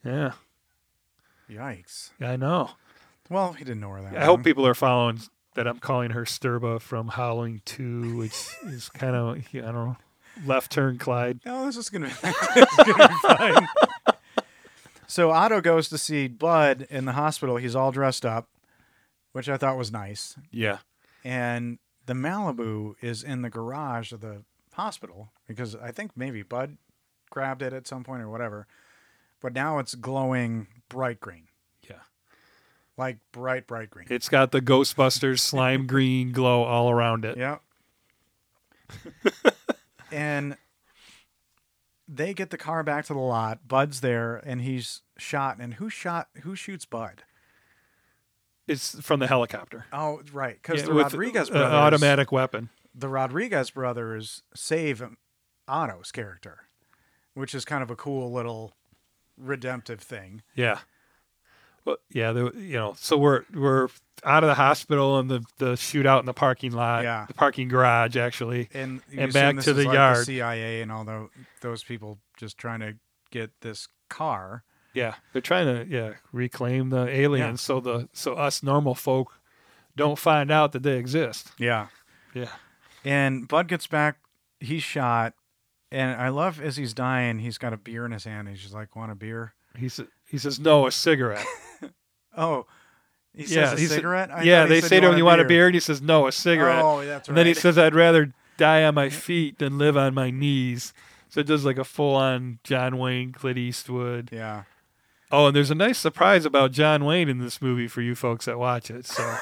[SPEAKER 1] Yeah,
[SPEAKER 2] Yikes.
[SPEAKER 1] I know.
[SPEAKER 2] Well, he didn't know her that.
[SPEAKER 1] I hope people are following that I'm calling her Sturba from Howling Two, which is kind of I don't know, left turn Clyde.
[SPEAKER 2] No, this is gonna be, this is gonna be fine. so Otto goes to see Bud in the hospital. He's all dressed up, which I thought was nice.
[SPEAKER 1] Yeah,
[SPEAKER 2] And the Malibu is in the garage of the hospital because I think maybe Bud grabbed it at some point or whatever. But now it's glowing bright green,
[SPEAKER 1] yeah.
[SPEAKER 2] like bright, bright green.
[SPEAKER 1] It's got the Ghostbusters slime green glow all around it.
[SPEAKER 2] Yep. and they get the car back to the lot. Bud's there, and he's shot. And who shot? Who shoots Bud?
[SPEAKER 1] It's from the helicopter.
[SPEAKER 2] Oh, right, because
[SPEAKER 1] Yeah,
[SPEAKER 2] the
[SPEAKER 1] with,
[SPEAKER 2] Rodriguez
[SPEAKER 1] uh,
[SPEAKER 2] brothers,
[SPEAKER 1] automatic weapon.
[SPEAKER 2] the Rodriguez brothers save Otto's character, which is kind of a cool little redemptive thing.
[SPEAKER 1] Yeah. Well, yeah, there, you know, so we're we're out of the hospital and the the shootout in the parking lot,
[SPEAKER 2] Yeah.
[SPEAKER 1] the parking garage actually.
[SPEAKER 2] and you
[SPEAKER 1] And
[SPEAKER 2] assume
[SPEAKER 1] back
[SPEAKER 2] this
[SPEAKER 1] to
[SPEAKER 2] is
[SPEAKER 1] the
[SPEAKER 2] like
[SPEAKER 1] yard.
[SPEAKER 2] CIA and all tho- those people just trying to get this car.
[SPEAKER 1] Yeah, they're trying to yeah reclaim the aliens
[SPEAKER 2] Yeah.
[SPEAKER 1] so the so us normal folk don't find out that they exist.
[SPEAKER 2] Yeah.
[SPEAKER 1] Yeah,
[SPEAKER 2] And Bud gets back. He's shot. And I love as he's dying, he's got a beer in his hand. He's just like, want a beer?
[SPEAKER 1] he sa- he says no, a cigarette.
[SPEAKER 2] Oh, he
[SPEAKER 1] Yeah,
[SPEAKER 2] says
[SPEAKER 1] he
[SPEAKER 2] a
[SPEAKER 1] said-
[SPEAKER 2] cigarette? I
[SPEAKER 1] yeah,
[SPEAKER 2] thought he
[SPEAKER 1] they
[SPEAKER 2] said,
[SPEAKER 1] say to him, "You want a
[SPEAKER 2] beer?"
[SPEAKER 1] beer?" and he says no, a cigarette.
[SPEAKER 2] Oh, that's right.
[SPEAKER 1] and then he says, "I'd rather die on my feet than live on my knees." So it does like a full-on John Wayne, Clint Eastwood.
[SPEAKER 2] yeah.
[SPEAKER 1] Oh, and there's a nice surprise about John Wayne in this movie for you folks that watch it. So,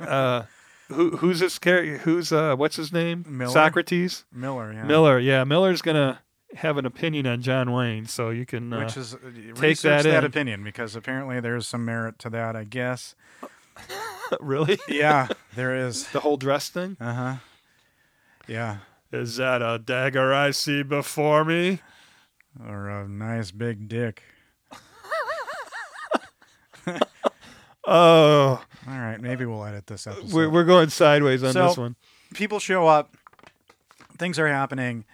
[SPEAKER 1] uh, who who's this character? Who's uh, what's his name?
[SPEAKER 2] Miller?
[SPEAKER 1] Socrates
[SPEAKER 2] Miller, yeah.
[SPEAKER 1] Miller. Yeah, Miller's gonna have an opinion on John Wayne, so you can. Uh,
[SPEAKER 2] Which is take
[SPEAKER 1] that
[SPEAKER 2] that,
[SPEAKER 1] in.
[SPEAKER 2] opinion because apparently there's some merit to that, I guess.
[SPEAKER 1] really
[SPEAKER 2] Yeah, there is.
[SPEAKER 1] the whole dress thing.
[SPEAKER 2] Uh huh. Yeah,
[SPEAKER 1] Is that a dagger I see before me?
[SPEAKER 2] or a nice big dick.
[SPEAKER 1] Oh,
[SPEAKER 2] All right, maybe we'll edit this episode.
[SPEAKER 1] Uh, we're we're going sideways on
[SPEAKER 2] So-
[SPEAKER 1] this one.
[SPEAKER 2] people show up, things are happening,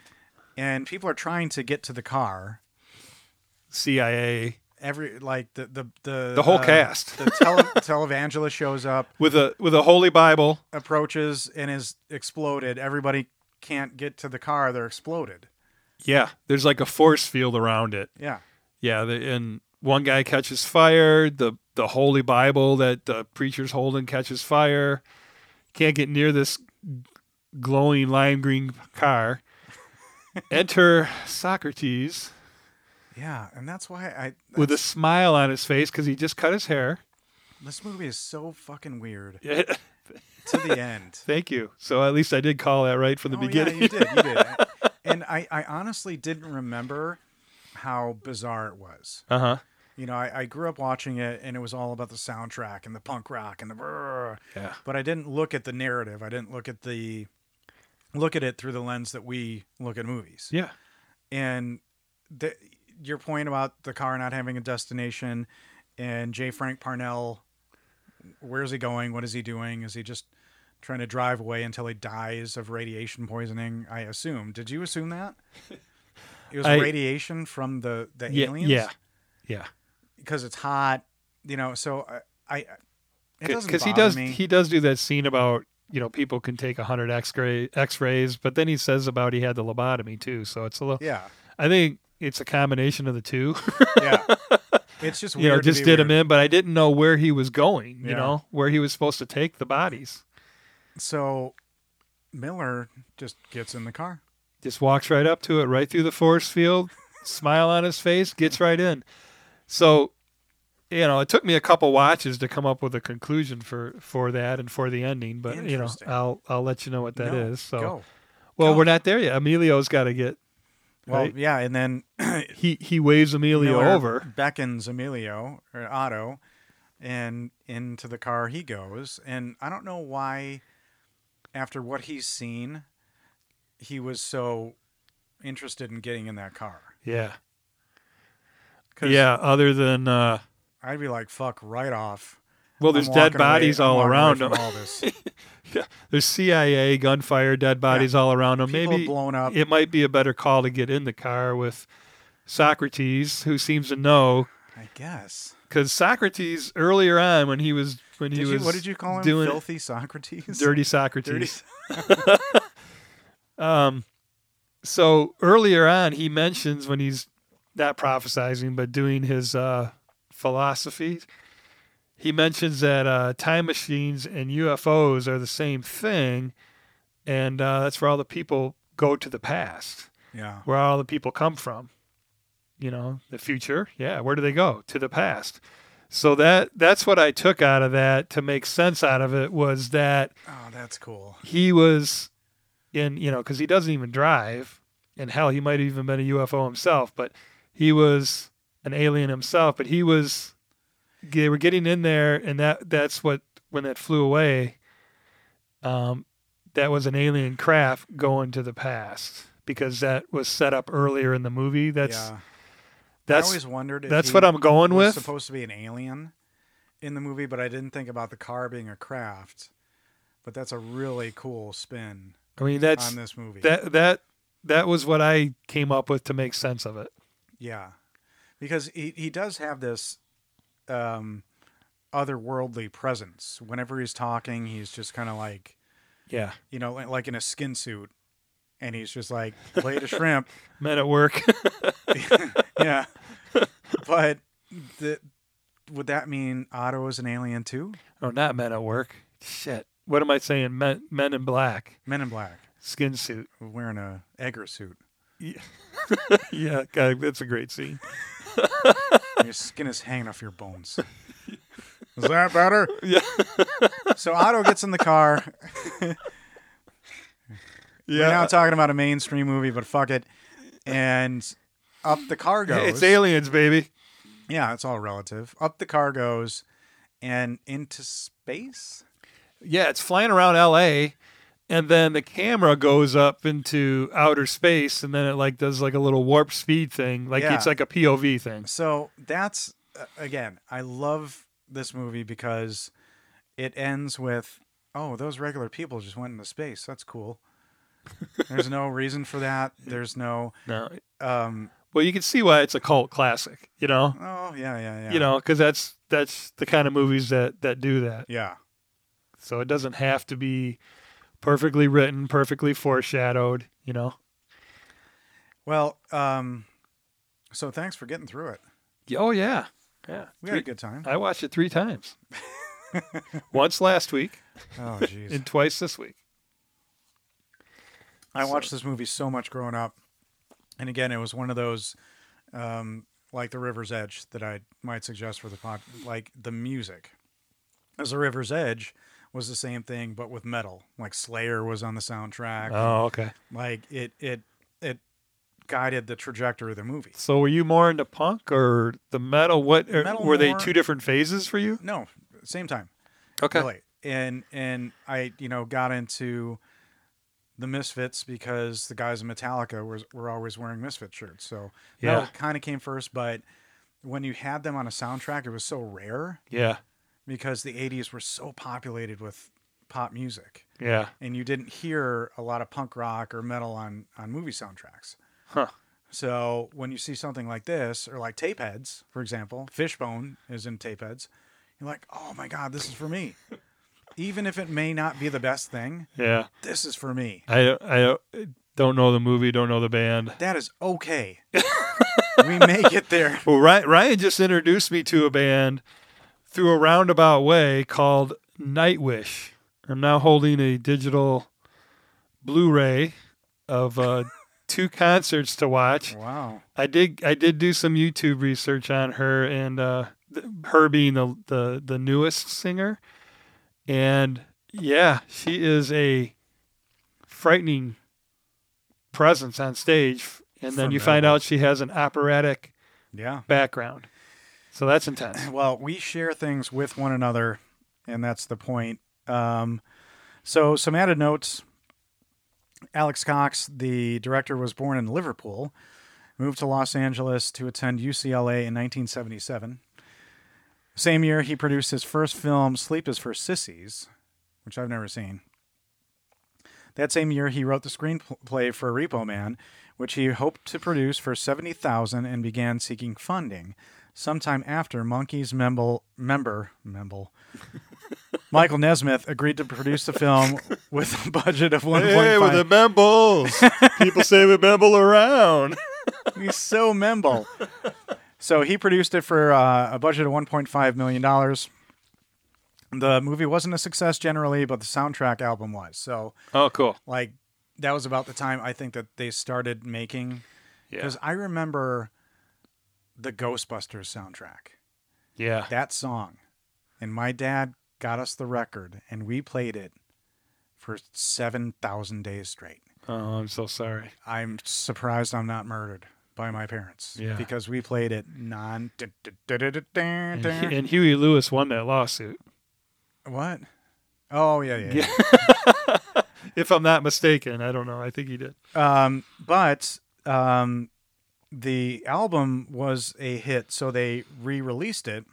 [SPEAKER 2] and people are trying to get to the car.
[SPEAKER 1] CIA
[SPEAKER 2] Every like the the the,
[SPEAKER 1] The whole
[SPEAKER 2] uh,
[SPEAKER 1] cast.
[SPEAKER 2] the tele, televangelist shows up,
[SPEAKER 1] with a with a holy Bible.
[SPEAKER 2] approaches, and is exploded. Everybody can't get to the car; they're exploded.
[SPEAKER 1] Yeah, there's like a force field around it.
[SPEAKER 2] Yeah,
[SPEAKER 1] Yeah, the, and one guy catches fire. The the holy Bible that the preacher's holding catches fire. Can't get near this glowing lime green car. Enter Socrates
[SPEAKER 2] yeah, and that's why I
[SPEAKER 1] with a
[SPEAKER 2] that's-
[SPEAKER 1] smile on his face because he just cut his hair.
[SPEAKER 2] this movie is so fucking weird to the end.
[SPEAKER 1] Thank you. So at least I did call that right from the
[SPEAKER 2] Oh,
[SPEAKER 1] beginning.
[SPEAKER 2] Yeah, you did. You did. and I, I honestly didn't remember how bizarre it was.
[SPEAKER 1] uh huh.
[SPEAKER 2] You know, I, I grew up watching it and it was all about the soundtrack and the punk rock and the brrr.
[SPEAKER 1] Yeah.
[SPEAKER 2] But I didn't look at the narrative. I didn't look at the look at it through the lens that we look at movies.
[SPEAKER 1] Yeah.
[SPEAKER 2] And the, your point about the car not having a destination and J. Frank Parnell, where's he going? What is he doing? Is he just trying to drive away until he dies of radiation poisoning? I assume. Did you assume that? It was
[SPEAKER 1] I-
[SPEAKER 2] radiation from the, the
[SPEAKER 1] Yeah.
[SPEAKER 2] aliens?
[SPEAKER 1] Yeah. Yeah.
[SPEAKER 2] because it's hot, you know. So I, I it doesn't
[SPEAKER 1] because he
[SPEAKER 2] bother
[SPEAKER 1] does
[SPEAKER 2] me.
[SPEAKER 1] he does do that scene about you know people can take 100 x-ray x-rays but then he says about he had the lobotomy too so it's a little
[SPEAKER 2] yeah,
[SPEAKER 1] i think it's a combination of the two
[SPEAKER 2] yeah. it's just
[SPEAKER 1] you know
[SPEAKER 2] weird to
[SPEAKER 1] just
[SPEAKER 2] be
[SPEAKER 1] did him
[SPEAKER 2] weird.
[SPEAKER 1] in but i didn't know where he was going you
[SPEAKER 2] Yeah.
[SPEAKER 1] know where he was supposed to take the bodies
[SPEAKER 2] So Miller just gets in the car.
[SPEAKER 1] just walks right up to it right through the force field smile on his face gets right in so you know it took me a couple watches to come up with a conclusion for for that and for the ending but you know
[SPEAKER 2] Interesting.
[SPEAKER 1] i'll i'll let you know what that is. so
[SPEAKER 2] No, go.
[SPEAKER 1] Well,
[SPEAKER 2] Go.
[SPEAKER 1] we're not there yet. Emilio's got to get.
[SPEAKER 2] well,
[SPEAKER 1] right?
[SPEAKER 2] yeah, and then
[SPEAKER 1] He he waves Emilio
[SPEAKER 2] Miller
[SPEAKER 1] over.
[SPEAKER 2] beckons Emilio or Otto, and into the car he goes. And I don't know why, after what he's seen, he was so interested in getting in that car.
[SPEAKER 1] Yeah.
[SPEAKER 2] 'Cause
[SPEAKER 1] Yeah. Other than uh,
[SPEAKER 2] I'd be like, fuck right off.
[SPEAKER 1] well,
[SPEAKER 2] I'm
[SPEAKER 1] there's dead
[SPEAKER 2] walking away-
[SPEAKER 1] bodies
[SPEAKER 2] I'm
[SPEAKER 1] all
[SPEAKER 2] walking away
[SPEAKER 1] around
[SPEAKER 2] from
[SPEAKER 1] him.
[SPEAKER 2] All this.
[SPEAKER 1] There's CIA gunfire, dead bodies all around him.
[SPEAKER 2] People
[SPEAKER 1] Maybe
[SPEAKER 2] blown up.
[SPEAKER 1] it might be a better call to get in the car with Socrates, who seems to know.
[SPEAKER 2] I guess.
[SPEAKER 1] Because Socrates earlier on, when he was when he
[SPEAKER 2] Did you,
[SPEAKER 1] was
[SPEAKER 2] what did you call him?
[SPEAKER 1] doing
[SPEAKER 2] Filthy Socrates.
[SPEAKER 1] dirty
[SPEAKER 2] Dirty-
[SPEAKER 1] Socrates. Um, so earlier on, he mentions when he's not prophesizing, but doing his uh, philosophy, he mentions that uh, time machines and UFOs are the same thing. And uh, that's where all the people go to the past,
[SPEAKER 2] yeah.
[SPEAKER 1] where all the people come from. You know, the future. Yeah. Where do they go? To the past. So that that's what I took out of that to make sense out of it was that
[SPEAKER 2] Oh, that's cool.
[SPEAKER 1] he was in you know because he doesn't even drive and hell he might have even been a ufo himself but he was an alien himself but he was they were getting in there and that that's what when that flew away um that was an alien craft going to the past because that was set up earlier in the movie that's
[SPEAKER 2] yeah. I
[SPEAKER 1] That's
[SPEAKER 2] always wondered. If
[SPEAKER 1] that's
[SPEAKER 2] he
[SPEAKER 1] what I'm going
[SPEAKER 2] was
[SPEAKER 1] with.
[SPEAKER 2] Supposed to be an alien in the movie, but I didn't think about the car being a craft. But that's a really cool spin
[SPEAKER 1] I mean, that's
[SPEAKER 2] on this movie.
[SPEAKER 1] that that that was what I came up with to make sense of it.
[SPEAKER 2] Yeah, because he, he does have this um, otherworldly presence. Whenever he's talking, he's just kind of like
[SPEAKER 1] Yeah,
[SPEAKER 2] you know, like, like in a skin suit, and he's just like play to shrimp.
[SPEAKER 1] men at work.
[SPEAKER 2] Yeah, but the, would that mean Otto is an alien too?
[SPEAKER 1] or Oh, not men at work. Shit. What am I saying? Men, men in black
[SPEAKER 2] Men in Black
[SPEAKER 1] skin suit.
[SPEAKER 2] wearing a Egger suit.
[SPEAKER 1] Yeah, God, that's a great scene.
[SPEAKER 2] Your skin is hanging off your bones. Is that better?
[SPEAKER 1] Yeah.
[SPEAKER 2] So Otto gets in the car. We're now
[SPEAKER 1] Yeah,
[SPEAKER 2] talking about a mainstream movie, but fuck it. And up the car goes.
[SPEAKER 1] it's aliens, baby.
[SPEAKER 2] Yeah, it's all relative. Up the car goes and into space.
[SPEAKER 1] Yeah, it's flying around L.A. And then the camera goes up into outer space, and then it like does like a little warp speed thing, like
[SPEAKER 2] Yeah.
[SPEAKER 1] it's like a POV thing.
[SPEAKER 2] So that's uh, again, I love this movie because it ends with oh, those regular people just went into space. That's cool. There's no reason for that. There's no
[SPEAKER 1] No,
[SPEAKER 2] um
[SPEAKER 1] well, you can see why it's a cult classic, you know,
[SPEAKER 2] oh yeah, yeah, yeah.
[SPEAKER 1] you know, because that's that's the kind of movies that that do that.
[SPEAKER 2] Yeah.
[SPEAKER 1] So it doesn't have to be perfectly written, perfectly foreshadowed, you know?
[SPEAKER 2] Well, um so thanks for getting through it.
[SPEAKER 1] Oh, yeah. Yeah.
[SPEAKER 2] We had a good time.
[SPEAKER 1] I watched it three times. Once last week
[SPEAKER 2] Oh jeez.
[SPEAKER 1] and twice this week.
[SPEAKER 2] I watched this movie so much growing up, and again, it was one of those, um, like The River's Edge, that I might suggest for the pod. Like the music, as The River's Edge was the same thing, but with metal. Like Slayer was on the soundtrack.
[SPEAKER 1] Oh, okay.
[SPEAKER 2] Like it, it, it guided the trajectory of the movie.
[SPEAKER 1] So were you more into punk or the metal? What or
[SPEAKER 2] Metal
[SPEAKER 1] were they
[SPEAKER 2] more-
[SPEAKER 1] two different phases for you?
[SPEAKER 2] No, same time.
[SPEAKER 1] Okay.
[SPEAKER 2] Really. And and I, you know, got into the Misfits because the guys in Metallica was, were always wearing Misfit shirts. So
[SPEAKER 1] Yeah.
[SPEAKER 2] that kind of came first, but when you had them on a soundtrack, it was so rare
[SPEAKER 1] Yeah.
[SPEAKER 2] because the 80s were so populated with pop music
[SPEAKER 1] Yeah.
[SPEAKER 2] and you didn't hear a lot of punk rock or metal on on movie soundtracks.
[SPEAKER 1] Huh.
[SPEAKER 2] So when you see something like this or like Tapeheads, for example, Fishbone is in Tapeheads, you're like, "Oh my god, this is for me." Even if it may not be the best thing,
[SPEAKER 1] Yeah.
[SPEAKER 2] this is for me.
[SPEAKER 1] I, I don't know the movie, don't know the band.
[SPEAKER 2] That is okay. we may get there.
[SPEAKER 1] Well, Ryan, Ryan just introduced me to a band through a roundabout way called Nightwish. I'm now holding a digital Blu-ray of uh, two concerts to watch.
[SPEAKER 2] Wow.
[SPEAKER 1] I did I did do some YouTube research on her and uh, th- her being the, the the newest singer, and yeah, she is a frightening presence on stage. And then
[SPEAKER 2] For
[SPEAKER 1] you find
[SPEAKER 2] metal.
[SPEAKER 1] out she has an operatic
[SPEAKER 2] Yeah.
[SPEAKER 1] background. So that's intense.
[SPEAKER 2] Well, we share things with one another, and that's the point. Um, so, some added notes. Alex Cox, the director, was born in Liverpool, moved to Los Angeles to attend UCLA in 1977. Same year, he produced his first film, Sleep is for Sissies, which I've never seen. That same year, he wrote the screenplay for Repo Man, which he hoped to produce for seventy thousand, and began seeking funding. Sometime after, Monkey's member member member Michael Nesmith agreed to produce the film with a budget of one
[SPEAKER 1] Hey,
[SPEAKER 2] point
[SPEAKER 1] with the
[SPEAKER 2] five.
[SPEAKER 1] membles. People say we memble around.
[SPEAKER 2] He's so memble. So he produced it for uh, a budget of one point five million dollars. The movie wasn't a success generally, but the soundtrack album was. So
[SPEAKER 1] Oh, cool.
[SPEAKER 2] like that was about the time I think that they started making
[SPEAKER 1] Yeah.
[SPEAKER 2] because I remember the Ghostbusters soundtrack
[SPEAKER 1] Yeah.
[SPEAKER 2] that song and my dad got us the record and we played it for 7,000 days straight.
[SPEAKER 1] Oh, I'm so sorry.
[SPEAKER 2] I'm surprised I'm not murdered by my parents
[SPEAKER 1] Yeah.
[SPEAKER 2] because we played it non
[SPEAKER 1] And, Hu- and Huey Lewis won that lawsuit,
[SPEAKER 2] what? Oh yeah, yeah. yeah.
[SPEAKER 1] if I'm not mistaken. I don't know. I think he did.
[SPEAKER 2] Um, but um, the album was a hit, so they re-released it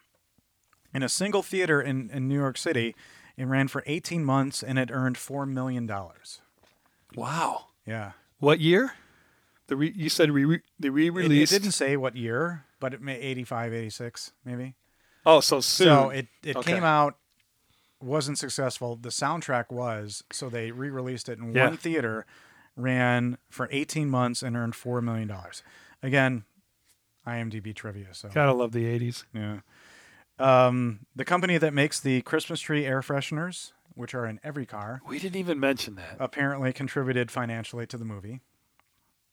[SPEAKER 2] in a single theater in, in New York City. It ran for 18 months and it earned four million dollars.
[SPEAKER 1] Wow.
[SPEAKER 2] Yeah,
[SPEAKER 1] What year? The re- you said re- re- the
[SPEAKER 2] it, it
[SPEAKER 1] re-release.
[SPEAKER 2] didn't say what year, but it may 85, 86, maybe.
[SPEAKER 1] Oh, so soon.
[SPEAKER 2] So it it
[SPEAKER 1] Okay.
[SPEAKER 2] came out, wasn't successful. The soundtrack was, so they re-released it in
[SPEAKER 1] Yeah.
[SPEAKER 2] one theater, ran for 18 months and earned four million dollars. Again, IMDb trivia. So
[SPEAKER 1] Gotta love the '80s.
[SPEAKER 2] Yeah. Um, the company that makes the Christmas tree air fresheners, which are in every car,
[SPEAKER 1] We didn't even mention that.
[SPEAKER 2] apparently contributed financially to the movie.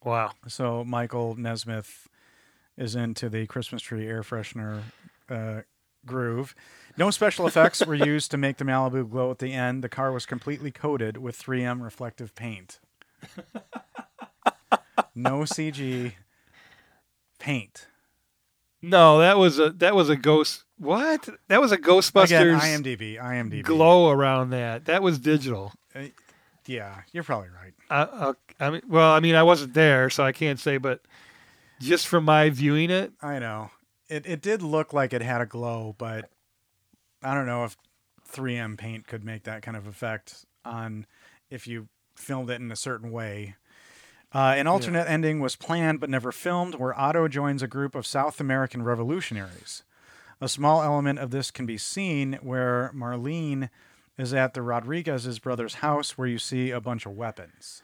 [SPEAKER 1] Wow.
[SPEAKER 2] So Michael Nesmith is into the Christmas tree air freshener uh, groove. No special effects were used to make the Malibu glow at the end. The car was completely coated with 3M reflective paint. No CG paint.
[SPEAKER 1] No, that was a that was a ghost. What? That was a Ghostbusters
[SPEAKER 2] Again, IMDb, IMDb.
[SPEAKER 1] glow around that. That was digital.
[SPEAKER 2] Yeah, you're probably right.
[SPEAKER 1] I, I, I mean, well, I mean, I wasn't there, so I can't say. But just from my viewing it,
[SPEAKER 2] I know. It it did look like it had a glow, but I don't know if 3M paint could make that kind of effect on if you filmed it in a certain way. Uh, an alternate ending was planned but never filmed, where Otto joins a group of South American revolutionaries. A small element of this can be seen where Marlene is at the Rodriguez's brother's house, where you see a bunch of weapons,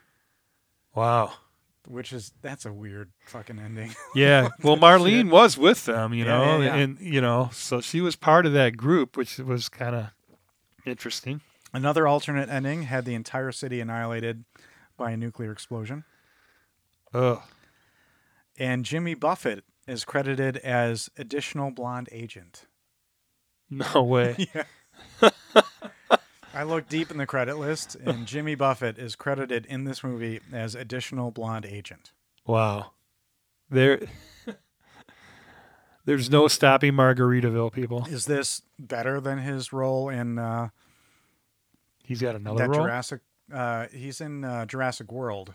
[SPEAKER 1] wow.
[SPEAKER 2] which is that's a weird fucking ending.
[SPEAKER 1] Yeah. Well, Marlene was with them, you
[SPEAKER 2] Yeah,
[SPEAKER 1] know,
[SPEAKER 2] yeah, yeah.
[SPEAKER 1] and you know, so she was part of that group, which was kind of interesting.
[SPEAKER 2] Another alternate ending had the entire city annihilated by a nuclear explosion.
[SPEAKER 1] Ugh.
[SPEAKER 2] And Jimmy Buffett is credited as additional blonde agent.
[SPEAKER 1] No way.
[SPEAKER 2] I looked deep in the credit list, and Jimmy Buffett is credited in this movie as additional blonde agent.
[SPEAKER 1] wow. There. There's no stopping Margaritaville, people.
[SPEAKER 2] Is this better than his role in uh,
[SPEAKER 1] He's got another
[SPEAKER 2] that
[SPEAKER 1] role.
[SPEAKER 2] Jurassic? Uh, he's in uh, Jurassic World.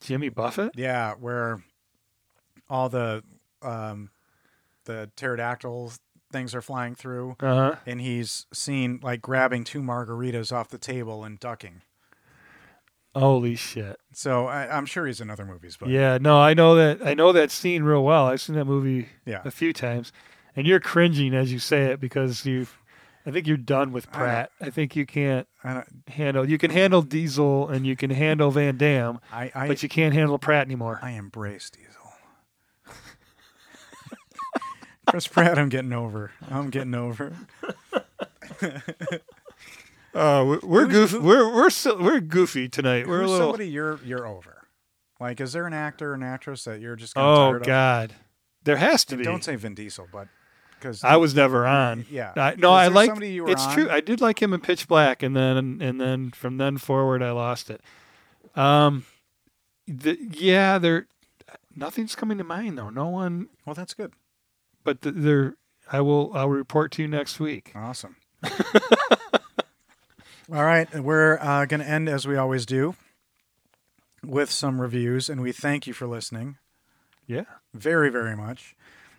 [SPEAKER 1] Jimmy Buffett.
[SPEAKER 2] Yeah, where all the um, the pterodactyl things are flying through.
[SPEAKER 1] Uh huh.
[SPEAKER 2] and he's seen like grabbing two margaritas off the table and ducking.
[SPEAKER 1] Holy shit.
[SPEAKER 2] So I, I'm sure he's in other movies, but
[SPEAKER 1] Yeah, no, I know that I know that scene real well. I've seen that movie
[SPEAKER 2] Yeah.
[SPEAKER 1] a few times. And you're cringing as you say it because you've I think you're done with Pratt. I, think you can't
[SPEAKER 2] I, don't-
[SPEAKER 1] handle you can handle Diesel and you can handle Van Damme,
[SPEAKER 2] I I,
[SPEAKER 1] but you can't handle Pratt anymore.
[SPEAKER 2] I embrace Diesel. Chris Pratt, I'm getting over. I'm getting over.
[SPEAKER 1] uh, we're, we're goofy. We're we're so, we're goofy tonight. We're a
[SPEAKER 2] Who's
[SPEAKER 1] little.
[SPEAKER 2] somebody you're you're over? Like, is there an actor or an actress that you're just kind of
[SPEAKER 1] oh
[SPEAKER 2] tired
[SPEAKER 1] God, there has to
[SPEAKER 2] of?
[SPEAKER 1] be.
[SPEAKER 2] Don't say Vin Diesel, but because
[SPEAKER 1] I was never on.
[SPEAKER 2] Yeah.
[SPEAKER 1] I, no,
[SPEAKER 2] Was
[SPEAKER 1] I
[SPEAKER 2] there
[SPEAKER 1] like.
[SPEAKER 2] somebody you were
[SPEAKER 1] It's
[SPEAKER 2] on?
[SPEAKER 1] true. I did like him in Pitch Black, and then and then from then forward, I lost it. Um, the, yeah, there. Nothing's coming to mind though. No one.
[SPEAKER 2] well, that's good.
[SPEAKER 1] But th there, I will. I'll report to you next week.
[SPEAKER 2] Awesome. All right, we're uh, going to end as we always do with some reviews, and we thank you for listening
[SPEAKER 1] Yeah.
[SPEAKER 2] very, very much.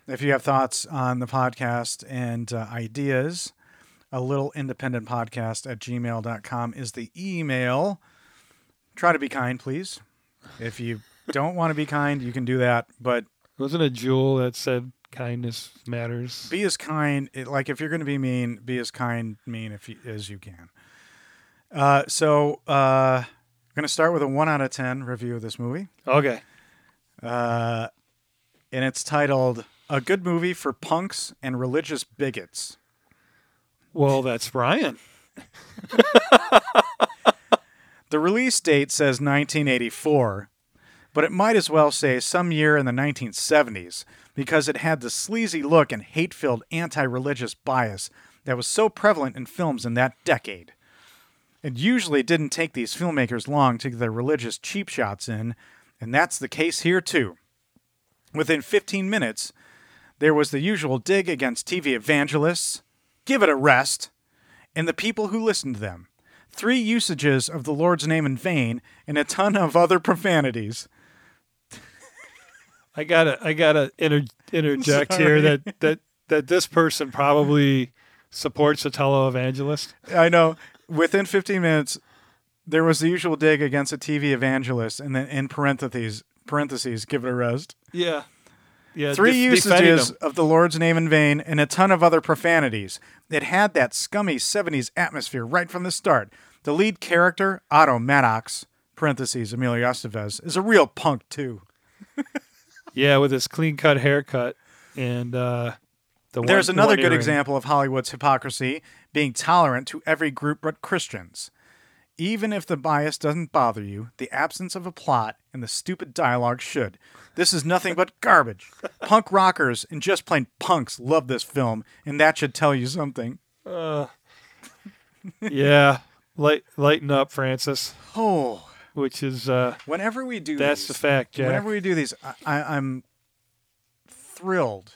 [SPEAKER 2] If you have thoughts on the podcast and uh, ideas, a little independent podcast at gmail.com is the email. Try to be kind, please. If you don't want to be kind, you can do that, but
[SPEAKER 1] Wasn't a jewel that said kindness matters?
[SPEAKER 2] be as kind it- like if you're going to be mean be as kind mean if you, as you can uh, so uh, i'm going to start with a 1 out of 10 review of this movie
[SPEAKER 1] Okay.
[SPEAKER 2] and it's titled a good movie for punks and religious bigots
[SPEAKER 1] Well, that's Brian.
[SPEAKER 2] the release date says 1984 but it might as well say some year in the 1970s because it had the sleazy look and hate-filled anti-religious bias that was so prevalent in films in that decade It usually didn't take these filmmakers long to get their religious cheap shots in, and that's the case here too. Within 15 minutes, there was the usual dig against TV evangelists, give it a rest, and the people who listened to them. Three usages of the Lord's name in vain, and a ton of other profanities.
[SPEAKER 1] I gotta I gotta inter- interject here
[SPEAKER 2] Sorry.
[SPEAKER 1] that that that this person probably supports a televangelist.
[SPEAKER 2] I know. Within 15 minutes, there was the usual dig against a TV evangelist, and then in parentheses, parentheses, give it a rest.
[SPEAKER 1] Yeah, yeah.
[SPEAKER 2] Three
[SPEAKER 1] Uh, def- defending
[SPEAKER 2] usages
[SPEAKER 1] them.
[SPEAKER 2] of the Lord's name in vain, and a ton of other profanities. It had that scummy 70s atmosphere right from the start. The lead character, Otto Maddox, parentheses, Emilio Estevez, is a real punk, too.
[SPEAKER 1] Yeah, with his clean cut haircut and uh, the one-
[SPEAKER 2] There's another
[SPEAKER 1] one
[SPEAKER 2] good
[SPEAKER 1] earring.
[SPEAKER 2] example of Hollywood's hypocrisy being tolerant to every group but Christians. Even if the bias doesn't bother you, the absence of a plot and the stupid dialogue should. This is nothing but garbage. Punk rockers and just plain punks love this film, and that should tell you something.
[SPEAKER 1] Yeah, light lighten up, Francis.
[SPEAKER 2] Oh,
[SPEAKER 1] Which is uh,
[SPEAKER 2] whenever we do
[SPEAKER 1] that's the
[SPEAKER 2] these,
[SPEAKER 1] fact, Jack.
[SPEAKER 2] whenever we do these, I, I, I'm thrilled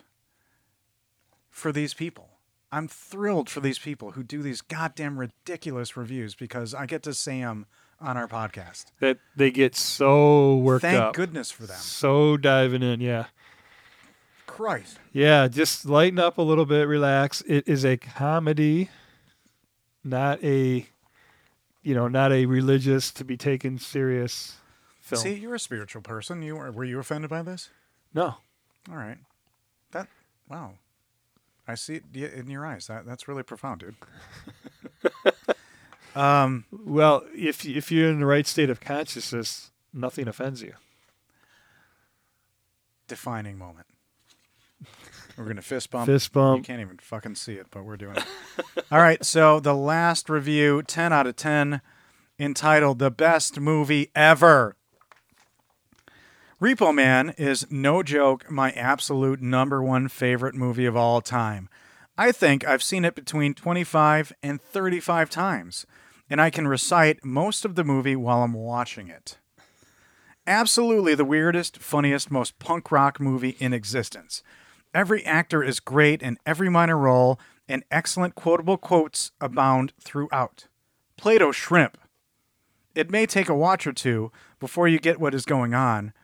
[SPEAKER 2] for these people. I'm thrilled for these people who do these goddamn ridiculous reviews because I get to say them on our podcast.
[SPEAKER 1] that they get so worked
[SPEAKER 2] Thank
[SPEAKER 1] up,
[SPEAKER 2] goodness for them.
[SPEAKER 1] so diving in. Yeah,
[SPEAKER 2] Christ.
[SPEAKER 1] yeah. Just lighten up a little bit, relax. It is a comedy, not a, you know, not a religious to be taken serious film.
[SPEAKER 2] See, you're a spiritual person. You were, were you offended by this?
[SPEAKER 1] No,
[SPEAKER 2] All right. That wow. I see it y- in your eyes. That that's really profound, dude. um
[SPEAKER 1] well, if if you're in the right state of consciousness, nothing offends you.
[SPEAKER 2] defining moment. We're going to fist bump.
[SPEAKER 1] Fist
[SPEAKER 2] You
[SPEAKER 1] bump.
[SPEAKER 2] can't even fucking see it, but we're doing it. All right, so the last review, 10 out of 10, entitled The Best Movie Ever. Repo Man is no joke, my absolute number one favorite movie of all time. I think I've seen it between 25 and 35 times, and I can recite most of the movie while I'm watching it absolutely the weirdest, funniest, most punk rock movie in existence. Every actor is great in every minor role, and excellent quotable quotes abound throughout. Plato Shrimp. It may take a watch or two before you get what is going on,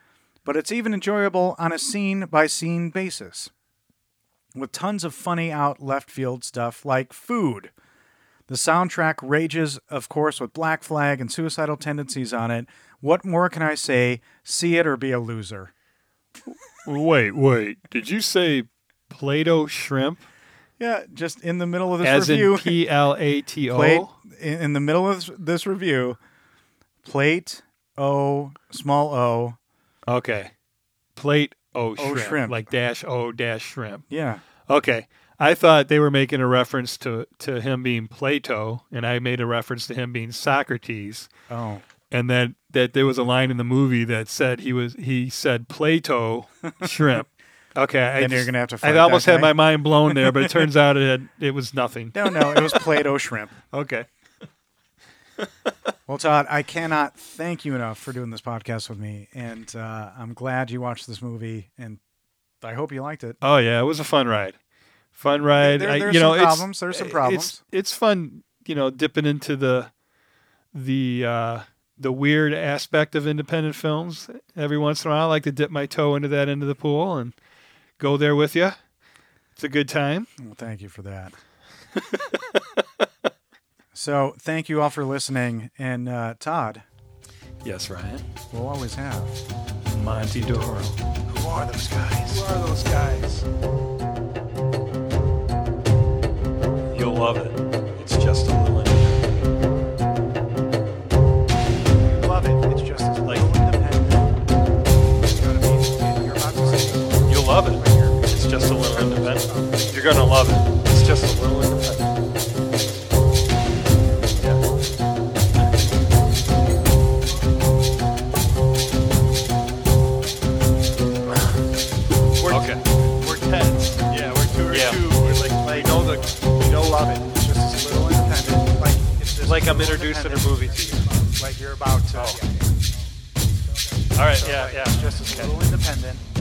[SPEAKER 2] but it's even enjoyable on a scene by scene basis. With tons of funny out left field stuff like food, the soundtrack rages, of course, with Black Flag and suicidal tendencies on it. What more can I say? See it or be a loser.
[SPEAKER 1] Wait, wait. Did you say Plato shrimp
[SPEAKER 2] Yeah, just in the middle of this
[SPEAKER 1] as
[SPEAKER 2] review,
[SPEAKER 1] in P L A T
[SPEAKER 2] plate
[SPEAKER 1] O?
[SPEAKER 2] in, in the middle of this- this review, plate O small O.
[SPEAKER 1] Okay. Plate O shrimp,
[SPEAKER 2] shrimp.
[SPEAKER 1] like dash O dash shrimp.
[SPEAKER 2] Yeah,
[SPEAKER 1] Okay. I thought they were making a reference to to him being Plato, and I made a reference to him being Socrates,
[SPEAKER 2] oh,
[SPEAKER 1] and that that there was a line in the movie that said he was he said Plato shrimp. Okay, I
[SPEAKER 2] Then you're
[SPEAKER 1] just-
[SPEAKER 2] gonna have to fight
[SPEAKER 1] I
[SPEAKER 2] that
[SPEAKER 1] almost had
[SPEAKER 2] guy.
[SPEAKER 1] my mind blown there, but it turns out it had, it was nothing.
[SPEAKER 2] no, no, it was plate O shrimp.
[SPEAKER 1] Okay.
[SPEAKER 2] Well, Todd, I cannot thank you enough for doing this podcast with me, and uh, I'm glad you watched this movie, and I hope you liked it.
[SPEAKER 1] Oh yeah, it was a fun ride. Fun ride.
[SPEAKER 2] there-
[SPEAKER 1] I-
[SPEAKER 2] there's
[SPEAKER 1] you know,
[SPEAKER 2] some
[SPEAKER 1] it's-
[SPEAKER 2] problems, there's some
[SPEAKER 1] it's-
[SPEAKER 2] problems.
[SPEAKER 1] It's, fun, you know, dipping into the the uh, the weird aspect of independent films. Every once in a while, I like to dip my toe into that end of the pool and go there with you. It's a good time.
[SPEAKER 2] Well, thank you for that. so, thank you all for listening. And uh, Todd,
[SPEAKER 1] Yes, Ryan.
[SPEAKER 2] we'll always have.
[SPEAKER 1] Monty Doro.
[SPEAKER 2] Who are those guys?
[SPEAKER 5] You'll love it. It's just a little independent.
[SPEAKER 2] Love it. It's just as
[SPEAKER 5] Like-
[SPEAKER 2] independent. You know what I mean? You're about to say-
[SPEAKER 5] You'll love it. It's just a little independent. You're gonna love it. It's just a little independent. Yeah.
[SPEAKER 3] We're,
[SPEAKER 5] Okay.
[SPEAKER 3] We're tense. Yeah, we're two or
[SPEAKER 5] Yeah.
[SPEAKER 3] two. We're like, we know the, we know love it. It's just
[SPEAKER 2] It's a little independent. Like, it's just
[SPEAKER 5] Like
[SPEAKER 2] a
[SPEAKER 5] I'm
[SPEAKER 2] little
[SPEAKER 5] introducing a
[SPEAKER 2] independent.
[SPEAKER 5] movie to you.
[SPEAKER 2] Like you're about to.
[SPEAKER 5] Oh.
[SPEAKER 2] yeah.
[SPEAKER 5] All right.
[SPEAKER 2] So,
[SPEAKER 5] Yeah.
[SPEAKER 2] like,
[SPEAKER 5] Yeah.
[SPEAKER 2] It's just a little independent.